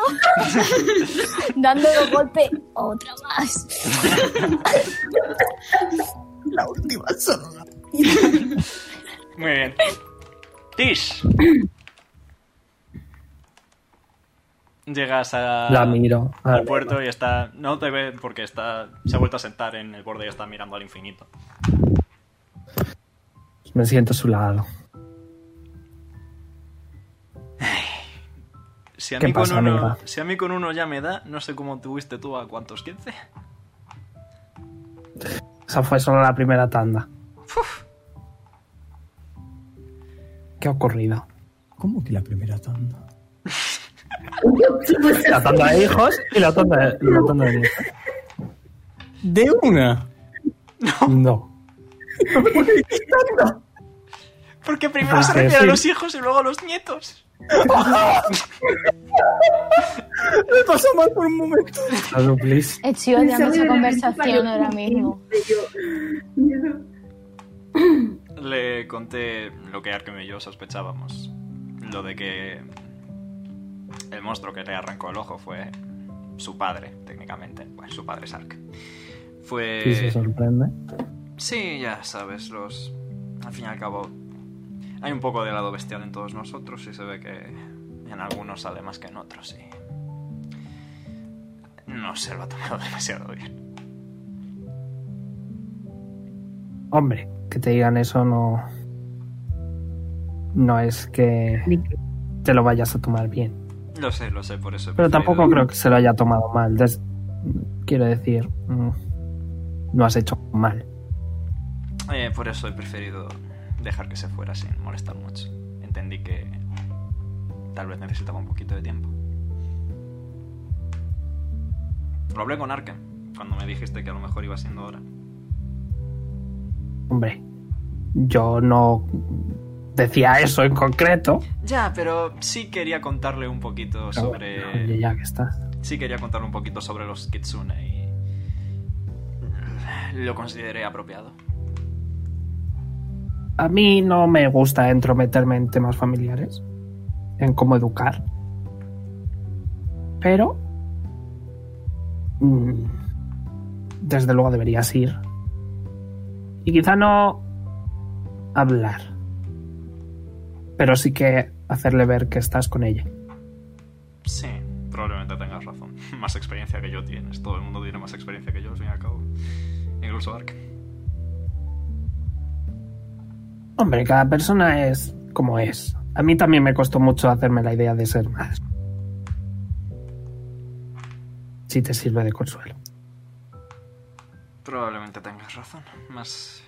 S8: Dándole golpe otra más.
S12: La última zorra.
S1: Muy bien. Tish. Llegas a-
S4: La miro. a
S1: al
S4: ver.
S1: puerto y está. No te ve porque está. Se ha vuelto a sentar en el borde y está mirando al infinito.
S4: Me siento a su lado.
S1: Si a,
S4: ¿Qué
S1: mí con
S4: pasa,
S1: uno,
S4: amiga?
S1: si a mí con uno ya me da, no sé cómo tuviste tú a cuántos, 15.
S4: Esa fue solo la primera tanda. ¿Qué ha ocurrido?
S6: ¿Cómo que la primera tanda?
S4: La tanda de hijos y la tanda de, y la tanda de nietos.
S6: ¿De una?
S4: No.
S1: Porque primero se
S4: Porque
S1: refiere a
S4: sí.
S1: los hijos y luego a los nietos.
S6: Me pasó mal por un momento.
S4: Shadow, please.
S8: Estoy odiando esa conversación ahora mismo.
S1: Le conté lo que Arkham y yo sospechábamos. Lo de que el monstruo que le arrancó el ojo fue su padre, técnicamente. Bueno, su padre es Ark.
S4: Y se
S1: Fue...
S4: sorprende.
S1: Sí, ya sabes, los... Al fin y al cabo, hay un poco de lado bestial en todos nosotros y se ve que en algunos sale más que en otros y... No se lo ha tomado demasiado bien.
S4: Hombre, que te digan eso no. No es que te lo vayas a tomar bien.
S1: Lo sé, lo sé, por eso... he
S4: Pero
S1: preferido-
S4: tampoco creo que se lo haya tomado mal. Des- Quiero decir, mm, no has hecho mal.
S1: Eh, por eso he preferido dejar que se fuera sin molestar mucho. Entendí que tal vez necesitaba un poquito de tiempo. Lo hablé con Arkham cuando me dijiste que a lo mejor iba siendo hora.
S4: Hombre, yo no decía eso en concreto.
S1: Ya, pero sí quería contarle un poquito
S4: Pero bueno, oye,
S1: sobre.
S4: ya que estás.
S1: Sí quería contarle un poquito sobre los Kitsune y. Lo consideré apropiado.
S4: A mí no me gusta entrometerme en temas familiares, en cómo educar. Pero... mm, desde luego deberías ir. Y quizá no hablar. Pero sí que hacerle ver que estás con ella.
S1: Sí, probablemente tengas razón. Más experiencia que yo tienes. Todo el mundo tiene más experiencia que yo, al fin y al cabo. Incluso Arkham.
S4: Hombre, cada persona es como es. A mí también me costó mucho hacerme la idea de ser madre. si te sirve de consuelo.
S1: Probablemente tengas razón. Más.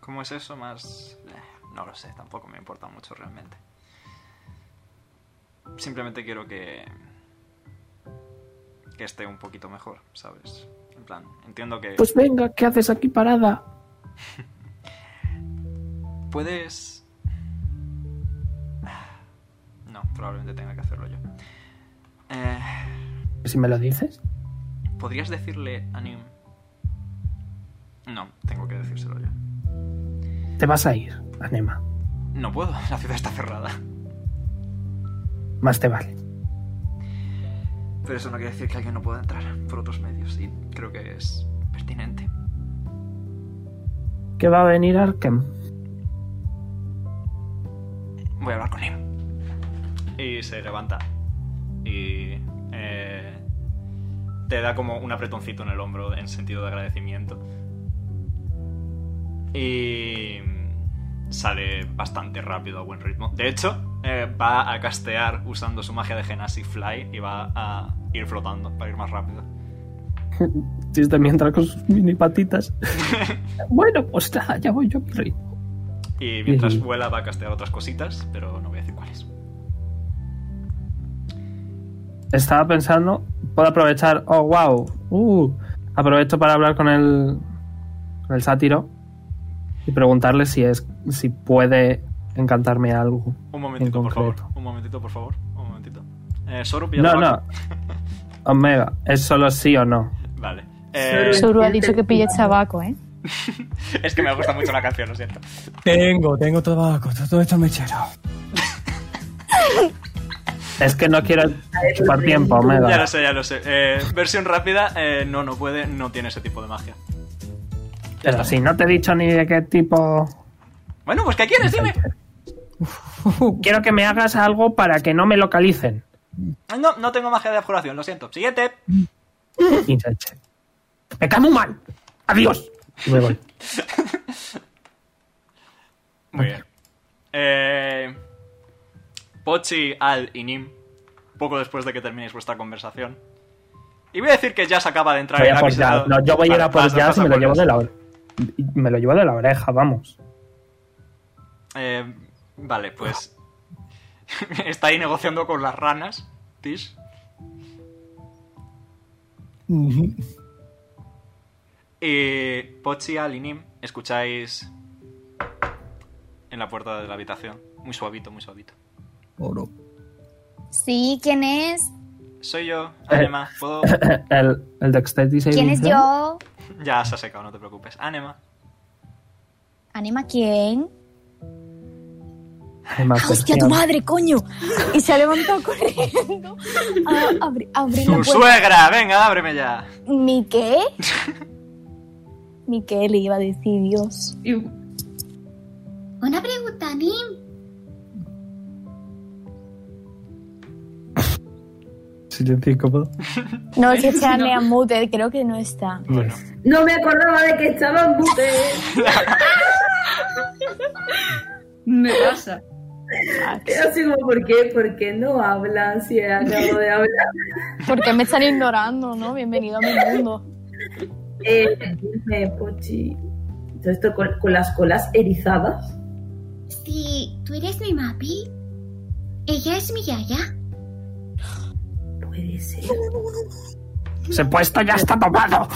S1: ¿Cómo es eso? Más. eh, No lo sé, tampoco me importa mucho realmente. Simplemente quiero que. que esté un poquito mejor, ¿sabes? En plan, entiendo que.
S4: Pues venga, ¿qué haces aquí parada?
S1: Puedes. No, probablemente tenga que hacerlo yo. Eh,
S4: Si me lo dices.
S1: ¿Podrías decirle a Nim? No, tengo que decírselo yo.
S4: Te vas a ir, Anema.
S1: No puedo, la ciudad está cerrada.
S4: Más te vale.
S1: Pero eso no quiere decir que alguien no pueda entrar por otros medios y creo que es pertinente.
S4: Que va a venir Arkham.
S1: Voy a hablar con Nim. Y se levanta. Y eh, te da como un apretoncito en el hombro en sentido de agradecimiento. Y sale bastante rápido a buen ritmo. De hecho, eh, va a castear usando su magia de Genasi Fly y va a ir flotando para ir más rápido.
S4: Tienes también entrar este con sus mini patitas. bueno, pues nada, ya voy yo a mi ritmo.
S1: Y mientras
S4: Ujú.
S1: vuela va a castear otras cositas, pero no voy a decir cuáles.
S4: Estaba pensando, puedo aprovechar. Oh, wow. Uh, aprovecho para hablar con el, con el sátiro y preguntarle si es si puede encantarme algo.
S1: Un
S4: en
S1: momentito, por favor.
S4: concreto.
S1: Un momentito, por favor. Un momentito. Eh, Soru, pilla
S4: No, no.
S1: tabaco.
S4: Omega, es solo sí o no.
S1: Vale. Eh,
S3: Suru ha dicho que pille tabaco, ¿eh?
S1: es que me gusta mucho la canción, lo siento.
S6: Tengo, tengo tabaco, todo esto es mechero.
S4: Es que no quiero chupar tiempo,
S1: Ya
S4: Omega.
S1: lo sé, ya lo sé. Eh, versión rápida, eh, no, no puede, no tiene ese tipo de magia.
S4: Pero si no te he dicho ni de qué tipo.
S1: Bueno, pues ¿qué quieres? Dime.
S4: Quiero que me hagas algo para que no me localicen.
S1: No, no tengo magia de abjuración, lo siento. Siguiente.
S4: Y se echa. Me cae muy mal. Adiós. Y me voy.
S1: Muy bien. Eh, Pochi, Al y Nim, poco después de que terminéis vuestra conversación. Y voy a decir que Jazz acaba de entrar
S4: Voy
S1: y
S4: a
S1: la
S4: por
S1: habéis dado-
S4: Jazz. No, yo voy a ir a
S1: Vale,
S4: por
S1: vas,
S4: Jazz
S1: vas
S4: y
S1: a
S4: me lo
S1: por
S4: llevo
S1: Jazz.
S4: de la oreja. Me lo llevo de la oreja, vamos.
S1: Eh, vale, pues. está ahí negociando con las ranas, Tish. Y Pochi, Al y Nim, escucháis. En la puerta de la habitación. Muy suavito, muy suavito.
S12: Oro.
S13: Sí, ¿quién es?
S1: Soy yo, Anema. ¿Puedo.?
S4: El, el Dexterity saving
S13: ¿Quién es
S4: throw.
S13: yo?
S1: Ya se ha secado, no te preocupes. Anema.
S13: ¿Anima quién?
S4: Anima,
S11: ¡Hostia,
S4: percepción.
S11: tu madre, coño! Y se ha levantado corriendo a abrir, abrir la
S1: ¡Tu
S11: puerta.
S1: suegra! Venga, ábreme ya.
S8: ¿Mi qué? ¿Mi qué le iba a decir Dios?
S9: Una pregunta, Nim.
S6: Silencio incómodo.
S8: No, es que está en mute, creo que no está.
S6: Bueno.
S5: No me acordaba de que estaba en bute.
S2: Me pasa.
S5: Era así como, ¿por qué? ¿Por qué no hablan si acabo de hablar?
S3: Porque me están ignorando, ¿no? Bienvenido a mi mundo.
S5: Eh, dime, Pochi. Todo esto con, con las colas erizadas.
S9: Si tú eres mi mapi, ella es mi yaya.
S5: Puede ser.
S4: Ese puesto ya está tomado.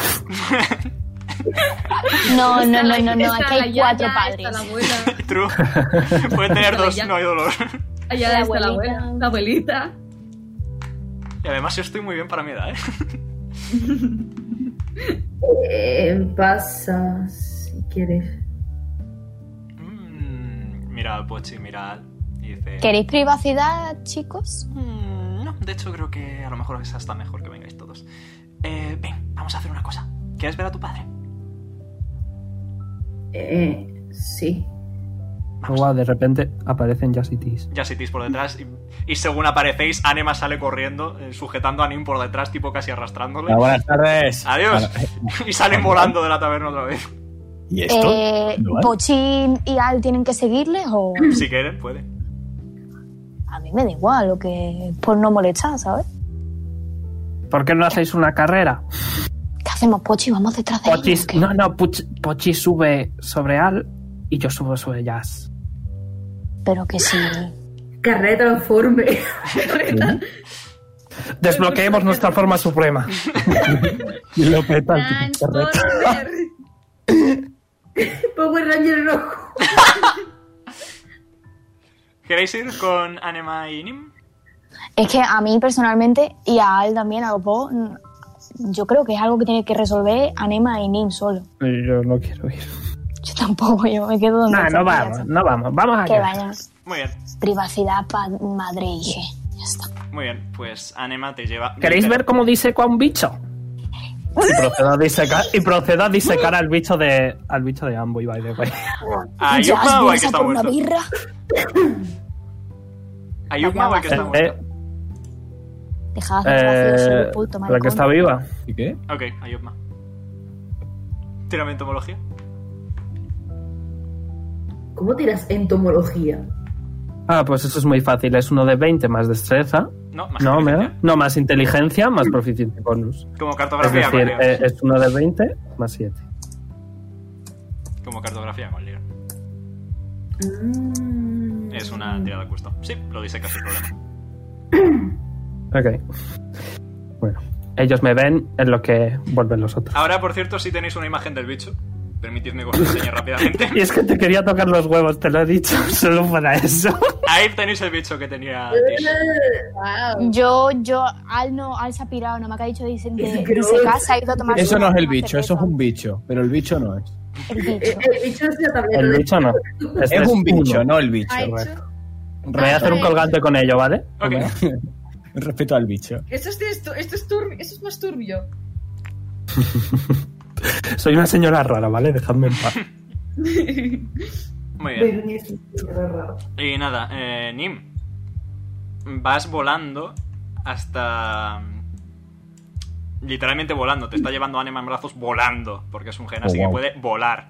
S8: No, no,
S2: Está
S8: no,
S2: la-
S8: no, no,
S2: está
S8: aquí hay
S2: la yaya,
S8: cuatro
S2: está
S8: padres.
S2: la abuela.
S1: True. Pueden tener dos, no hay dolor.
S2: Allá
S8: La
S2: está la
S8: abuelita.
S2: abuela, la abuelita.
S1: Y además yo estoy muy bien para mi edad, ¿eh?
S5: Eh, pasa, si quieres.
S1: Mm, Mira a Pochi, mira a Al. Y dice...
S8: ¿Queréis privacidad, chicos?
S1: Mm, No, de hecho creo que a lo mejor es hasta mejor que vengáis todos. Eh, ven, vamos a hacer una cosa. ¿Quieres ver a tu padre?
S5: Eh, sí.
S4: Ah, Guau, de repente aparecen Jazz y Tis.
S1: Ya sitis por detrás y, y según aparecéis, Anema sale corriendo, eh, sujetando a Nim por detrás, tipo casi arrastrándole.
S6: Hola, buenas tardes.
S1: Adiós.
S6: Bueno,
S1: Y salen volando de la taberna otra vez.
S6: ¿Y esto?
S8: Eh,
S6: ¿No hay?
S8: ¿Pochín y Al tienen que seguirles o...?
S1: Si quieren, pueden.
S8: A mí me da igual, lo que... Por no molestar, ¿sabes?
S4: ¿Por qué no hacéis una carrera?
S8: ¿Qué hacemos, Pochi? ¿Vamos detrás de
S4: Pochi,
S8: ellos? o qué?
S4: no, no, Puch- Pochi sube sobre Al y yo subo sobre Jazz.
S8: Pero que sí.
S5: Carrera transforme.
S4: Desbloqueemos nuestra forma suprema.
S6: Y lo peta el
S5: Power Ranger rojo.
S1: ¿Queréis ir con Anema y Nim?
S8: Es que a mí personalmente y a Al también, a los dos, mm, yo creo que es algo que tiene que resolver Anema y Nim solo.
S4: Yo no quiero ir.
S8: Yo tampoco, yo me quedo donde
S4: No,
S8: está
S4: no
S8: el
S4: vamos,
S8: payaso.
S4: no vamos. Vamos a
S8: Que vayan.
S1: Muy bien,
S8: Privacidad para madre e hija.
S1: muy bien. Pues Anema te lleva.
S4: ¿Queréis ver cómo diseca un bicho? Y proceda a disecar, y proceda a disecar al bicho de. al bicho de Amboy, by the way.
S1: ¿A
S8: Ya,
S1: Yukma o al
S8: vas
S1: Ah, que está
S8: por una
S1: muerto?
S8: birra.
S1: ¿A Yukma o al que está muerto?
S4: Eh,
S8: Dejad de hacer gracioso,
S4: eh,
S8: Leopoldo,
S4: la
S8: maricón.
S4: que está viva.
S6: ¿Y qué?
S4: Eh.
S1: Ok, a Yukma. Tírame entomología.
S5: ¿Cómo tiras entomología?
S4: Ah, pues eso es muy fácil. Es uno de 20 más destreza.
S1: No, más
S4: no,
S1: inteligencia.
S4: ¿verdad? no, más inteligencia, más proficiencia bonus.
S1: Como
S4: Es
S1: cartografía con
S4: decir,
S1: Leon.
S4: eh, es uno de 20 más 7.
S1: Como cartografía con Leon. Es
S5: Mm.
S1: una tirada de cuesta. Sí, lo dice casi problema.
S4: Ok. Bueno, ellos me ven en lo que vuelven los otros.
S1: Ahora, por cierto, sí tenéis una imagen del bicho. Permitidme que os lo enseñe rápidamente.
S4: Y es que te quería tocar los huevos, te lo he dicho, solo para eso.
S1: Ahí tenéis el bicho que tenía. Tish.
S5: Eh,
S8: Yo, yo, Al no, Al se ha pirado, no me ha dicho, dice, de,
S5: Pero-
S8: dice que se ha ido a tomar
S6: Eso
S8: su-
S6: no es el
S8: una
S6: bicho, eso es un bicho, pero el bicho no es.
S8: cerveza. El bicho.
S5: eh, El, el bicho es la tableta
S4: El
S5: de-
S4: bicho no.
S6: Es,
S4: Este
S6: un bicho,
S4: uno.
S6: no el bicho.
S2: Ha hecho-
S4: Voy a hacer un colgante con ello, ¿vale?
S6: Respeto al bicho.
S2: Esto es, esto, esto es turbio, esto es más turbio.
S4: Soy una señora rara, ¿vale? Dejadme en paz.
S1: Muy bien.
S5: Bernie es un bicho raro.
S1: Y nada, eh, Nim. Vas volando hasta. mm, Literalmente volando. Te está llevando Anima en brazos volando. Porque es un gen,
S6: Oh,
S1: así que
S6: wow.
S1: puede volar.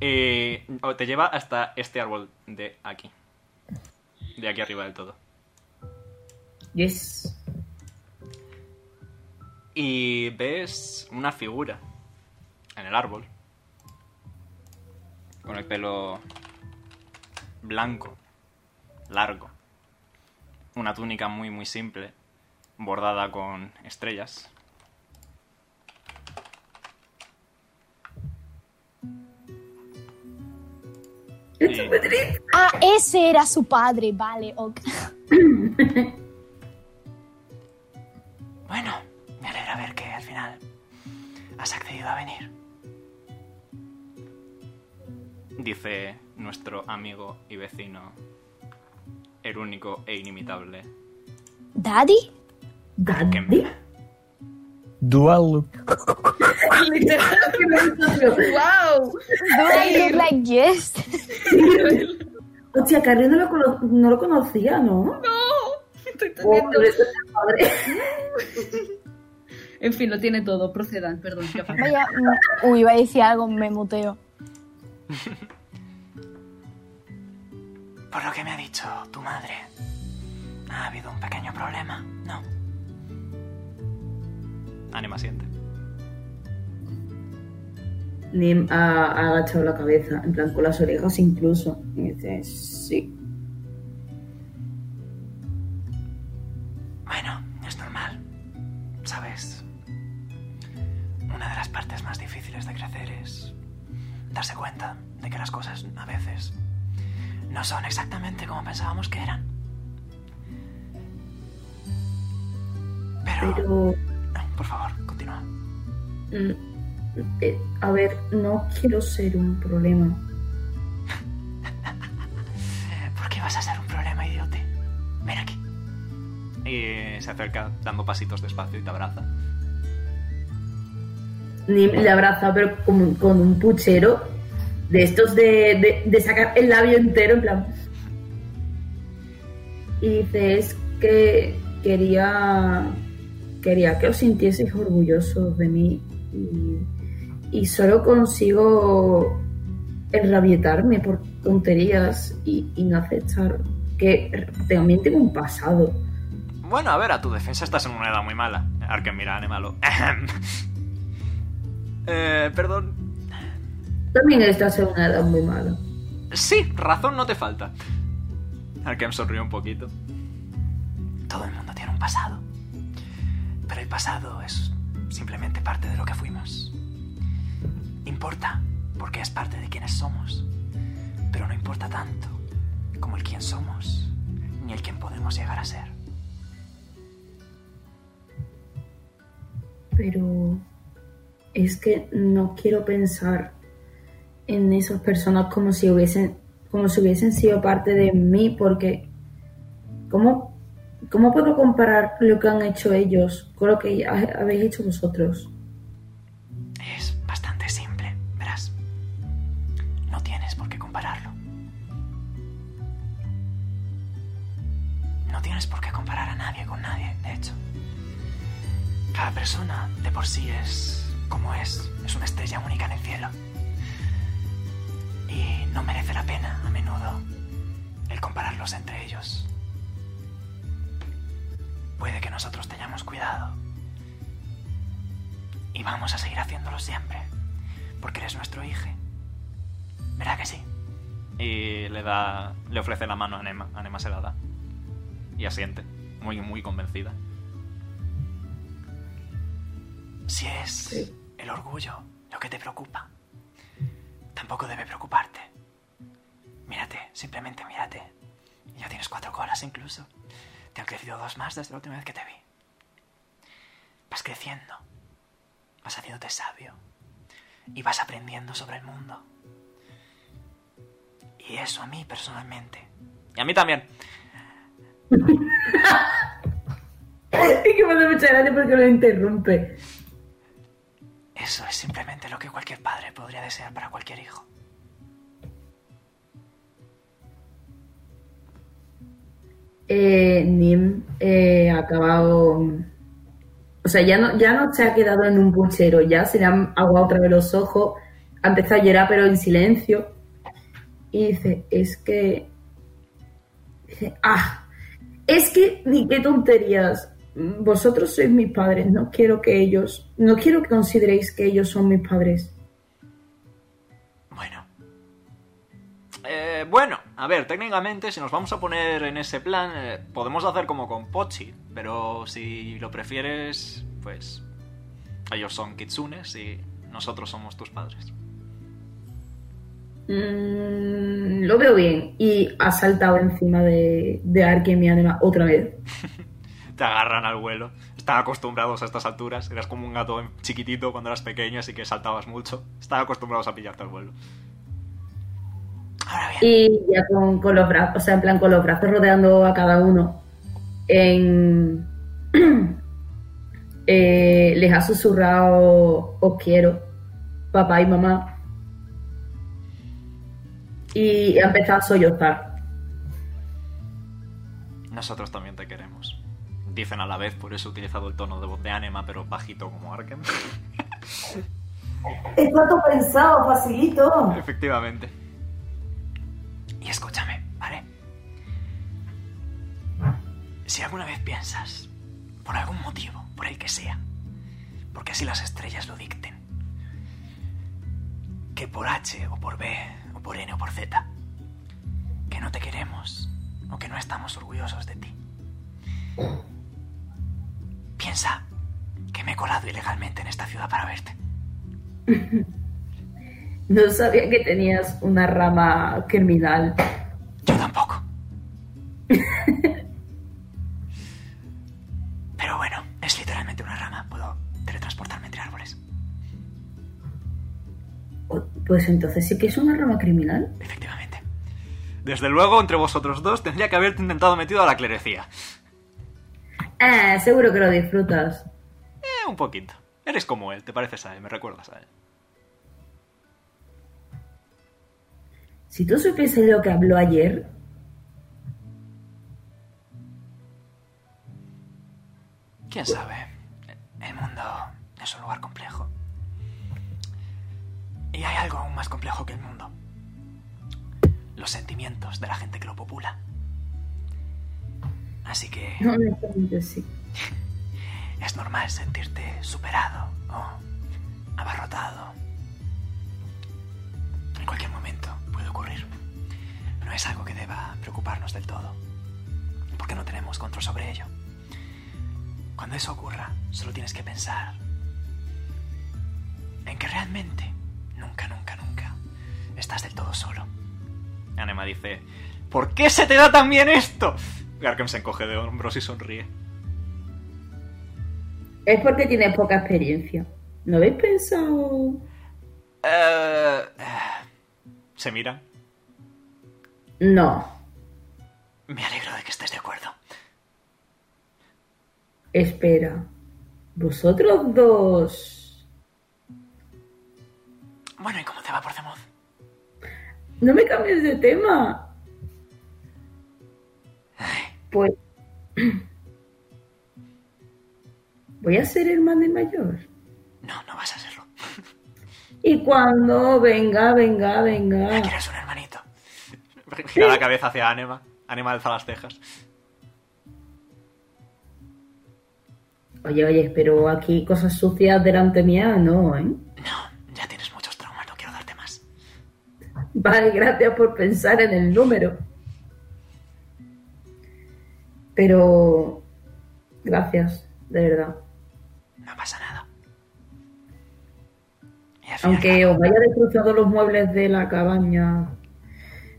S1: Y Eh, o te lleva hasta este árbol de aquí. De aquí arriba del todo.
S5: Yes.
S1: Y ves una figura en el árbol. Con el pelo blanco, largo. Una túnica muy, muy simple, bordada con estrellas. Y
S8: Ah, ese era su padre, vale, ok.
S1: Bueno, me alegra ver que al final has accedido a venir. Dice nuestro amigo y vecino, el único e inimitable.
S8: ¿Daddy?
S5: Daddy.
S1: Ken.
S6: Dual.
S2: ¡Wow!
S8: Do I look like yes?
S5: Hostia, Carrie no lo, cono- no lo conocía, ¿no?
S2: ¡No! Estoy tan
S5: Oh, pero eso es la madre.
S2: En fin, lo tiene todo. Procedan, perdón. ya fue.
S8: Vaya, mm, uy, iba a decir algo, me muteo.
S10: Por lo que me ha dicho tu madre, ha habido un pequeño problema, ¿no?
S1: Anima siente.
S5: Nim ha, ha agachado la cabeza, en plan con las orejas incluso. Y dice, sí.
S10: Bueno, es normal. Sabes, una de las partes más difíciles de crecer es darse cuenta de que las cosas a veces no son exactamente como pensábamos que eran. Pero,
S5: Pero,
S10: no, por favor, continúa.
S5: mm, eh, a ver, no quiero ser un problema.
S10: ¿Por qué vas a ser un problema, idiote? Ven aquí.
S1: Y se acerca dando pasitos despacio y te abraza.
S5: Nim le abraza, pero con, con un puchero de estos de, de- de sacar el labio entero, en plan. Y dice, es que quería, quería que os sintieseis orgullosos de mí y, y solo consigo enrabietarme por tonterías y, y no aceptar que también tengo un pasado.
S1: Bueno, a ver, a tu defensa estás en una edad muy mala. Arken mira a Nemalo. eh, perdón.
S5: También estás en una edad muy mala.
S1: Sí, razón no te falta. Arkham sonrió un poquito.
S10: Todo el mundo tiene un pasado. Pero el pasado es simplemente parte de lo que fuimos. Importa porque es parte de quienes somos. Pero no importa tanto como el quién somos ni el quién podemos llegar a ser.
S5: Pero es que no quiero pensar en esas personas como si hubiesen como si hubiesen sido parte de mí porque ¿cómo, cómo puedo comparar lo que han hecho ellos con lo que ha- habéis hecho vosotros?
S10: Es bastante simple, verás. No tienes por qué compararlo. No tienes por qué comparar a nadie con nadie, de hecho. Cada persona de por sí es como es. Es una estrella única en el cielo. Y no merece la pena, a menudo, el compararlos entre ellos. Puede que nosotros tengamos cuidado. Y vamos a seguir haciéndolo siempre. Porque eres nuestro hijo. ¿Verdad que sí?
S1: Y le da. le ofrece la mano a Nema. A Nema se la da. Y asiente. Muy, muy convencida.
S10: Si es el orgullo lo que te preocupa, tampoco debe preocuparte. Mírate, simplemente mírate. Ya tienes cuatro colas incluso. Te han crecido dos más desde la última vez que te vi. Vas creciendo. Vas haciéndote sabio. Y vas aprendiendo sobre el mundo. Y eso a mí personalmente.
S1: Y a mí también.
S5: Es que me da mucha gracia porque lo interrumpe.
S10: Eso es simplemente lo que cualquier padre podría desear para cualquier hijo.
S5: Eh, Nim eh, ha acabado. O sea, ya no, ya no se ha quedado en un puchero, ya se le han aguado otra vez los ojos, ha empezado a llorar, pero en silencio. Y dice: Es que. Dice: Ah, es que ni qué tonterías. Vosotros sois mis padres, no quiero que ellos. No quiero que consideréis que ellos son mis padres.
S1: Eh, bueno, a ver, técnicamente, si nos vamos a poner en ese plan, eh, podemos hacer como con Pochi, pero si lo prefieres, pues. Ellos son kitsunes y nosotros somos tus padres.
S5: Mm, lo veo bien. Y ha saltado encima de, de Arkham y Anima otra vez.
S1: Te agarran al vuelo. Están acostumbrados a estas alturas. Eras como un gato chiquitito cuando eras pequeño, así que saltabas mucho. Están acostumbrados a pillarte al vuelo.
S5: Y ya con, con los brazos, o sea, en plan con los brazos rodeando a cada uno. En- Eh, les ha susurrado os quiero, papá y mamá. Y ha empezado a sollozar.
S1: Nosotros también te queremos. Dicen a la vez, por eso he utilizado el tono de voz de Anima, pero bajito como Arkham.
S14: Es todo pensado, facilito.
S1: Efectivamente.
S10: Y escúchame, ¿vale? Si alguna vez piensas, por algún motivo, por el que sea, porque así las estrellas lo dicten, que por H o por B o por N o por Z, que no te queremos o que no estamos orgullosos de ti, piensa que me he colado ilegalmente en esta ciudad para verte.
S5: No sabía que tenías una rama criminal.
S10: Yo tampoco. Pero bueno, es literalmente una rama. Puedo teletransportarme entre árboles.
S5: Pues entonces sí que es una rama criminal.
S1: Desde luego, entre vosotros dos, tendría que haberte intentado metido a la clerecía.
S5: Ah, seguro que lo disfrutas.
S1: Eh, un poquito. Eres como él, te pareces a él, me recuerdas a él.
S5: Si tú supieses lo que habló ayer,
S10: ¿Quién sabe? El mundo es un lugar complejo. Y hay algo aún más complejo que el mundo. Los sentimientos de la gente que lo popula. Así que
S5: Honestamente, sí.
S10: es normal sentirte superado Oh, o abarrotado. En cualquier momento puede ocurrir. No es algo que deba preocuparnos del todo, porque no tenemos control sobre ello. Cuando eso ocurra, solo tienes que pensar en que realmente nunca, nunca, nunca estás del todo solo.
S1: Anema dice, ¿por qué se te da tan bien esto? Arkham se encoge de hombros y sonríe.
S5: Es porque tienes poca experiencia. ¿No habéis pensado?
S1: Eh, se mira.
S5: No.
S10: Me alegro de que estés de acuerdo.
S5: Espera. Vosotros dos.
S10: Bueno, ¿y cómo te va por Zemoz?
S5: No me cambies de tema. Pues. Voy a ser hermana mayor.
S10: No, no vas a serlo.
S5: Y cuando venga, venga, venga.
S10: Quieres un hermanito.
S1: Gira la cabeza hacia Anema. Anema alza las cejas.
S5: Oye, oye, pero aquí cosas sucias delante mía, no, ¿eh?
S10: Ya tienes muchos traumas, no quiero darte más.
S5: Vale, gracias por pensar en el número. Pero. Gracias, de verdad.
S10: No pasa nada.
S5: Aunque os haya destrozado los muebles de la cabaña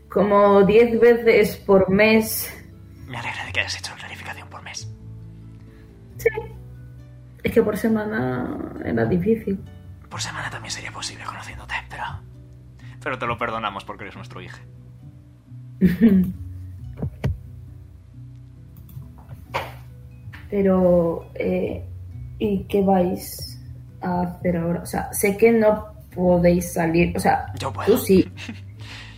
S5: como 10 veces por mes,
S10: Me alegra de que hayas hecho clarificación por mes.
S5: es que por semana era difícil.
S10: Por semana también sería posible conociéndote, pero
S1: Pero te lo perdonamos porque eres nuestro hijo.
S5: Pero, eh, ¿y qué vais a hacer ahora? O sea, sé que no podéis salir. O sea,
S10: Yo puedo.
S5: tú sí.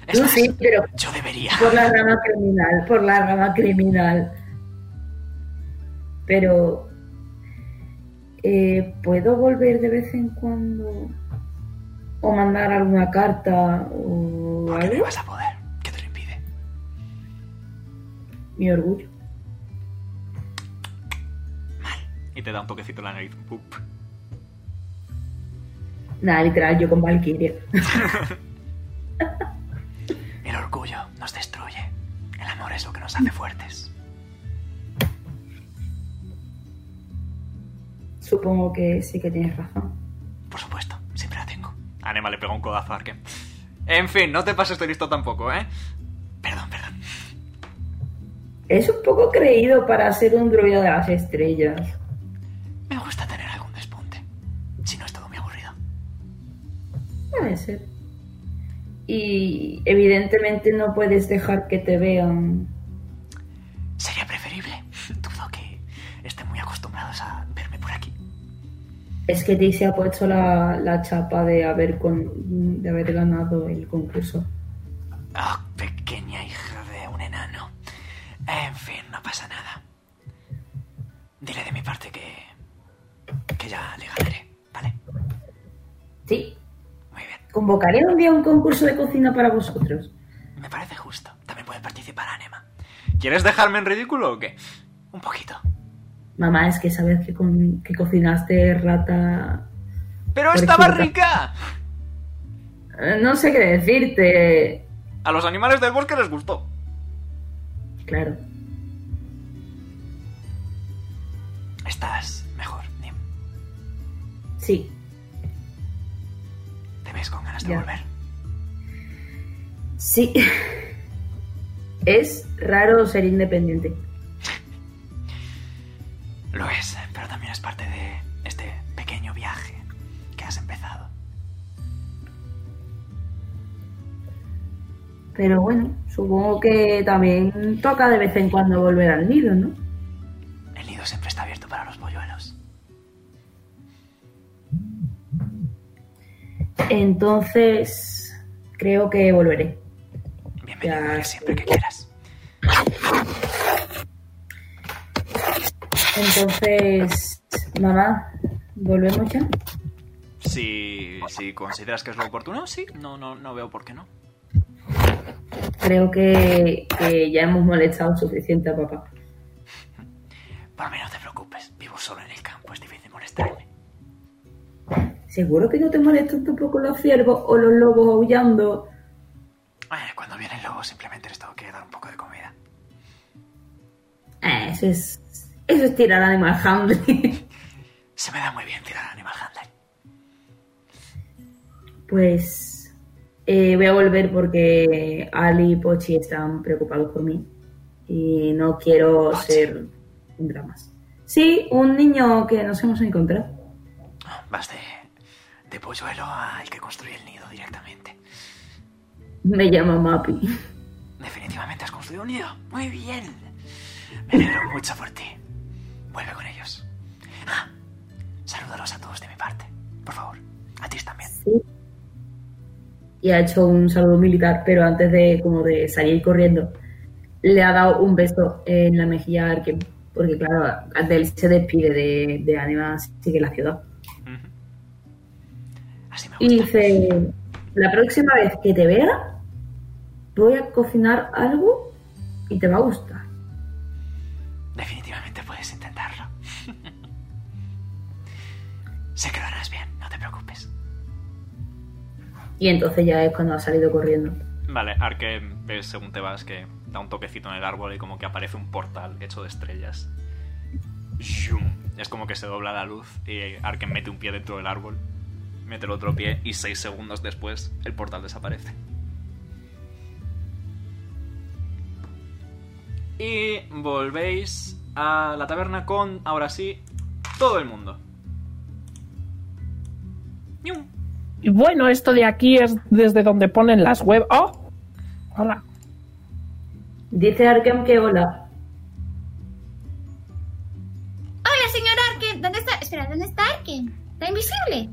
S10: Es
S5: Tú
S10: más,
S5: sí, pero
S10: yo debería.
S5: por la rama criminal, por la rama criminal. Pero, eh, ¿puedo volver de vez en cuando? ¿O mandar alguna carta? ¿O
S10: ¿Por qué no
S5: algo?
S10: ibas a poder? ¿Qué te lo impide?
S5: Mi orgullo.
S1: Y te da un toquecito en la nariz. Pup.
S5: Nada, literal, yo con Valkyria.
S10: El orgullo nos destruye. El amor es lo que nos hace fuertes.
S5: Supongo que sí que tienes razón.
S10: Por supuesto, siempre la tengo.
S1: Anema le pega un codazo a Arkham. En fin, no te pases de listo tampoco, ¿eh?
S5: Es un poco creído para ser un druida de las estrellas.
S10: Me gusta tener algún despunte. Si no es todo muy aburrido.
S5: Puede ser. Y evidentemente no puedes dejar que te vean.
S10: Sería preferible. Dudo que estén muy acostumbrados a verme por aquí.
S5: Es que Tick se ha puesto la, la chapa de haber, con, de haber ganado el concurso.
S10: Ah, pequeña hija de un enano. En fin, no pasa nada. Dile de mi parte que. que ya le ganaré.
S5: Sí. Convocaré un día un concurso de cocina para vosotros.
S10: Me parece justo. También puede participar Anema.
S1: ¿Quieres dejarme en ridículo o qué?
S10: Un poquito.
S5: Mamá, es que sabes que, con- que cocinaste rata.
S1: ¡Pero
S5: por
S1: estaba
S5: equivocación.
S1: rica!
S5: Eh, No sé qué decirte.
S1: A los animales del bosque les gustó.
S5: Claro.
S10: Estás mejor, Nim.
S5: Sí.
S10: Te ves con ganas de
S5: Ya.
S10: volver.
S5: Sí. Es raro ser independiente.
S10: Lo es, pero también es parte de este pequeño viaje que has empezado.
S5: Pero bueno, supongo que también toca de vez en cuando volver al nido, ¿no?
S10: El nido siempre está abierto para los polluelos.
S5: Entonces, creo que volveré.
S10: Bienvenido siempre que quieras.
S5: Entonces, mamá, ¿volvemos ya?
S1: Si, si consideras que es lo oportuno, sí. No, no, no veo por qué no.
S5: Creo que, que ya hemos molestado suficiente a papá.
S10: Por mí no te preocupes, vivo solo en el campo, es difícil molestarme.
S5: ¿Seguro que no te molestan tampoco los ciervos o los lobos aullando?
S10: Bueno, cuando viene el lobo simplemente les tengo que dar un poco de comida.
S5: Eh, eso es. Eso es tirar animal handling.
S10: Se me da muy bien tirar animal handling.
S5: Pues. eh, voy a volver porque Ali y Pochi están preocupados por mí. Y no quiero ser un dramas. Sí, un niño que nos hemos encontrado.
S10: Vas de, de polluelo al que construye el nido directamente.
S5: Me llama Mapi.
S10: Definitivamente has construido un nido. Pues, Muy bien. Me alegro mucho por ti. Vuelve con ellos. Ah, salúdalos a todos de mi parte, por favor. A ti también.
S5: y ha hecho un saludo militar, pero antes de como de salir corriendo, le ha dado un beso en la mejilla a Arkem, porque claro, de él se despide de, de Anima, sigue la ciudad. y dice, la próxima vez que te vea, voy a cocinar algo y te va a gustar.
S10: Definitivamente puedes intentarlo. sé que lo harás bien, no te preocupes.
S5: Y entonces ya es cuando ha salido corriendo.
S1: Vale, Arke, ves según te vas que da un toquecito en el árbol y como que aparece un portal hecho de estrellas. Shum. Es como que se dobla la luz y Arke mete un pie dentro del árbol, mete el otro pie y seis segundos después el portal desaparece. Y volvéis a la taberna con, ahora sí, todo el mundo.
S4: Y bueno, esto de aquí es desde donde ponen las web. ¡Oh! Hola.
S5: Dice Arkham que hola.
S9: Hola, señor Arken. ¿Dónde está? Espera, ¿dónde está Arken? ¿Está invisible?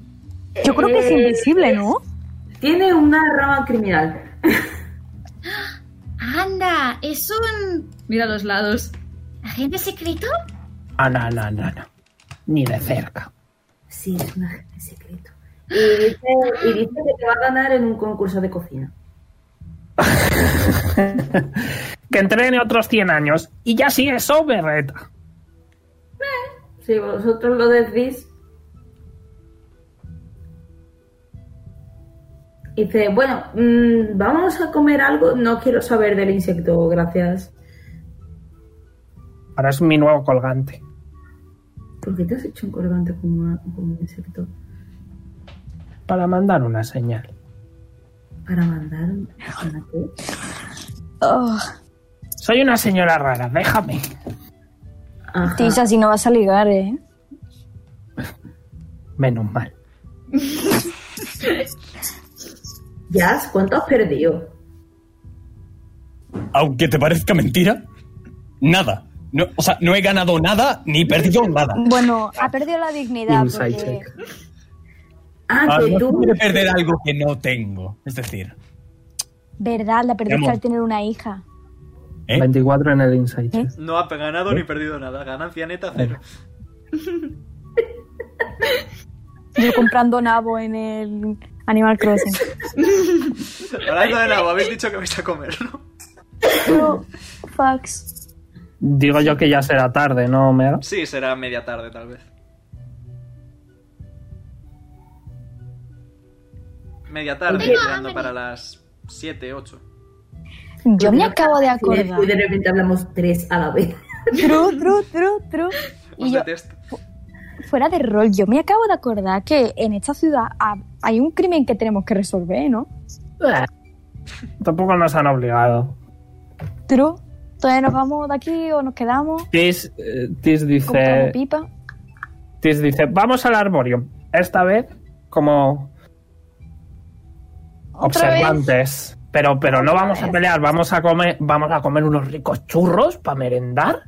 S3: Yo creo que es invisible, ¿no?
S5: Eh, Tiene una rama criminal.
S9: Anda, es un...
S2: Mira los lados.
S9: ¿Agente secreto?
S4: Ah, no, no, no, no. Ni de cerca.
S5: Sí, es un agente secreto. Y dice, y dice que te va a ganar en un concurso de cocina.
S4: Que entrene otros 100 años y ya sigue soberreta.
S5: Si vosotros lo decís. Y Dice, bueno, mm, vamos a comer algo. No quiero saber del insecto, gracias.
S4: Ahora es mi nuevo colgante.
S5: ¿Por qué te has hecho un colgante con, una- con un insecto?
S4: Para mandar una señal.
S5: Para mandar un- ¿para qué?
S4: Soy una señora rara, déjame.
S3: Tisa, si no vas a ligar, ¿eh?
S4: Menos mal.
S5: Jazz, ¿cuánto has perdido?
S6: Aunque te parezca mentira, nada. No, o sea, no he ganado nada ni he perdido nada.
S8: Ah,
S3: Bueno, ha perdido la dignidad.
S6: Inside
S3: porque-
S6: Ah,
S3: Ah, que
S6: no
S3: tú.
S6: quiero perder algo que no tengo. Es decir,
S3: Verdad, la perdiste
S6: Vamos.
S3: al tener una hija.
S4: ¿Eh? 24 en el insight. check.
S1: No ha ganado ni perdido nada. Ganancia neta cero.
S3: Yo comprando nabo en el Animal Crossing.
S1: Hablando de nabo, habéis dicho que vais a comer, ¿no?
S3: No, fax.
S4: Digo yo que ya será tarde, ¿no, Mer?
S1: Sí, será media tarde tal vez. Media tarde,
S8: Tengo
S1: llegando para las 7, 8.
S8: Yo me acabo de
S5: Y de
S8: acordar.
S5: repente hablamos tres a la vez.
S3: True, true, true, true.
S1: Os
S3: Y yo,
S1: detesto.
S3: fuera de rol, yo me acabo de acordar que en esta ciudad ha- hay un crimen que tenemos que resolver, ¿no?
S4: Tampoco nos han obligado.
S3: True. Entonces nos vamos de aquí o nos quedamos,
S4: Tis, eh, Tis
S3: compramos
S4: dice,
S3: pipa.
S4: Tis dice, vamos al arborio. Esta vez como observantes. Pero, pero no vamos a pelear, vamos a comer, vamos a comer unos ricos churros para merendar,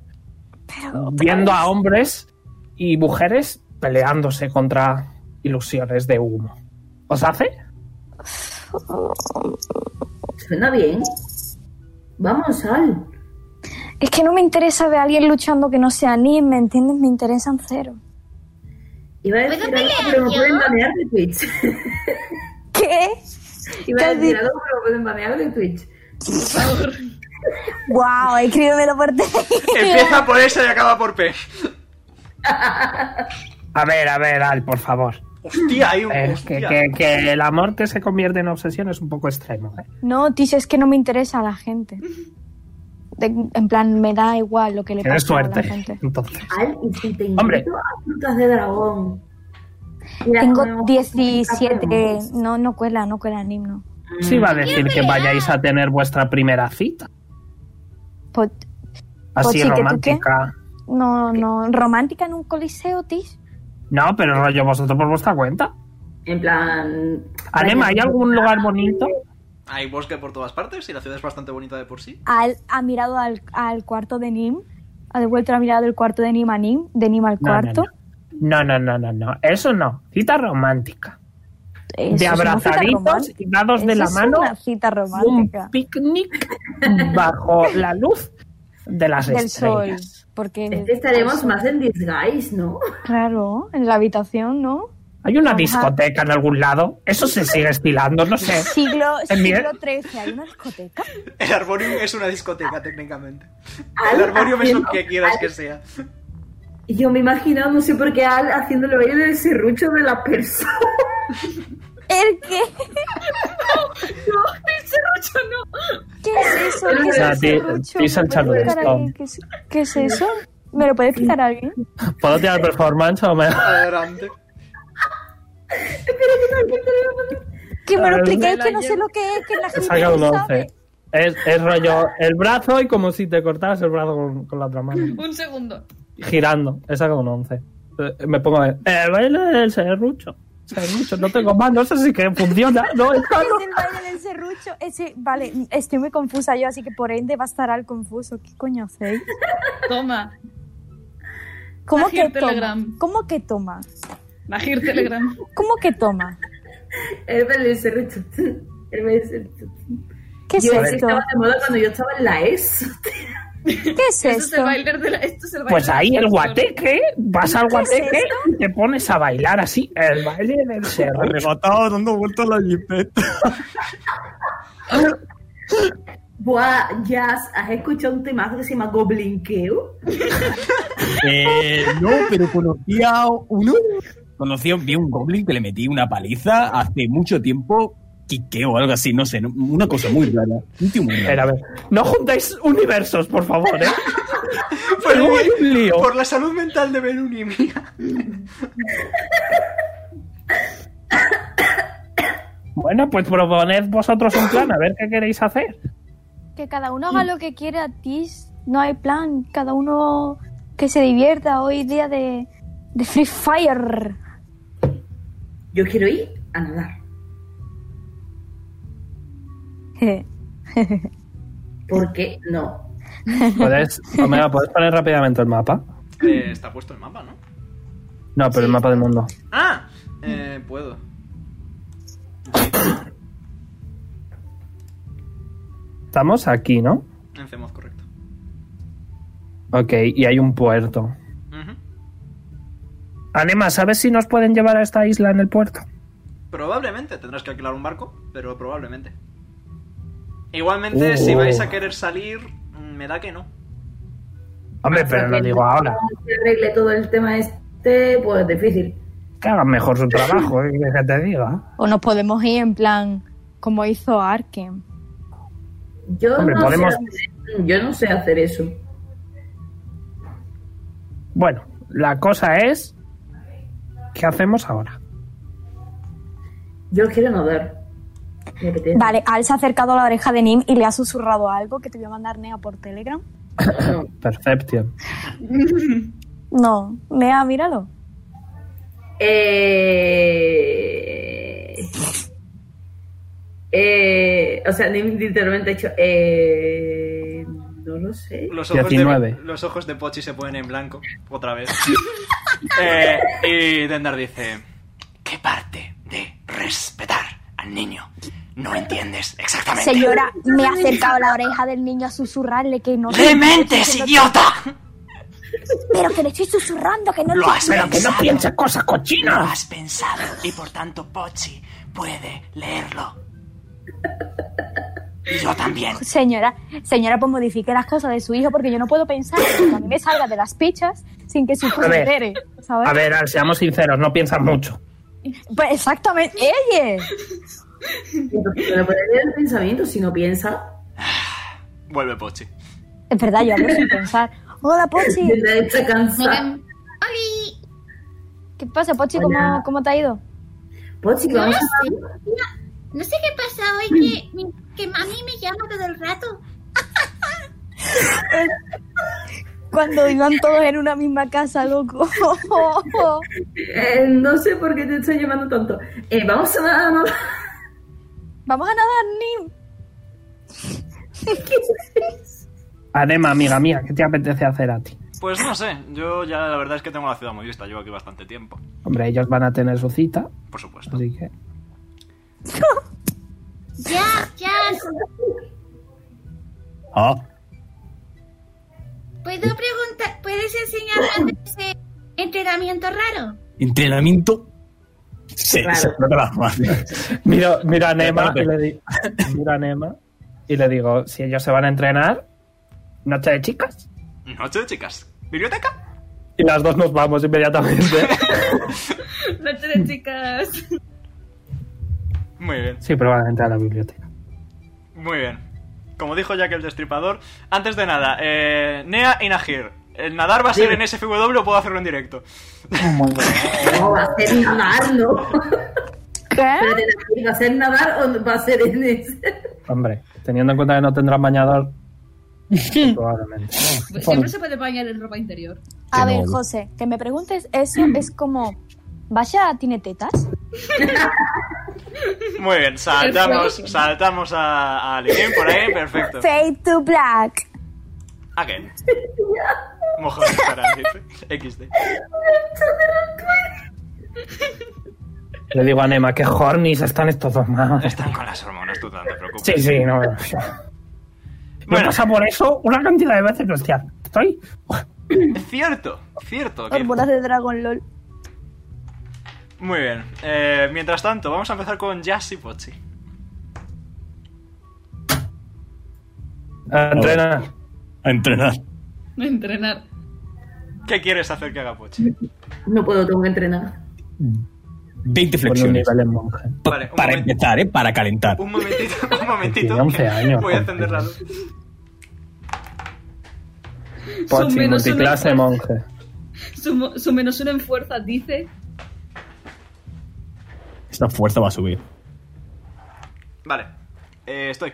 S4: viendo a hombres y mujeres peleándose contra ilusiones de humo. ¿Os hace?
S5: Suena bien. Vamos, Al.
S3: Es que no me interesa ver a alguien luchando que no sea ni, ¿me entiendes? Me interesan cero.
S5: Iba a decir algo, pero me pueden banear de Twitch.
S3: ¿Qué?
S5: Iba a
S3: ¿Qué has
S5: decir
S3: dicho?
S5: algo, pero me pueden banear de Twitch.
S15: ¡Guau! escríbemelo por texto.
S1: Empieza por S y acaba por P.
S4: A ver, a ver, Al, por favor.
S1: Hostia, hay un.
S4: Es que,
S1: hostia.
S4: que- que el amor que se convierte en obsesión es un poco extremo. ¿eh?
S8: No, Tish, es que no me interesa a la gente. De- en plan, me da igual lo que le
S4: Tienes
S8: pase a la
S4: suerte.
S8: gente.
S4: Entonces,
S5: Al, y si te invito
S4: Hombre.
S5: a frutas de dragón.
S8: Tengo 17. No, no cuela, no cuela el himno.
S4: sí va a decir que vayáis a tener vuestra primera cita.
S8: Pues-
S4: Así
S8: Pochi, ¿que tú
S4: romántica.
S8: No, no, romántica en un coliseo, Tish.
S4: No, pero rollo vosotros por vuestra cuenta.
S5: En plan.
S4: Anema, ¿hay algún lugar bonito?
S1: Hay bosque por todas partes y la ciudad es bastante bonita de por sí.
S8: Al, ha mirado al, al cuarto de Nim. Ha devuelto la mirada del cuarto de Nim a Nim, de Nim al
S4: No, no,
S8: cuarto.
S4: No, no, no, no, no. Eso no. Cita romántica.
S8: Eso es
S4: de
S8: una cita
S4: abrazaditos
S8: romántica.
S4: y dados de
S8: Eso
S4: la
S8: es
S4: mano
S8: una cita romántica.
S4: picnic bajo la luz de las
S8: del sol.
S4: estrellas.
S8: Porque
S5: Este estaremos más en disguise, ¿no?
S8: Claro, en la habitación, ¿no?
S4: ¿Hay una
S8: Ajá.
S4: discoteca en algún lado? Eso se sigue estilando, no sé.
S8: Siglo,
S4: En mi-
S8: siglo XIII, hay una discoteca.
S1: El arborium es una discoteca, técnicamente. El arborium es lo que quieras que sea.
S5: Y Yo me imagino, no sé por qué, Al haciéndole baile del serrucho de la persona.
S8: ¿El qué?
S5: No, el serrucho no.
S8: ¿Qué es eso? ¿Qué es
S4: O sea,
S8: eso,
S4: ti-
S8: Rucho?
S4: ti es el
S8: ¿Me puede
S4: Charleston.
S8: explicar alguien ¿Qué, es, qué es eso? ¿Me lo puede explicar alguien?
S4: ¿Puedo tirar performance o me...
S1: Adelante.
S8: Que me lo
S4: A ver,
S8: expliqué,
S4: Ah, me
S8: es
S4: la
S8: que no sé lo que es, que la
S4: He
S8: gente
S4: sacado un
S8: no
S4: 11.
S8: sabe.
S4: Es, es rollo el brazo y como si te cortaras el brazo con, con la otra mano.
S2: Un segundo.
S4: Girando. He sacado un 11. Eh, Me pongo a ver. El baile del serrucho. Serrucho, no tengo más. No sé si que funciona. No, está
S8: Es el baile del serrucho. Ese, vale, estoy muy confusa yo, así que por ende va a estar al confuso. ¿Qué coño hacéis?
S2: Toma.
S8: ¿Cómo
S2: Magir
S8: que toma?
S2: Telegram.
S8: ¿Cómo que toma?
S2: Magir Telegram.
S8: ¿Cómo que toma?
S5: El baile del serrucho. El baile del serrucho.
S8: ¿Qué es
S5: yo
S8: esto?
S5: Estaba de moda cuando yo estaba en la ES.
S8: ¿Qué es
S2: Este es el
S8: esto?
S2: bailer de la- esto es el bailer
S4: Pues
S2: de la
S4: ahí el
S2: persona.
S4: guateque, vas al
S8: ¿Qué es
S4: guateque y te pones a bailar así, el baile del cerro.
S6: Arrebatado, dando vueltas a la jipeta.
S5: Buah, Jazz, ¿has escuchado un temazo que se llama Goblinqueo?
S6: Eh, no, pero conocía uno. Conocí, vi un goblin que le metí una paliza hace mucho tiempo, quiqueo o algo así, no sé, no- una cosa muy rara. Un tío muy raro.
S4: Espera, a ver. No juntáis universos, por favor, ¿eh?
S1: Por,
S4: Luego hay un lío.
S1: por la salud mental de Belun y mía.
S4: Bueno, pues proponed vosotros un plan, a ver qué queréis hacer.
S8: Que cada uno haga lo que quiera, Tis. No hay plan. Cada uno que se divierta hoy día de, de Free Fire.
S5: Yo quiero ir a nadar. ¿Por qué no?
S4: ¿Puedes, Omega, ¿puedes poner rápidamente el mapa?
S1: Eh, está puesto el mapa, ¿no?
S4: No, pero el mapa del mundo.
S1: Ah, eh, puedo.
S4: Estamos aquí, ¿no?
S1: En Zemoz, correcto.
S4: Ok, y hay un puerto.
S1: Ujú.
S4: Anema, ¿sabes si nos pueden llevar a esta isla en el puerto?
S1: Probablemente tendrás que alquilar un barco, pero probablemente. Igualmente,
S4: Uh.
S1: si vais a querer salir, mm, me da que no.
S4: Hombre, pero lo digo ahora.
S5: Cuando se arregle todo el tema este, pues difícil.
S4: Que hagan mejor su trabajo, ¿eh? que te diga.
S8: O nos podemos ir en plan como hizo Arkham.
S5: Yo,
S4: Hombre,
S5: no
S4: podemos-
S5: sé hacer, yo no sé hacer eso.
S4: Bueno, la cosa es... ¿Qué hacemos ahora?
S5: Yo quiero nadar. Me apetece.
S8: Vale, Al se ha acercado a la oreja de Nim y le ha susurrado algo que te voy a mandar Nea por Telegram.
S4: Perception.
S8: No, Nea, míralo.
S5: Eh... Eh... O sea, ni- literalmente he hecho... Eh... No lo sé.
S1: Los ojos,
S4: 19.
S1: de, los ojos de Pochi se ponen en blanco, otra vez. Eh, y Dendar dice:
S10: ¿Qué parte de respetar al niño no entiendes exactamente?
S16: Señora, me ha acercado la oreja del niño a susurrarle que no...
S10: ¡Dementes, idiota!
S16: Pero que le estoy susurrando, que no...
S10: Lo
S16: te-
S10: has
S4: Pero que no
S10: pensado.
S4: pienses cosas
S10: Lo
S4: cochinas.
S10: has pensado y por tanto Pochi puede leerlo. Y yo también.
S3: Señora, señora, pues modifique las cosas de su hijo porque yo no puedo pensar que a mí me salga de las pichas sin que su hijo
S4: A
S3: se
S4: ver.
S3: entere, ¿sabes?
S4: A ver, Al, seamos sinceros, no piensas mucho.
S3: Pues exactamente, ella.
S5: Pero puede leer el pensamiento si no piensa.
S1: Vuelve Pochi.
S3: Es verdad, yo hablo sin pensar. Hola, Pochi.
S5: Verdad, está cansada.
S3: No te- ¿Qué pasa, Pochi? ¿Cómo,
S5: Hola.
S3: cómo te ha ido?
S5: Pochi,
S9: No lo
S5: Pues vamos
S9: sé.
S5: a...
S9: tía. No sé qué pasa hoy que, que mami me llama todo el rato.
S3: Cuando iban todos en una misma casa, loco.
S5: Eh, no sé por qué te estoy llamando tonto. Eh, vamos a nadar, ¿no?
S3: Vamos a nadar,
S4: Adema, amiga mía, ¿qué te apetece hacer a ti?
S1: Pues no sé, yo ya la verdad es que tengo la ciudad muy vista, llevo aquí bastante tiempo,
S4: Hombre, ellos van a tener su cita,
S1: por supuesto.
S4: así que...
S9: Ya, ya.
S6: Ah,
S9: ¿Puedo preguntar? ¿Puedes enseñarme a hacer ese entrenamiento raro?
S6: entrenamiento. Se,
S9: Claro.
S6: se explota las manos.
S4: Mira, mira a Nema y le di- miro a Nema y le digo, si ellos se van a entrenar, noche de chicas.
S1: Noche de chicas. ¿Biblioteca?
S4: Y las dos nos vamos inmediatamente.
S2: Noche de chicas.
S1: Muy bien.
S4: Sí, probablemente a la biblioteca.
S1: Muy bien. Como dijo Jack el Destripador, antes de nada, eh, Nea y Nahir. El nadar va a ser
S5: Dime.
S1: en SFW o puedo hacerlo en directo.
S5: No, va a ser nadar, ¿no?
S3: ¿Qué?
S5: ¿Va a ser nadar o va a ser en ese?
S4: Hombre, teniendo en cuenta que no tendrán bañador, probablemente.
S2: Siempre se puede bañar en ropa interior.
S3: Nim. A ver, José, que me preguntes eso es como... Vaya, tiene tetas.
S1: Muy bien, saltamos, saltamos a, a Lilin por ahí, perfecto.
S3: Fade to black.
S1: Again. Mojones para XD.
S4: Le digo a Nema, qué hornies están estos dos más.
S1: Están con las hormonas, tú no te preocupes.
S4: Sí, sí, no. no. Me pasa por eso una cantidad de veces, hostia. Estoy.
S1: Cierto, cierto. que-
S3: Hormonas de Dragon LOL.
S1: Muy bien. Eh, mientras tanto, vamos a empezar con Jazz y Pochi.
S4: A entrenar.
S6: A entrenar.
S2: Entrenar.
S1: ¿Qué quieres hacer que haga Pochi?
S5: No puedo, tengo que entrenar.
S6: 20 flexiones. Pa-
S1: Vale, un
S6: para
S1: momento.
S6: empezar, ¿eh? Para calentar.
S1: Un momentito, un momentito.
S6: Tiene 11
S1: que
S6: años,
S1: Voy a
S6: joder.
S1: encender la luz.
S2: Son
S4: Pochi,
S2: menos
S4: multiclase,
S2: una-
S4: monje.
S2: Su, mo- su menos uno en fuerza dice.
S6: Esta fuerza va a subir.
S1: Vale, eh, estoy.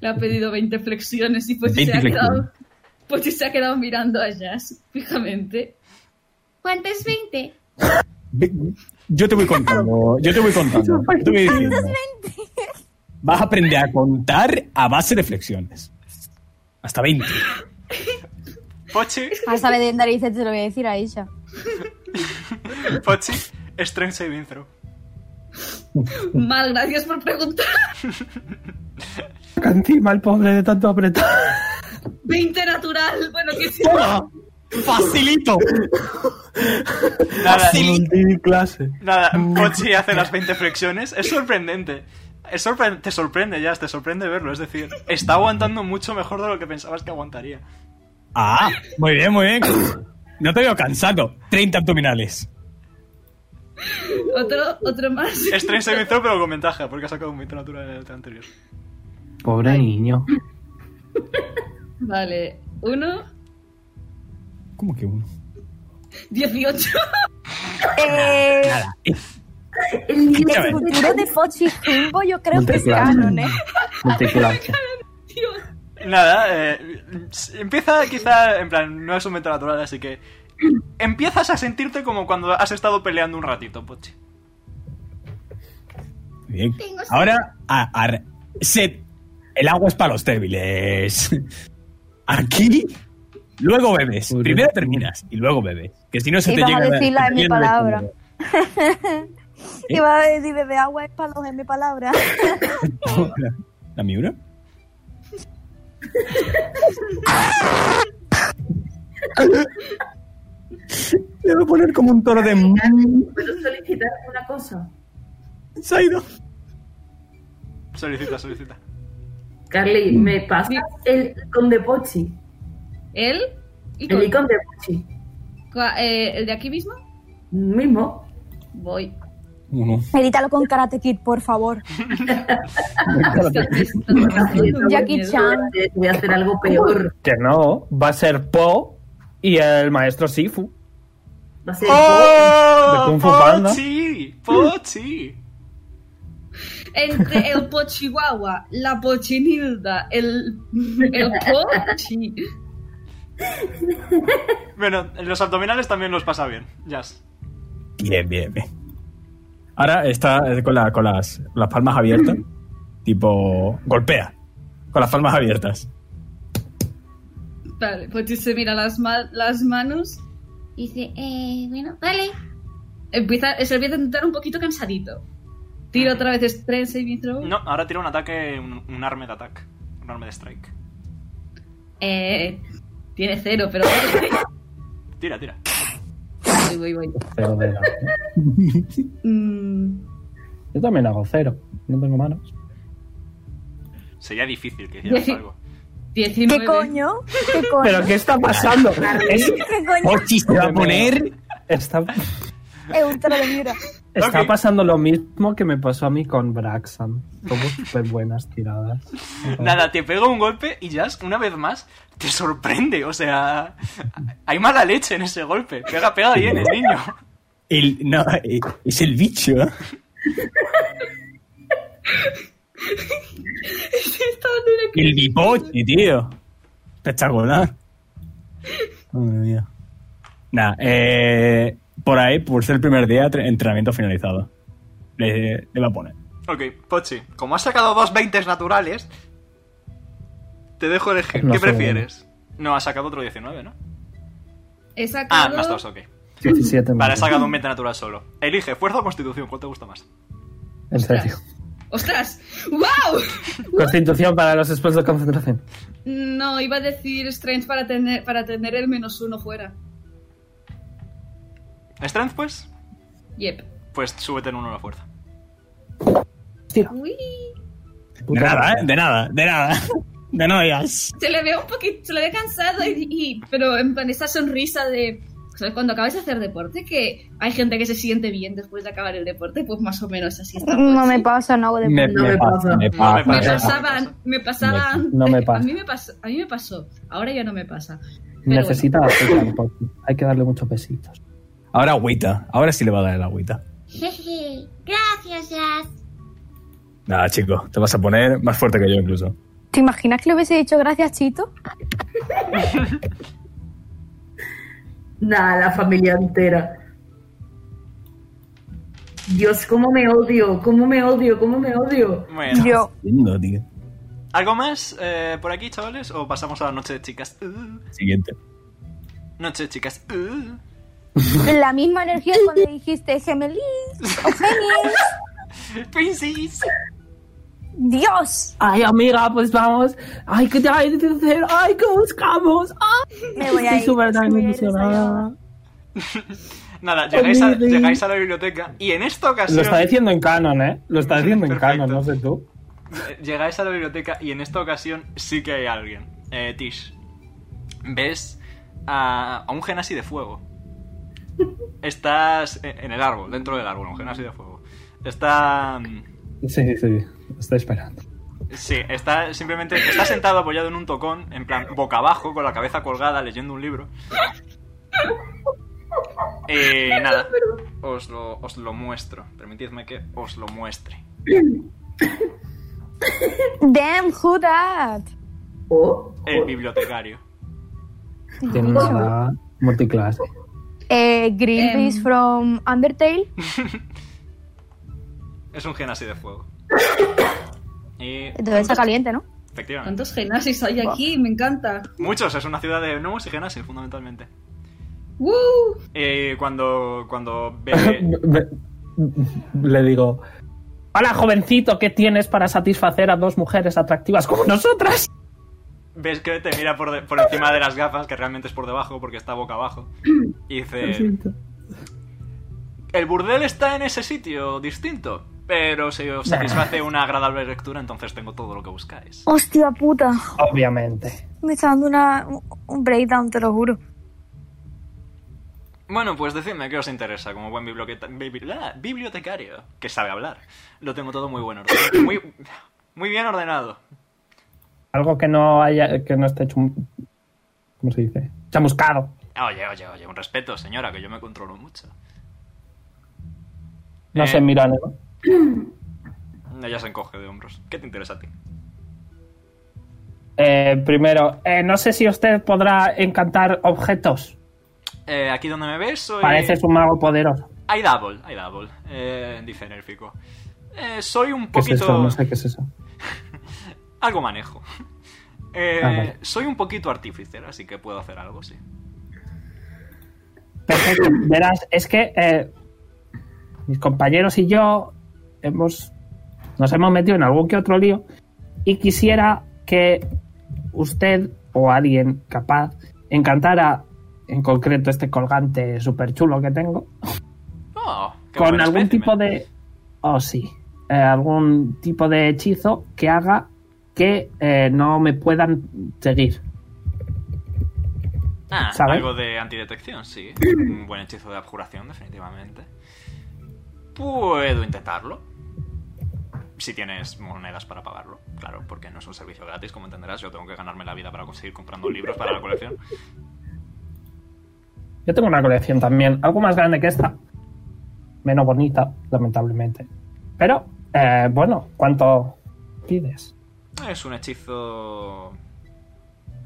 S2: Le ha pedido 20 flexiones y Pochi
S6: 20
S2: se ha
S6: flexiones.
S2: quedado. Pochi se ha quedado mirando a Jazz fijamente.
S9: ¿Cuánto es 20?
S6: Ve- Yo te voy contando. Yo te voy contando. yo te voy diciendo. Vas a aprender a contar a base de flexiones. Hasta 20.
S1: Pochi,
S3: A saber Ah, de narices te lo voy a decir a ella.
S1: Pochi, Strength Saving Throw.
S2: Mal, gracias por preguntar.
S4: Saca Encima el pobre de tanto apretar.
S2: 20 natural. Bueno, que sí.
S6: ¡Facilito!
S1: Nada,
S4: Multiclase.
S1: nada, Pochi hace las 20 flexiones. Es sorprendente. Es sorpre- te sorprende, Jazz, te sorprende verlo. Es decir, está aguantando mucho mejor de lo que pensabas que aguantaría.
S6: Ah, muy bien, muy bien. No te veo cansado. 30 abdominales.
S2: Otro, otro más.
S1: Strength Saving Throw, pero con ventaja, porque ha sacado un 20 natural en el anterior.
S4: Pobre niño.
S2: Vale. Uno,
S6: ¿Cómo que uno?
S2: 18.
S3: Eh,
S6: Nada.
S5: El niño
S6: Escúchame.
S5: se puede-
S3: Futuro de Pochi Jimbo, yo creo que es
S4: Multiclase.
S3: canon, ¿eh?
S4: Multiclase.
S1: Nada, eh, empieza quizá, en plan, no es un meta natural, así que empiezas a sentirte como cuando has estado peleando un ratito, Pochi.
S6: Muy bien. Ahora, a- a- se- el agua es para los débiles. Aquí, luego bebes. Primero terminas y luego bebes. Que si no se te
S3: Ibas
S6: llega...
S3: a decir la de mi
S6: te llega-
S3: palabra.
S8: eh.
S3: Iba a decir, bebe agua es para los de mi palabra.
S6: ¿La Miura? Le voy a poner como un toro de...
S5: ¿Puedo solicitar una cosa?
S6: Se ha ido.
S1: Solicita, solicita.
S5: Carly, ¿me pasas el icon de Pochi?
S2: ¿El?
S5: El icon de Pochi.
S2: Cua- eh, ¿El de aquí mismo?
S5: Mismo.
S2: Voy.
S6: Uno.
S8: Edítalo con Karate Kid, por favor.
S5: Ah, Jackie
S8: Ah.
S5: Chan. Voy a hacer algo peor.
S4: Que no, va a ser Po y el maestro Sifu.
S5: Va a ser
S1: Oh.
S4: De Kung Fu Panda.
S1: Pochi, Pochi.
S2: Entre el Pochihuahua, la Pochinilda, el, el Pochi.
S1: Bueno, los abdominales también los pasa bien. Jazz.
S6: Bien, bien, bien. Ahora está eh, con, la- con las, las palmas abiertas. Mm. tipo, golpea. Con las palmas abiertas.
S2: Vale, Pochi se mira las, ma- las manos.
S9: Dice, eh, bueno, vale.
S2: Empieza, se empieza a intentar un poquito cansadito. Tiro otra vez estrés y mitro.
S1: No, ahora tira un ataque, un, un armed attack. Un armed strike.
S2: Eh, tiene cero, pero.
S1: Tira, tira.
S2: voy, voy, voy.
S4: Cero de la-
S2: Mm,
S4: Yo también hago cero. No tengo manos.
S1: Sería difícil que hicieras
S2: Dieci-
S1: algo.
S2: 19.
S8: ¿Qué coño? ¿Qué coño?
S4: ¿Pero qué está pasando? Es-
S8: ¿Qué coño?
S6: Pochi se va a poner.
S4: Está,
S8: Es un tro de mira.
S4: está pasando lo mismo que me pasó a mí con Braxan. Como súper buenas tiradas.
S1: Nada, te pega un golpe y Jazz, una vez más, te sorprende. O sea, hay mala leche en ese golpe. Pega, pega bien el niño.
S6: El, no, eh, es el bicho. ¿eh?
S2: Está dando una
S6: El bipoche, tío. Oh, Espectacular. Madre mía. Nah, eh, por ahí, por ser el primer día, tre- entrenamiento finalizado. Le, le va a poner.
S1: Ok, Pochi, como has sacado dos veintes naturales, te dejo elegir.
S6: No
S1: ¿Qué
S6: sé.
S1: prefieres? No, has sacado otro 19, ¿no?
S2: He
S1: Ah,
S2: sacado.
S1: más dos, ok.
S4: 17
S1: Vale,
S4: manos.
S1: has sacado un 20 natural solo. Elige, fuerza o constitución, ¿cuál te gusta más?
S4: En serio.
S2: ¡Ostras! ¡Wow!
S4: Constitución para los esfuerzos de concentración.
S2: No, iba a decir Strength para tener, para tener el menos uno fuera.
S1: ¿Strength, pues?
S2: Yep.
S1: Pues súbete en uno a la fuerza.
S2: Uy.
S6: De nada, ¿eh? De nada, de nada. De no digas.
S2: Se le ve un poquito, se le ve cansado, y, y- pero en plan esa sonrisa de... ¿sabes? Cuando acabas de hacer deporte, que hay gente que se siente bien después de acabar el deporte, pues más o menos así. está.
S8: No me pasa, no hago de
S6: Me,
S8: no
S6: me pasa, me
S1: me
S2: Me
S6: pasa.
S2: pasaba, me pasaba antes.
S4: No me
S2: A
S4: pasa.
S2: mí me pasó, a mí me pasó. Ahora ya no me pasa. Pero
S4: Necesita azúcar, Pochi. Hay que darle muchos besitos.
S6: Ahora agüita. Ahora sí le va a dar el agüita.
S9: Jeje, gracias, Jazz.
S6: Nada, chico. Te vas a poner más fuerte que yo, incluso.
S8: ¿Te imaginas que le hubiese dicho gracias, Chito?
S5: Nada, la familia entera. Dios, cómo me odio, cómo me odio, cómo me odio.
S1: Bueno.
S8: Yo.
S6: Lindo, tío.
S1: ¿Algo más eh, por aquí, chavales? ¿O pasamos a la noche de chicas? Uh,
S6: Siguiente.
S1: noche de chicas. uh.
S8: La misma energía cuando dijiste gemelis o genies.
S1: Princess.
S8: ¡Dios!
S4: Ay, amiga, pues vamos. Ay, que hay que hacer. Ay, que buscamos. Ay,
S8: Me voy a ir,
S4: Estoy súper
S8: me voy a ir
S4: ilusionada.
S1: Nada, llegáis a,
S4: Olvidé.
S1: llegáis a la biblioteca y en esta ocasión...
S4: Oh, Lo está diciendo en canon, ¿eh? Lo está diciendo en
S1: Perfecto.
S4: canon, no sé tú.
S1: Eh, Llegáis a la biblioteca y en esta ocasión sí que hay alguien. Eh, Tish. Ves a, a un genasi de fuego. Estás en en el árbol, dentro del árbol, un genasi de fuego. Está... mm,
S4: Sí, sí, estoy esperando.
S1: Sí, está simplemente... Está sentado apoyado en un tocón, en plan, boca abajo, con la cabeza colgada, leyendo un libro. Eh, nada, os lo, os lo muestro. Permitidme que os lo muestre.
S8: Damn, who that?
S5: Oh,
S1: El bibliotecario.
S4: Tiene una edad multiclase.
S8: Eh, Greenpeace
S2: Em.
S8: from Undertale.
S1: Es un genasi de fuego. Y,
S8: Entonces está caliente, ¿no?
S1: efectivamente.
S2: ¿Cuántos genasis hay aquí? Me encanta.
S1: Muchos, es una ciudad de gnomos y genasis, fundamentalmente.
S2: ¡Woo!
S1: Eh, cuando, cuando ve...
S4: Le digo: Hola, jovencito, ¿qué tienes para satisfacer a dos mujeres atractivas como nosotras?
S1: ves que te mira por, de- por encima de las gafas, que realmente es por debajo porque está boca abajo, y dice... El burdel está en ese sitio distinto, pero se os satisface una agradable lectura, entonces tengo todo lo que buscáis.
S11: Hostia puta.
S4: Obviamente.
S11: Me está dando una, un breakdown, te lo juro.
S1: Bueno, pues decidme qué os interesa, como buen biblioteca- bibli- ah, bibliotecario que sabe hablar. Lo tengo todo muy buen orden- Muy, muy bien ordenado.
S4: Algo que no haya, que no esté chum... ¿Cómo se dice? Chamuscado.
S1: Oye, oye, oye, un respeto, señora, que yo me controlo mucho.
S4: No
S1: Eh.
S4: se mira, ¿no?
S1: Ella se encoge de hombros. ¿Qué te interesa a ti?
S4: Eh, primero, eh, no sé si usted podrá encantar objetos.
S1: Eh, aquí donde me ves soy...
S4: Pareces un mago poderoso.
S1: Hay double, hay double, eh, dice Nérfico. Eh, soy un
S4: ¿Qué es
S1: poquito...
S4: eso? No sé qué es eso.
S1: Algo manejo. Eh,
S4: Ah, vale.
S1: Soy un poquito artífice, así que puedo hacer algo, sí.
S4: Perfecto. Verás, es que eh, mis compañeros y yo hemos nos hemos metido en algún que otro lío y quisiera que usted o alguien capaz encantara en concreto este colgante súper chulo que tengo
S1: Oh, qué
S4: con
S1: buen
S4: algún
S1: espécimen.
S4: tipo de oh sí eh, algún tipo de hechizo que haga que eh, no me puedan seguir
S1: Ah,
S4: ¿Sabe?
S1: algo de antidetección, sí. Un buen hechizo de abjuración, definitivamente. Puedo intentarlo. Si tienes monedas para pagarlo, claro, porque no es un servicio gratis, como entenderás. Yo tengo que ganarme la vida para conseguir comprando libros para la colección.
S4: Yo tengo una colección también, algo más grande que esta. Menos bonita, lamentablemente. Pero, eh, bueno, ¿cuánto pides?
S1: Es un hechizo...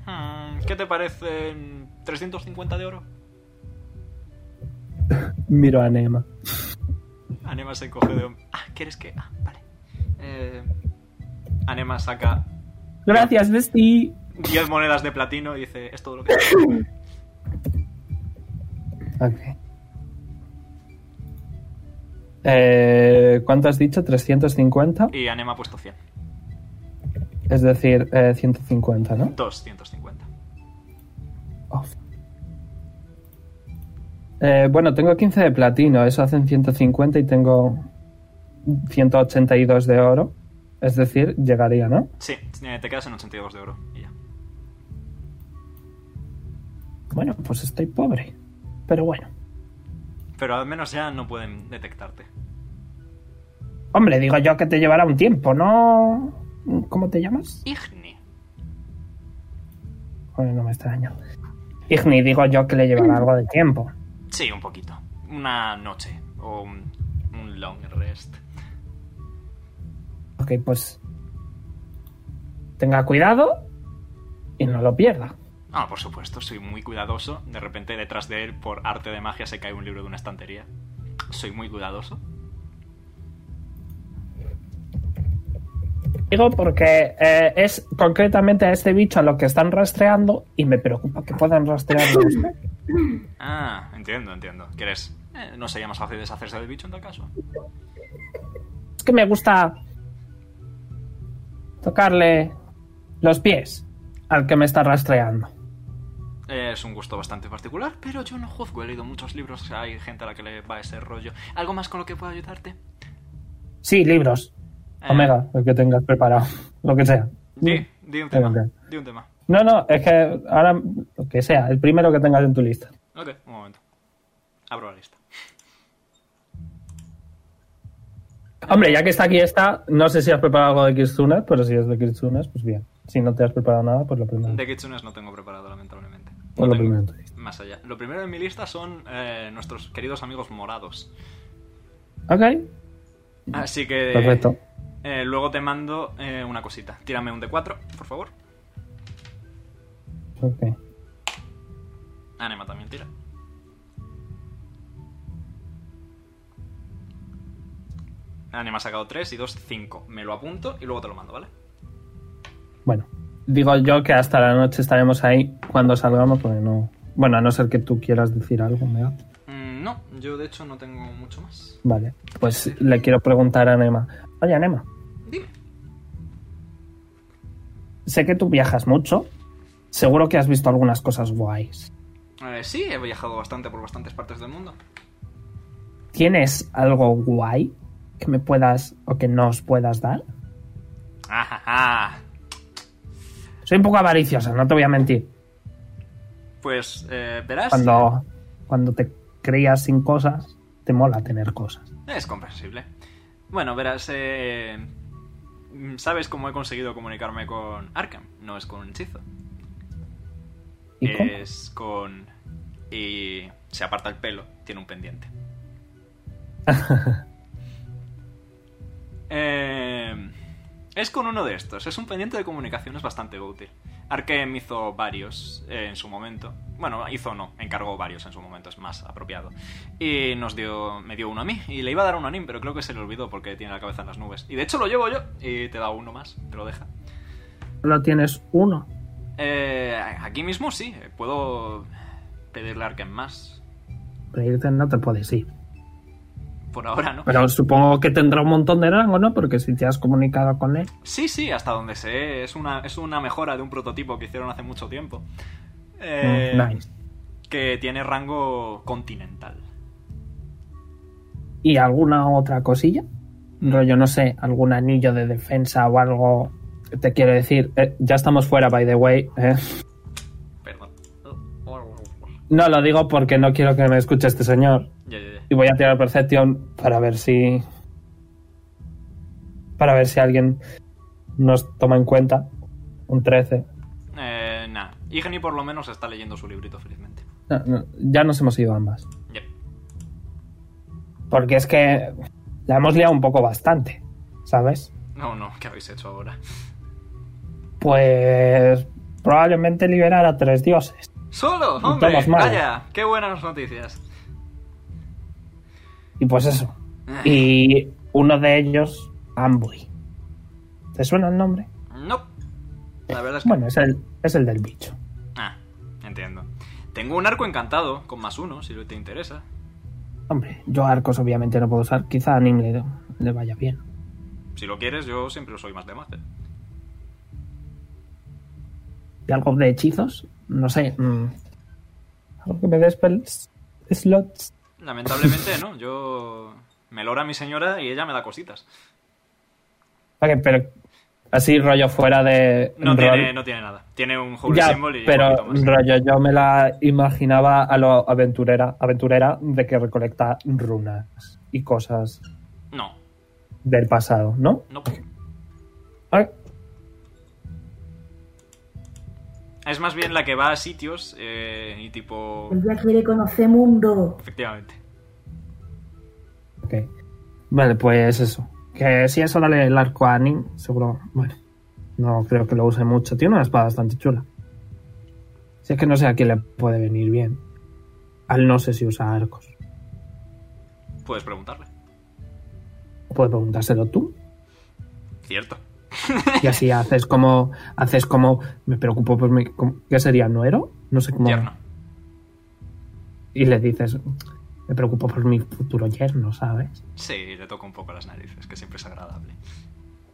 S1: Hmm, ¿Qué te parecen 350 de oro?
S4: Miro a Nema.
S1: Anema se coge de... hom- Ah, ¿quieres que...? Ah, vale. Eh, Anema saca
S4: Gracias, Besti.
S1: 10 monedas de platino y dice, es todo lo que...
S4: Ok. Eh, ¿Cuánto has dicho? ¿350?
S1: Y Anema ha puesto 100.
S4: Es decir, eh, 150, ¿no?
S1: 250.
S4: Eh, bueno, tengo 15 de platino, eso hacen 150 y tengo 182 de oro. Es decir, llegaría, ¿no?
S1: Sí, eh, te quedas en 82 de oro y ya.
S4: Bueno, pues estoy pobre. Pero bueno.
S1: Pero al menos ya no pueden detectarte.
S4: Hombre, digo yo que te llevará un tiempo, ¿no? ¿Cómo te llamas?
S1: Igni.
S4: Joder, no me extraño. Igni, digo yo que le llevará algo de tiempo.
S1: Sí, un poquito. Una noche o un, un long rest.
S4: Ok, pues. Tenga cuidado y no lo pierda.
S1: Ah, por supuesto, soy muy cuidadoso. De repente detrás de él, por arte de magia, se cae un libro de una estantería. Soy muy cuidadoso.
S4: Digo porque eh, es concretamente a este bicho a lo que están rastreando y me preocupa que puedan rastrearlo. a usted.
S1: Ah, entiendo, entiendo. ¿Quieres? eh, no sería más fácil deshacerse del bicho en tal caso.
S4: es que me gusta tocarle los pies al que me está rastreando.
S1: Es un gusto bastante particular, pero yo no juzgo. He leído muchos libros. Hay gente a la que le va ese rollo. ¿Algo más con lo que pueda ayudarte? Eh,
S4: Sí, libros.
S1: Ah.
S4: Omega, el que tengas preparado. Lo que sea.
S1: Di, di un
S4: Pero
S1: tema.
S4: ok.
S1: Di un tema.
S4: No, no, es que ahora lo que sea, el primero que tengas en tu lista.
S1: Ok, un momento. Abro la lista.
S4: Hombre, ya que está aquí está, no sé si has preparado algo de Kitsunes, pero si es de Kitsunes, pues bien. Si no te has preparado nada, pues lo primero.
S1: De Kitsunes no tengo preparado, lamentablemente.
S4: Pues lo primero.
S1: Más allá. Lo primero en mi lista son eh, nuestros queridos amigos morados.
S4: Ok,
S1: Así que.
S4: Mm. Perfecto.
S1: eh, luego te mando eh, una cosita. Tírame un D4, por favor.
S4: ok.
S1: Anima también tira. Anima ha sacado 3 y 2, 5. Me lo apunto y luego te lo mando, ¿vale?
S4: Bueno, digo yo que hasta la noche estaremos ahí cuando salgamos, porque no. Bueno, a no ser que tú quieras decir algo, Omega.
S1: Mm, no, yo de hecho no tengo mucho más.
S4: Vale, pues le quiero preguntar a Nema. Oye, Nema.
S1: Dime.
S4: Sé que tú viajas mucho. Seguro que has visto algunas cosas guays.
S1: Eh, sí, he viajado bastante por bastantes partes del mundo.
S4: ¿Tienes algo guay que me puedas o que nos puedas dar?
S1: Ajaja.
S4: Soy un poco avariciosa, no te voy a mentir.
S1: Pues eh, verás.
S4: Cuando, cuando te creías sin cosas, te mola tener cosas.
S1: Es comprensible. Bueno, verás. eh, mm, Sabes cómo he conseguido comunicarme con Arkham. No es con un hechizo. Eh,
S4: ¿Y cómo?
S1: Es con. Y se aparta el pelo. Tiene un pendiente. Eh, es con uno de estos. Es un pendiente de comunicaciones bastante útil. Arkem hizo varios eh, en su momento. Bueno, hizo no, encargó varios en su momento, es más apropiado. Y nos dio, me dio uno a mí. Y le iba a dar uno a Nim, pero creo que se le olvidó porque tiene la cabeza en las nubes. Y de hecho lo llevo yo y te da uno más, te lo deja.
S4: Solo tienes uno.
S1: Eh, aquí mismo sí, Eh, puedo pedirle a Arkem más.
S4: Reírte no te puedes ir.
S1: Por ahora no.
S4: Pero supongo que tendrá un montón de rango, ¿no? Porque si te has comunicado con él.
S1: Sí, sí, hasta donde sé. Es una, es una mejora de un prototipo que hicieron hace mucho tiempo. Eh,
S4: Mm, nice.
S1: Que tiene rango continental.
S4: ¿Y alguna otra cosilla? Rollo, no sé, algún anillo de defensa o algo. Te quiero decir, eh, ya estamos fuera, by the way. eh.
S1: Perdón.
S4: No lo digo porque no quiero que me escuche este señor.
S1: Ya, ya, ya.
S4: Y voy a tirar Perception para ver si. Para ver si alguien nos toma en cuenta. Un 13.
S1: Eh, nah. Igni por lo menos está leyendo su librito felizmente.
S4: No, no, ya nos hemos ido ambas.
S1: Ya.
S4: Porque es que la hemos liado un poco bastante, ¿sabes?
S1: No, no, ¿qué habéis hecho ahora?
S4: Pues probablemente liberar a tres dioses.
S1: ¡Solo!
S4: Y
S1: ¡Hombre!
S4: tomas malas.
S1: ¡Vaya! ¡Qué buenas noticias!
S4: Y pues eso. Y uno de ellos, Ambuy. ¿Te suena el nombre?
S1: No. La verdad es que.
S4: Bueno, es el, es el del bicho.
S1: Ah, entiendo. Tengo un arco encantado con más uno, si te interesa.
S4: Hombre, yo arcos obviamente no puedo usar. Quizá a Nim le, le vaya bien.
S1: Si lo quieres, yo siempre soy más de Master.
S4: ¿Y algo de hechizos? No sé. mm, Algo que me dé spell slots.
S1: Lamentablemente no, yo. Me lora mi señora y ella me da cositas.
S4: Ok, pero así rollo fuera de
S1: No,
S4: rol.
S1: tiene, no tiene nada. Tiene un holy
S4: ya,
S1: symbol y
S4: pero
S1: un poquito más.
S4: rollo yo me la imaginaba a lo aventurera, aventurera de que recolecta runas y cosas
S1: No,
S4: del pasado, ¿no?
S1: no.
S4: Ok,
S1: Es más bien la que va a sitios eh, y tipo.
S5: Ella quiere conocer mundo.
S1: Efectivamente.
S4: ok. Vale, pues eso. Que si eso dale el arco a Nin, seguro. Bueno, no creo que lo use mucho. Tiene una espada bastante chula. Si es que no sé a quién le puede venir bien. Al no sé si usa arcos.
S1: Puedes preguntarle.
S4: Puedes preguntárselo tú.
S1: Cierto.
S4: Y así haces como. Haces como. Me preocupo por mi. como- ¿Qué sería? ¿Nuero? No sé cómo.
S1: Tierno.
S4: Y le dices. Me preocupo por mi futuro yerno, ¿sabes?
S1: Sí, le toco un poco las narices, que siempre es agradable.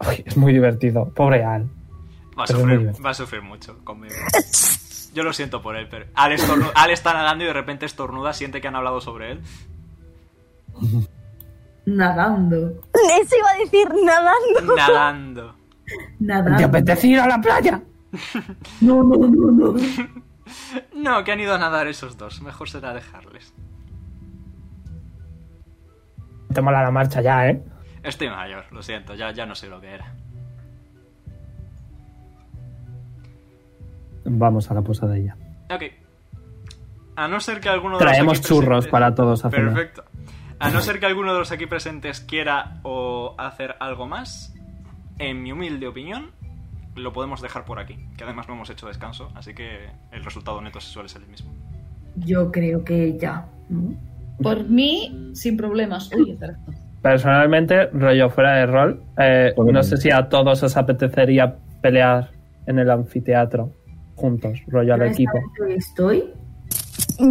S4: Ay, es muy divertido. Pobre Al.
S1: Va a,
S4: Pero muy
S1: sufrir,
S4: bien.
S1: va a sufrir mucho conmigo. Yo lo siento por él, pero Al, estornu- Al está nadando y de repente estornuda, siente que han hablado sobre él.
S5: Nadando.
S11: Eso iba a decir nadando.
S1: Nadando.
S4: ¿Te
S5: Nadando.
S4: apetece ir a la playa? No, no, no, no.
S1: No, que han ido a nadar esos dos. Mejor será dejarles.
S4: Te mola la marcha ya, ¿eh?
S1: Estoy mayor, lo siento, ya, ya no sé lo que era.
S4: Vamos a la posada ya.
S1: Ok. A no ser que alguno de los
S4: Traemos
S1: aquí
S4: churros
S1: presentes-
S4: para todos a cenar.
S1: Perfecto. A no ser que alguno de los aquí presentes quiera o hacer algo más, en mi humilde opinión, lo podemos dejar por aquí. Que además no hemos hecho descanso, así que el resultado neto se suele ser el mismo.
S5: Yo creo que ya. ¿no?
S17: Por mí, sin problemas. Uy, espera.
S4: Personalmente, rollo fuera de rol, eh, no sé si a todos os apetecería pelear en el anfiteatro juntos, rollo al
S5: Pero
S4: equipo.
S5: esta vez que este Estoy.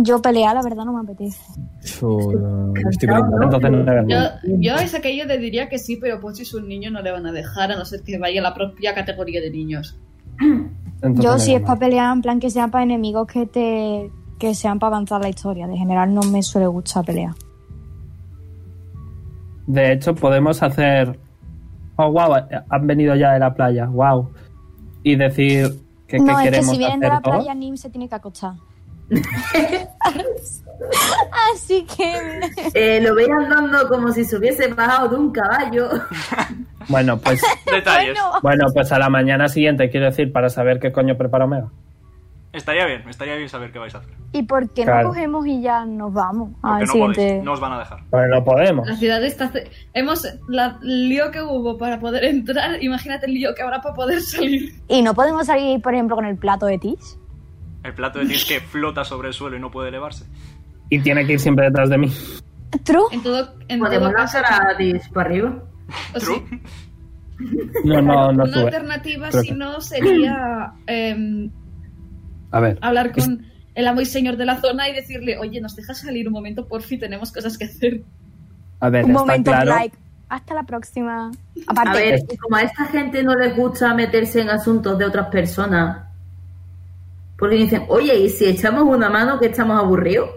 S3: Yo pelear, la verdad, no me apetece.
S6: Estoy
S4: Entonces, no
S17: Yo, yo es aquello le diría que sí, pero pues si es un niño no le van a dejar, a no ser que vaya a la propia categoría de niños.
S4: entonces
S3: Yo
S4: no
S3: si
S4: hay
S3: es para pelear, en plan que sea para enemigos que te que sean para avanzar la historia. De general no me suele gustar pelear.
S4: nada. De hecho, podemos hacer. Oh, wow, han venido ya de la playa, wow. Y decir que, que
S8: no, es que
S4: queremos
S8: si vienen de
S4: hacer
S8: la
S4: todos.
S8: playa, Nim se tiene que acostar. Así que.
S5: Eh, lo veis andando como si se hubiese bajado de un caballo.
S4: Bueno, pues.
S1: Detalles.
S4: Bueno, pues a la mañana siguiente, quiero decir, para saber qué coño prepara Omega.
S1: Estaría bien, estaría bien saber qué vais a hacer.
S3: ¿Y por qué
S4: Claro.
S3: no cogemos y ya nos vamos?
S1: Porque
S3: Al
S1: no
S3: siguiente.
S1: podéis, no os van a dejar.
S4: Pues no podemos.
S17: La ciudad está... ce- Hemos... La lío que hubo para poder entrar, imagínate el lío que habrá para poder salir.
S8: ¿Y no podemos salir, por ejemplo, con el plato de Tish?
S1: El plato de Tis que flota sobre el suelo y no puede elevarse.
S4: Y tiene que ir siempre detrás de mí.
S8: True.
S17: En todo, en
S5: Podemos
S17: todo
S5: lanzar a Dis para arriba.
S17: O sea,
S4: No, no, no eh.
S17: una
S4: sube.
S17: alternativa,
S4: Creo
S17: si
S4: que-
S17: no, sería em,
S4: A ver.
S17: hablar con el amo y señor de la zona y decirle, oye, ¿nos dejas salir un momento? Por fin tenemos cosas que hacer.
S4: A ver,
S3: Un
S4: está
S3: momento,
S4: claro.
S3: like. Hasta la próxima. Aparte,
S5: A ver, y como a esta gente no les gusta meterse en asuntos de otras personas, porque dicen, oye, ¿y si echamos una mano que estamos aburridos?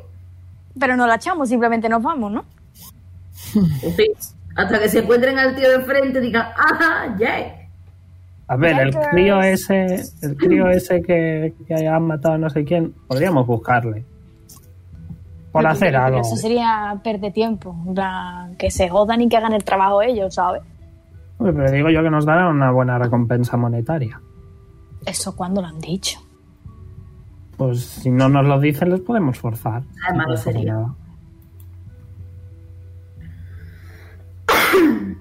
S3: Pero no la echamos, simplemente nos vamos, ¿no?
S5: Sí. Hasta que se encuentren al tío de frente y digan, ajá, ya.
S4: A ver, el
S5: Lakers.
S4: crío ese, el crío ese que, que han matado a no sé quién, podríamos buscarle. Por hacer
S8: Pero
S4: algo.
S8: Eso sería perder tiempo. en plan, Que se jodan y que hagan el trabajo ellos, ¿sabes?
S4: Uy, pero digo yo que nos dará una buena recompensa monetaria.
S8: Eso cuando lo han dicho.
S4: Pues si no nos lo dicen, les podemos forzar.
S8: Además,
S4: No pasa
S8: sería.
S4: nada.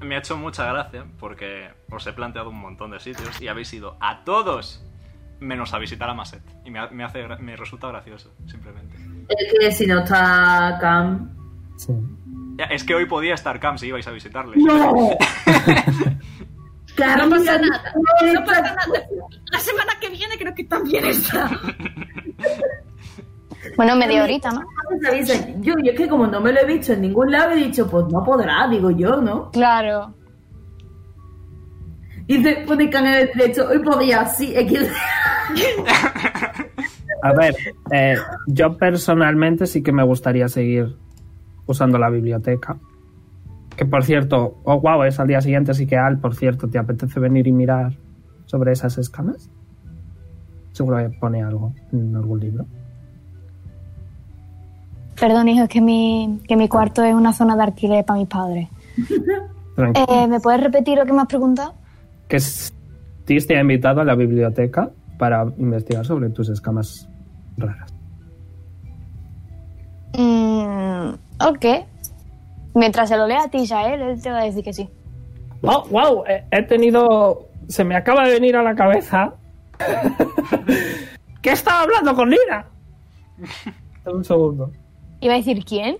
S1: Me ha hecho mucha gracia porque os he planteado un montón de sitios y habéis ido a todos menos a visitar a Maset. Y me, ha- me hace, gra- me resulta gracioso, simplemente.
S5: Es que si no está Cam,
S1: Ya, Es que hoy podía estar Cam si ibais a visitarle.
S5: ¡No!
S17: No pasa nada. No pasa nada. La semana que viene creo que también está.
S8: Bueno, media horita, ¿no?
S5: Yo, yo es que como no me lo he visto en ningún lado, he dicho, pues no podrá, digo yo, ¿no?
S8: Claro.
S5: Dice, pone Cam en el derecho, hoy podía, sí, es que...
S4: A ver, eh, yo personalmente sí que me gustaría seguir usando la biblioteca. Que por cierto, oh wow, es al día siguiente, así que Al, por cierto, ¿te apetece venir y mirar sobre esas escamas? Seguro que pone algo en algún libro.
S8: Perdón, hijo, es que mi, que mi cuarto es una zona de alquiler para mis padres.
S4: Tranquilo.
S8: Eh, ¿Me puedes repetir lo que me has preguntado?
S4: Que s- Tis te ha invitado a la biblioteca para investigar sobre tus escamas raras.
S8: Mm, ok. Mientras se lo lea a ti y a él, él te va a decir que sí.
S4: Wow, Oh, wow, he- he tenido. Se me acaba de venir a la cabeza. que estaba hablando con Lira. Un segundo.
S8: Iba a decir quién.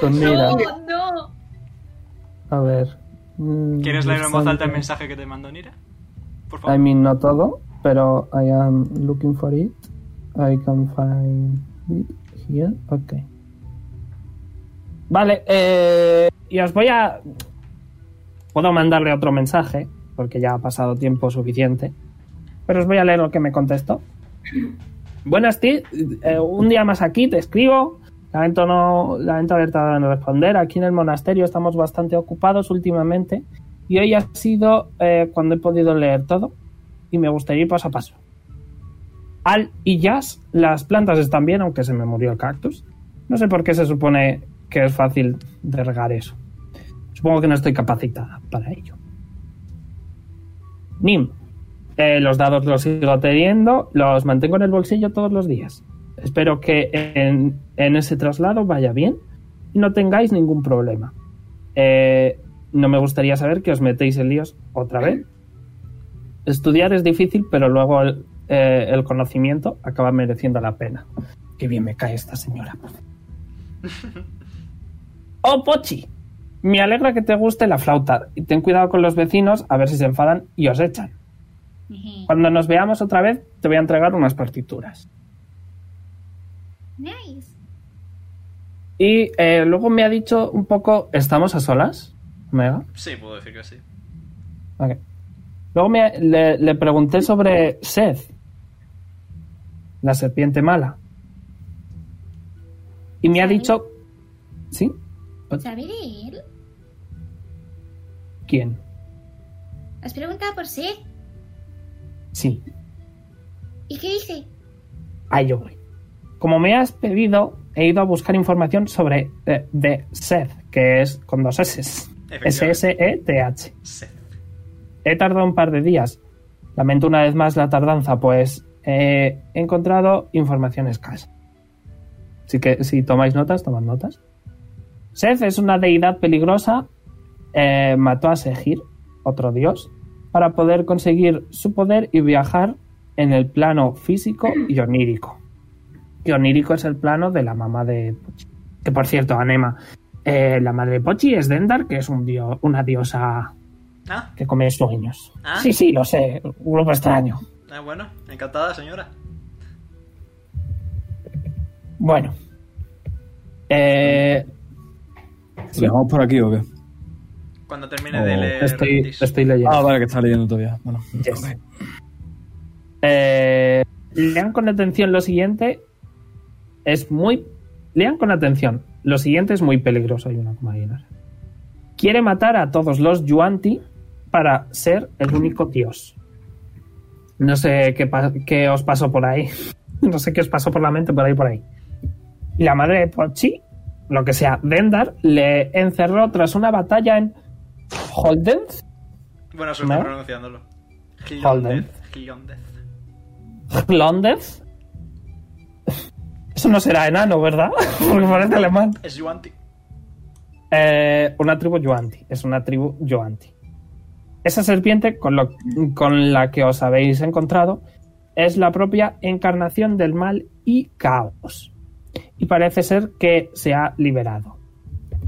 S4: Con Lira.
S17: no.
S4: A ver. Mm,
S1: ¿Quieres leer en voz alta el
S4: Sandra.
S1: mensaje que te mandó Nira? Por
S4: I
S1: favor.
S4: mean, no todo, pero I am looking for it. I can find it here. Ok. Vale, eh, y os voy a... Puedo mandarle otro mensaje, porque ya ha pasado tiempo suficiente. Pero os voy a leer lo que me contestó. Buenas, ti. eh, un día más aquí, te escribo. Lamento, no, lamento haber tardado en responder. Aquí en el monasterio estamos bastante ocupados últimamente. Y hoy ha sido eh, cuando he podido leer todo. Y me gustaría ir paso a paso. Al y Jazz, las plantas están bien, aunque se me murió el cactus. No sé por qué se supone que es fácil de regar eso. Supongo que no estoy capacitada para ello. Nim, eh, los dados los sigo teniendo, los mantengo en el bolsillo todos los días. Espero que en, en ese traslado vaya bien y no tengáis ningún problema. Eh, no me gustaría saber que os metéis en líos otra vez. Estudiar es difícil, pero luego el, eh, el conocimiento acaba mereciendo la pena. Qué bien me cae esta señora. ¡Oh, Pochi! Me alegra que te guste la flauta. Y ten cuidado con los vecinos, a ver si se enfadan y os echan. Cuando nos veamos otra vez, te voy a entregar unas partituras.
S9: Nice.
S4: Y eh, luego me ha dicho un poco, ¿estamos a solas? Omega.
S1: Sí, puedo decir que sí.
S4: Ok. Luego me, le, le pregunté sobre Seth, la serpiente mala. Y me ha dicho... ¿Sí?
S9: ¿Sabe de él?
S4: ¿Quién?
S9: ¿Has preguntado por sí?
S4: Sí.
S9: ¿Y qué dice?
S4: Ahí yo voy. Como me has pedido, he ido a buscar información sobre eh, de Seth, que es con dos S. E S-S-E-T-H. He tardado un par de días. Lamento una vez más la tardanza, pues eh, he encontrado información escasa. Así que si tomáis notas, tomad notas. Seth es una deidad peligrosa. eh, mató a Sehir, otro dios, para poder conseguir su poder y viajar en el plano físico y onírico. Y onírico es el plano de la mamá de Pochi. Que por cierto, Anema, eh, la madre de Pochi es Dendar, que es un dio- una diosa
S1: Ah.
S4: que come sueños.
S1: Ah.
S4: Sí, sí, lo sé, un grupo extraño.
S1: Ah, bueno, encantada, señora.
S4: Bueno. Eh,
S6: ¿Le vamos por aquí o qué?
S1: Cuando termine de
S6: O-
S1: leer.
S4: estoy, estoy leyendo.
S6: Ah, vale, que está leyendo todavía. Bueno,
S4: Yes. Eh, lean con atención lo siguiente. Es muy. Lean con atención. Lo siguiente es muy peligroso. Hay una coma ahí, no sé. Quiere matar a todos los Yuanti para ser el único dios. No sé qué, pa- qué os pasó por ahí. No sé qué os pasó por la mente por ahí por ahí. Y La madre de Pochi, lo que sea, Dendar, le encerró tras una batalla en Holdens.
S1: Buena suerte
S4: ¿No?
S1: pronunciándolo.
S4: Holden.
S1: Giondez, Giondez.
S4: Blondez. Eso no será enano, ¿verdad? Porque parece alemán.
S1: Es Yuanti.
S4: Eh, una tribu Yoanti. Es una tribu Yoanti. Esa serpiente con, lo- con la que os habéis encontrado es la propia encarnación del mal y caos. Y parece ser que se ha liberado.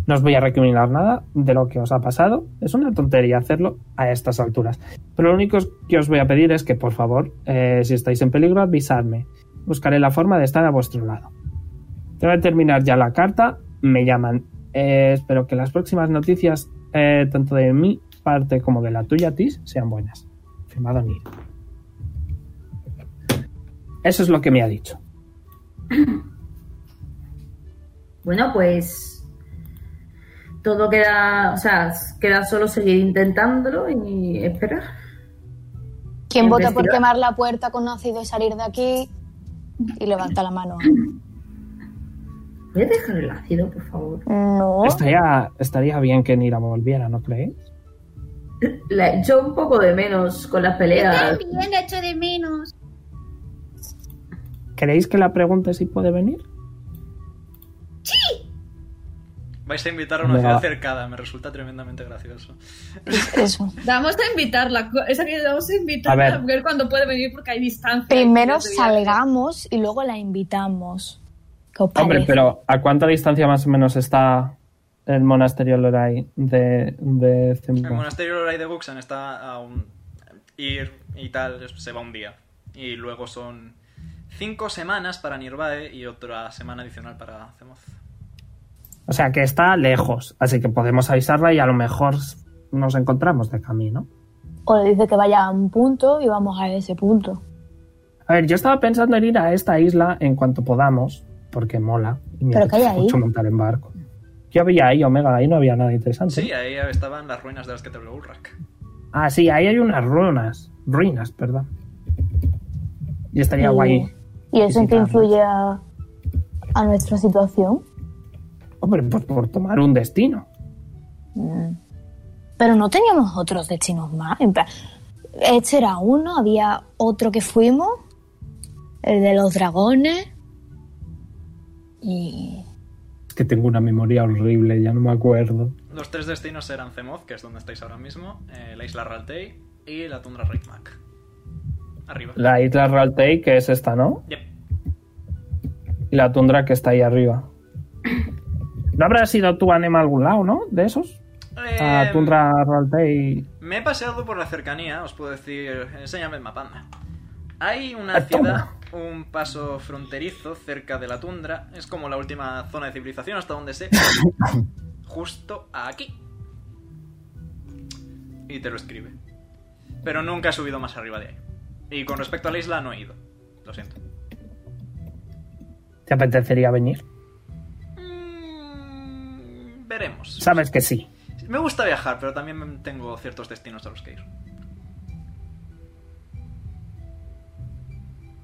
S4: No os voy a recriminar nada de lo que os ha pasado. Es una tontería hacerlo a estas alturas. Pero lo único que os voy a pedir es que, por favor, eh, si estáis en peligro, avisadme. Buscaré la forma de estar a vuestro lado. Tengo que terminar ya la carta. Me llaman. Eh, espero que las próximas noticias, eh, tanto de mi parte como de la tuya, Tis, sean buenas. Firmado Neil. Eso es lo que me ha dicho.
S5: Bueno, pues todo queda, o sea, queda solo seguir intentándolo y esperar.
S8: ¿Quién vota por
S5: Investigar.
S8: quemar la puerta con ácido y salir de aquí? Y levanta la mano.
S5: ¿Puedes dejar el ácido, por favor?
S1: ¿Oh?
S8: No.
S4: Estaría, estaría bien que Nira volviera, ¿no creéis?
S5: La echo un poco de menos con las peleas.
S9: Yo también la echo de menos.
S4: ¿Queréis que la pregunte si puede venir?
S1: Vais a invitar a una
S4: Me
S1: ciudad
S4: va.
S1: cercada, me resulta tremendamente gracioso.
S8: Eso.
S17: Vamos a invitarla. cu- Es que vamos a invitar
S1: A
S17: a,
S1: ver.
S17: la mujer cuando puede venir porque hay distancia.
S8: Primero
S17: Entonces,
S8: salgamos y luego la invitamos. ¿Qué os
S4: Hombre,
S8: parece?
S4: pero ¿a cuánta distancia más o menos está el monasterio Lorai de, de
S1: El
S4: Zembo?
S1: monasterio Loray de Guxan está a un ir y tal, se va un día. Y luego son cinco semanas para Nirvae y otra semana adicional para Zemoz.
S4: O sea, que está lejos, así que podemos avisarla y a lo mejor nos encontramos de camino.
S8: O le dice que vaya a un punto y vamos a ese punto.
S4: A ver, yo estaba pensando en ir a esta isla en cuanto podamos, porque mola. Y me
S8: ¿Pero
S4: apetece
S8: qué hay ahí?
S4: mucho montar en barco. ¿Qué había ahí, Omega? Ahí no había nada interesante.
S1: Sí, ahí estaban las ruinas de las que te habló Ulrak.
S4: Ah, sí, ahí hay unas ruinas. Ruinas, perdón. Y estaría
S8: Y-
S4: guay.
S8: ¿Y eso en qué
S4: visitarlas.
S8: influye a, a nuestra situación?
S4: Hombre, pues por tomar un destino.
S8: Mm. Pero no teníamos otros destinos más. en plan, Este era uno, había otro que fuimos, el de los dragones. Y
S4: Es que tengo una memoria horrible, ya no me acuerdo.
S1: Los tres destinos eran Zemoz, que es donde estáis ahora mismo, eh, la isla Raltei y la tundra Reikmak. Arriba.
S4: La isla Raltei, que es esta, ¿no?
S1: Yep.
S4: Y la tundra que está ahí arriba. ¿No habrás ido tú, Anema, a algún lado, no? ¿De esos?
S1: Em,
S4: A Ah, tundra Raltei.
S1: Me he paseado por la cercanía, os puedo decir, enséñame el mapanda. Hay una
S4: Ah,
S1: ciudad,
S4: toma.
S1: un paso fronterizo cerca de la tundra, es como la última zona de civilización hasta donde sé, justo aquí. Y te lo escribe. Pero nunca he subido más arriba de ahí. Y con respecto a la isla no he ido, lo siento.
S4: ¿Te apetecería venir?
S1: Veremos.
S4: Sabes que sí.
S1: Me gusta viajar, pero también tengo ciertos destinos a los que ir.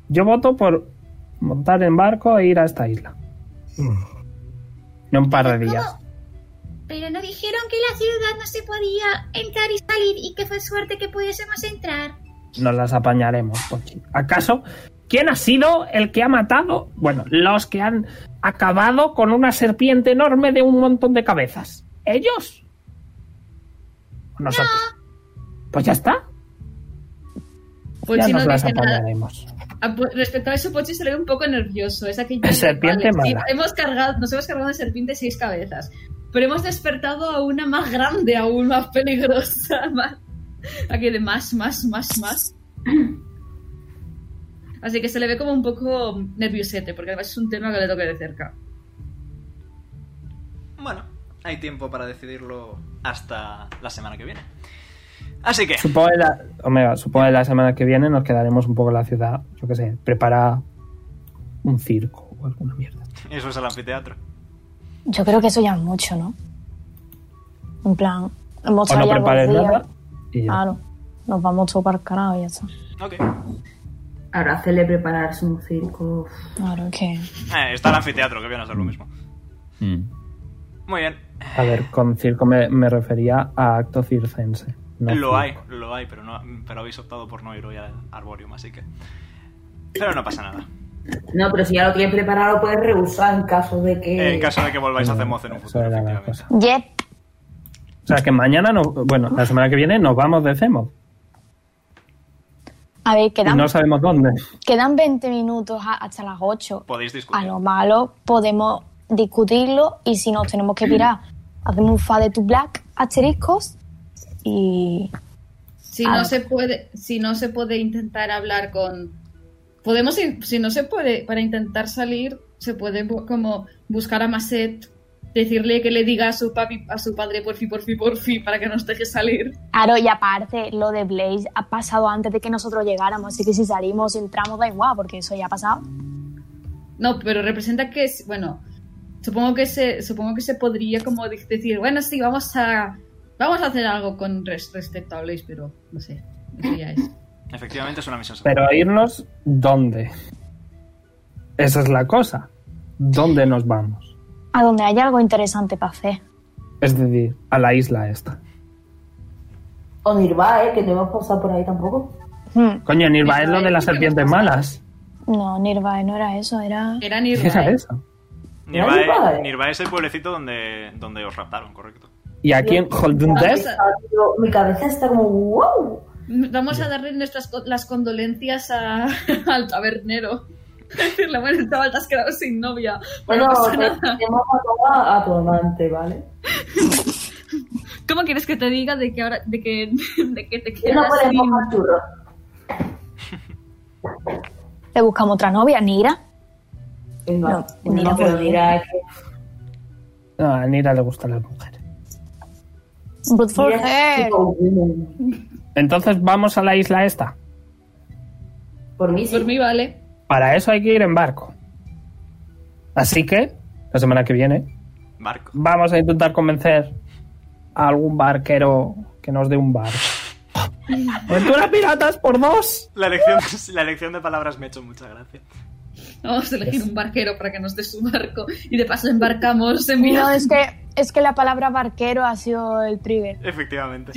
S4: Yo voto por montar en barco e ir a esta isla. En un par de días.
S9: Pero no dijeron que la ciudad no se podía entrar y salir y que fue suerte que pudiésemos entrar.
S4: Nos las apañaremos, Pochi. ¿Acaso quién ha sido el que ha matado? Bueno, los que han acabado con una serpiente enorme de un montón de cabezas. ¿Ellos? Nosotros. Pues ya está.
S2: Pochi
S4: ya
S2: Pues
S4: nos
S2: no
S4: las
S2: dice nada.
S4: apañaremos.
S2: A- po- Ah, pues, Respecto a eso, Pochi se le ve un poco nervioso. Es aquello de,
S4: Serpiente
S2: sí,
S4: mala.
S2: hemos cargado, nos hemos cargado una serpiente de seis cabezas, pero hemos despertado a una más grande, aún más peligrosa. Más, aquí de más, más, más, más. Así que se le ve como un poco nerviosete, porque además es un tema que le toca de cerca.
S1: Bueno, hay tiempo para decidirlo hasta la semana que viene. Así que,
S4: Supongo que la, Omega, supongo que la semana que viene nos quedaremos un poco en la ciudad. Yo qué sé, prepara un circo o alguna mierda.
S1: eso es el anfiteatro.
S8: Yo creo que eso ya es mucho, ¿no? En plan, hemos
S4: O no
S8: estado ya Ah,
S4: prepares
S8: dos días.
S4: nada y ya.
S8: Claro, nos vamos todos para el carajo y ya está.
S18: Ahora hacerle prepararse un circo.
S8: Claro, que.
S1: Eh, está el anfiteatro, que viene a ser lo mismo. Muy bien,
S4: A ver, con circo me, me refería a acto circense. no
S1: lo
S4: circo.
S1: hay, lo hay, pero, no, pero habéis optado por no ir hoy al arborium, así que... Pero no pasa nada.
S18: No, pero si ya lo tienes preparado, puedes rehusar en caso de que.
S4: Eh,
S1: En caso de que volváis a Zemoz en un futuro.
S4: O sea, que mañana, no, bueno, la semana que viene nos vamos de CEMO.
S8: A ver,
S4: Y
S8: quedan,
S4: no sabemos dónde.
S8: quedan 20 minutos a- hasta las 8.
S1: Podéis discutir.
S8: A lo malo podemos discutirlo y si nos tenemos que pirar, hacemos un fa de tu black, asteriscos y...
S2: Si
S8: Ah.
S2: no se puede, si no se puede intentar hablar con, podemos, in- si no se puede, para intentar salir, se puede bu- como buscar a Maset, decirle que le diga a su papi, a su padre por fin, por fin, por fin, para que nos deje salir.
S8: Claro, y aparte, lo de Blaze ha pasado antes de que nosotros llegáramos, así que si salimos y entramos da igual, porque eso ya ha pasado.
S2: No, pero representa que es, bueno, supongo que se, supongo que se podría como de- decir, bueno, sí, vamos a, vamos a hacer algo con res- respecto a Blaze, pero no sé, eso ya es.
S1: Efectivamente es una misión
S4: Pero irnos, ¿dónde? Esa es la cosa. ¿Dónde nos vamos?
S8: A donde haya algo interesante para hacer.
S4: Es decir, a la isla esta.
S5: O Nirva, ¿eh? Que no hemos pasado por ahí tampoco.
S8: Hmm,
S4: Coño, Nirva es lo de las serpientes malas.
S8: No, Nirvae no era eso, era...
S2: Era
S4: Era eso.
S1: Nirvae, Nirvae es el pueblecito donde, donde os raptaron, correcto.
S4: Y aquí en Holdundes,
S5: Mi cabeza está como wow.
S2: Vamos a darle nuestras co- las condolencias a- al tabernero. Decirle, bueno, chaval, te has quedado sin novia. Bueno,
S5: Bueno,
S2: no pasa
S5: te-
S2: nada.
S5: tenemos a tu, a tu amante, ¿vale?
S2: ¿Cómo quieres que te diga de que ahora de que, de que te
S5: Que no
S2: quedas sin-
S5: podemos más churros.
S8: Le buscamos otra novia, Nira.
S5: No,
S8: Nira
S5: no,
S8: fue
S5: pero mira, que
S4: No, a Nira le gustan las mujeres.
S8: Good for
S5: Yes,
S2: Eh.
S8: her.
S4: Entonces vamos a la isla esta.
S5: por mí sí.
S2: Por mí vale.
S4: Para eso hay que ir en barco. Así que, la semana que viene,
S1: Barco.
S4: vamos a intentar convencer a algún barquero que nos dé un barco. ¡Aventuras piratas por dos!
S1: La elección, la elección de palabras me ha hecho mucha gracia.
S2: Vamos a elegir un barquero para que nos dé su barco. Y de paso embarcamos en
S8: No,
S2: viaje.
S8: es que, es que la palabra barquero ha sido el trigger.
S1: Efectivamente.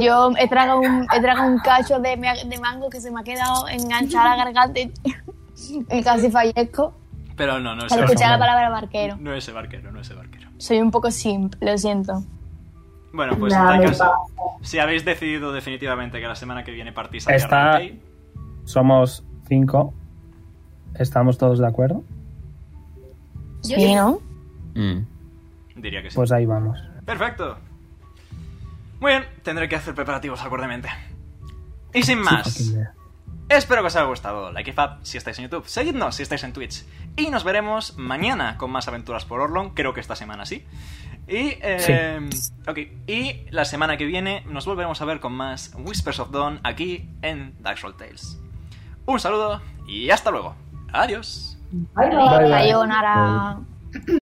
S8: Yo he tragado un, he tragado un cacho de, ma- de mango que se me ha quedado enganchada a la garganta y, y casi fallezco
S1: Pero no, no es
S8: al
S1: el
S8: escuchar la
S1: barquero.
S8: palabra barquero.
S1: No es el barquero, no es el barquero.
S8: Soy un poco simp, lo siento.
S1: Bueno, pues en
S8: Nada,
S1: tal
S8: me
S1: caso, si habéis decidido definitivamente que la semana que viene partís hacia
S4: Está.
S1: Rancay,
S4: Somos cinco. ¿Estamos todos de acuerdo?
S8: Sí, ¿no?
S1: diría que sí.
S4: Pues ahí vamos.
S1: Perfecto. Muy bien, tendré que hacer preparativos acordemente. Y sin más, espero que os haya gustado. Like if up si estáis en YouTube, seguidnos si estáis en Twitch. Y nos veremos mañana con más aventuras por Orlon, creo que esta semana sí. Y, eh, ok, y la semana que viene nos volveremos a ver con más Whispers of Dawn aquí en Dark Tales. Un saludo y hasta luego. Adiós.
S5: Bye, bye.
S8: Sayonara.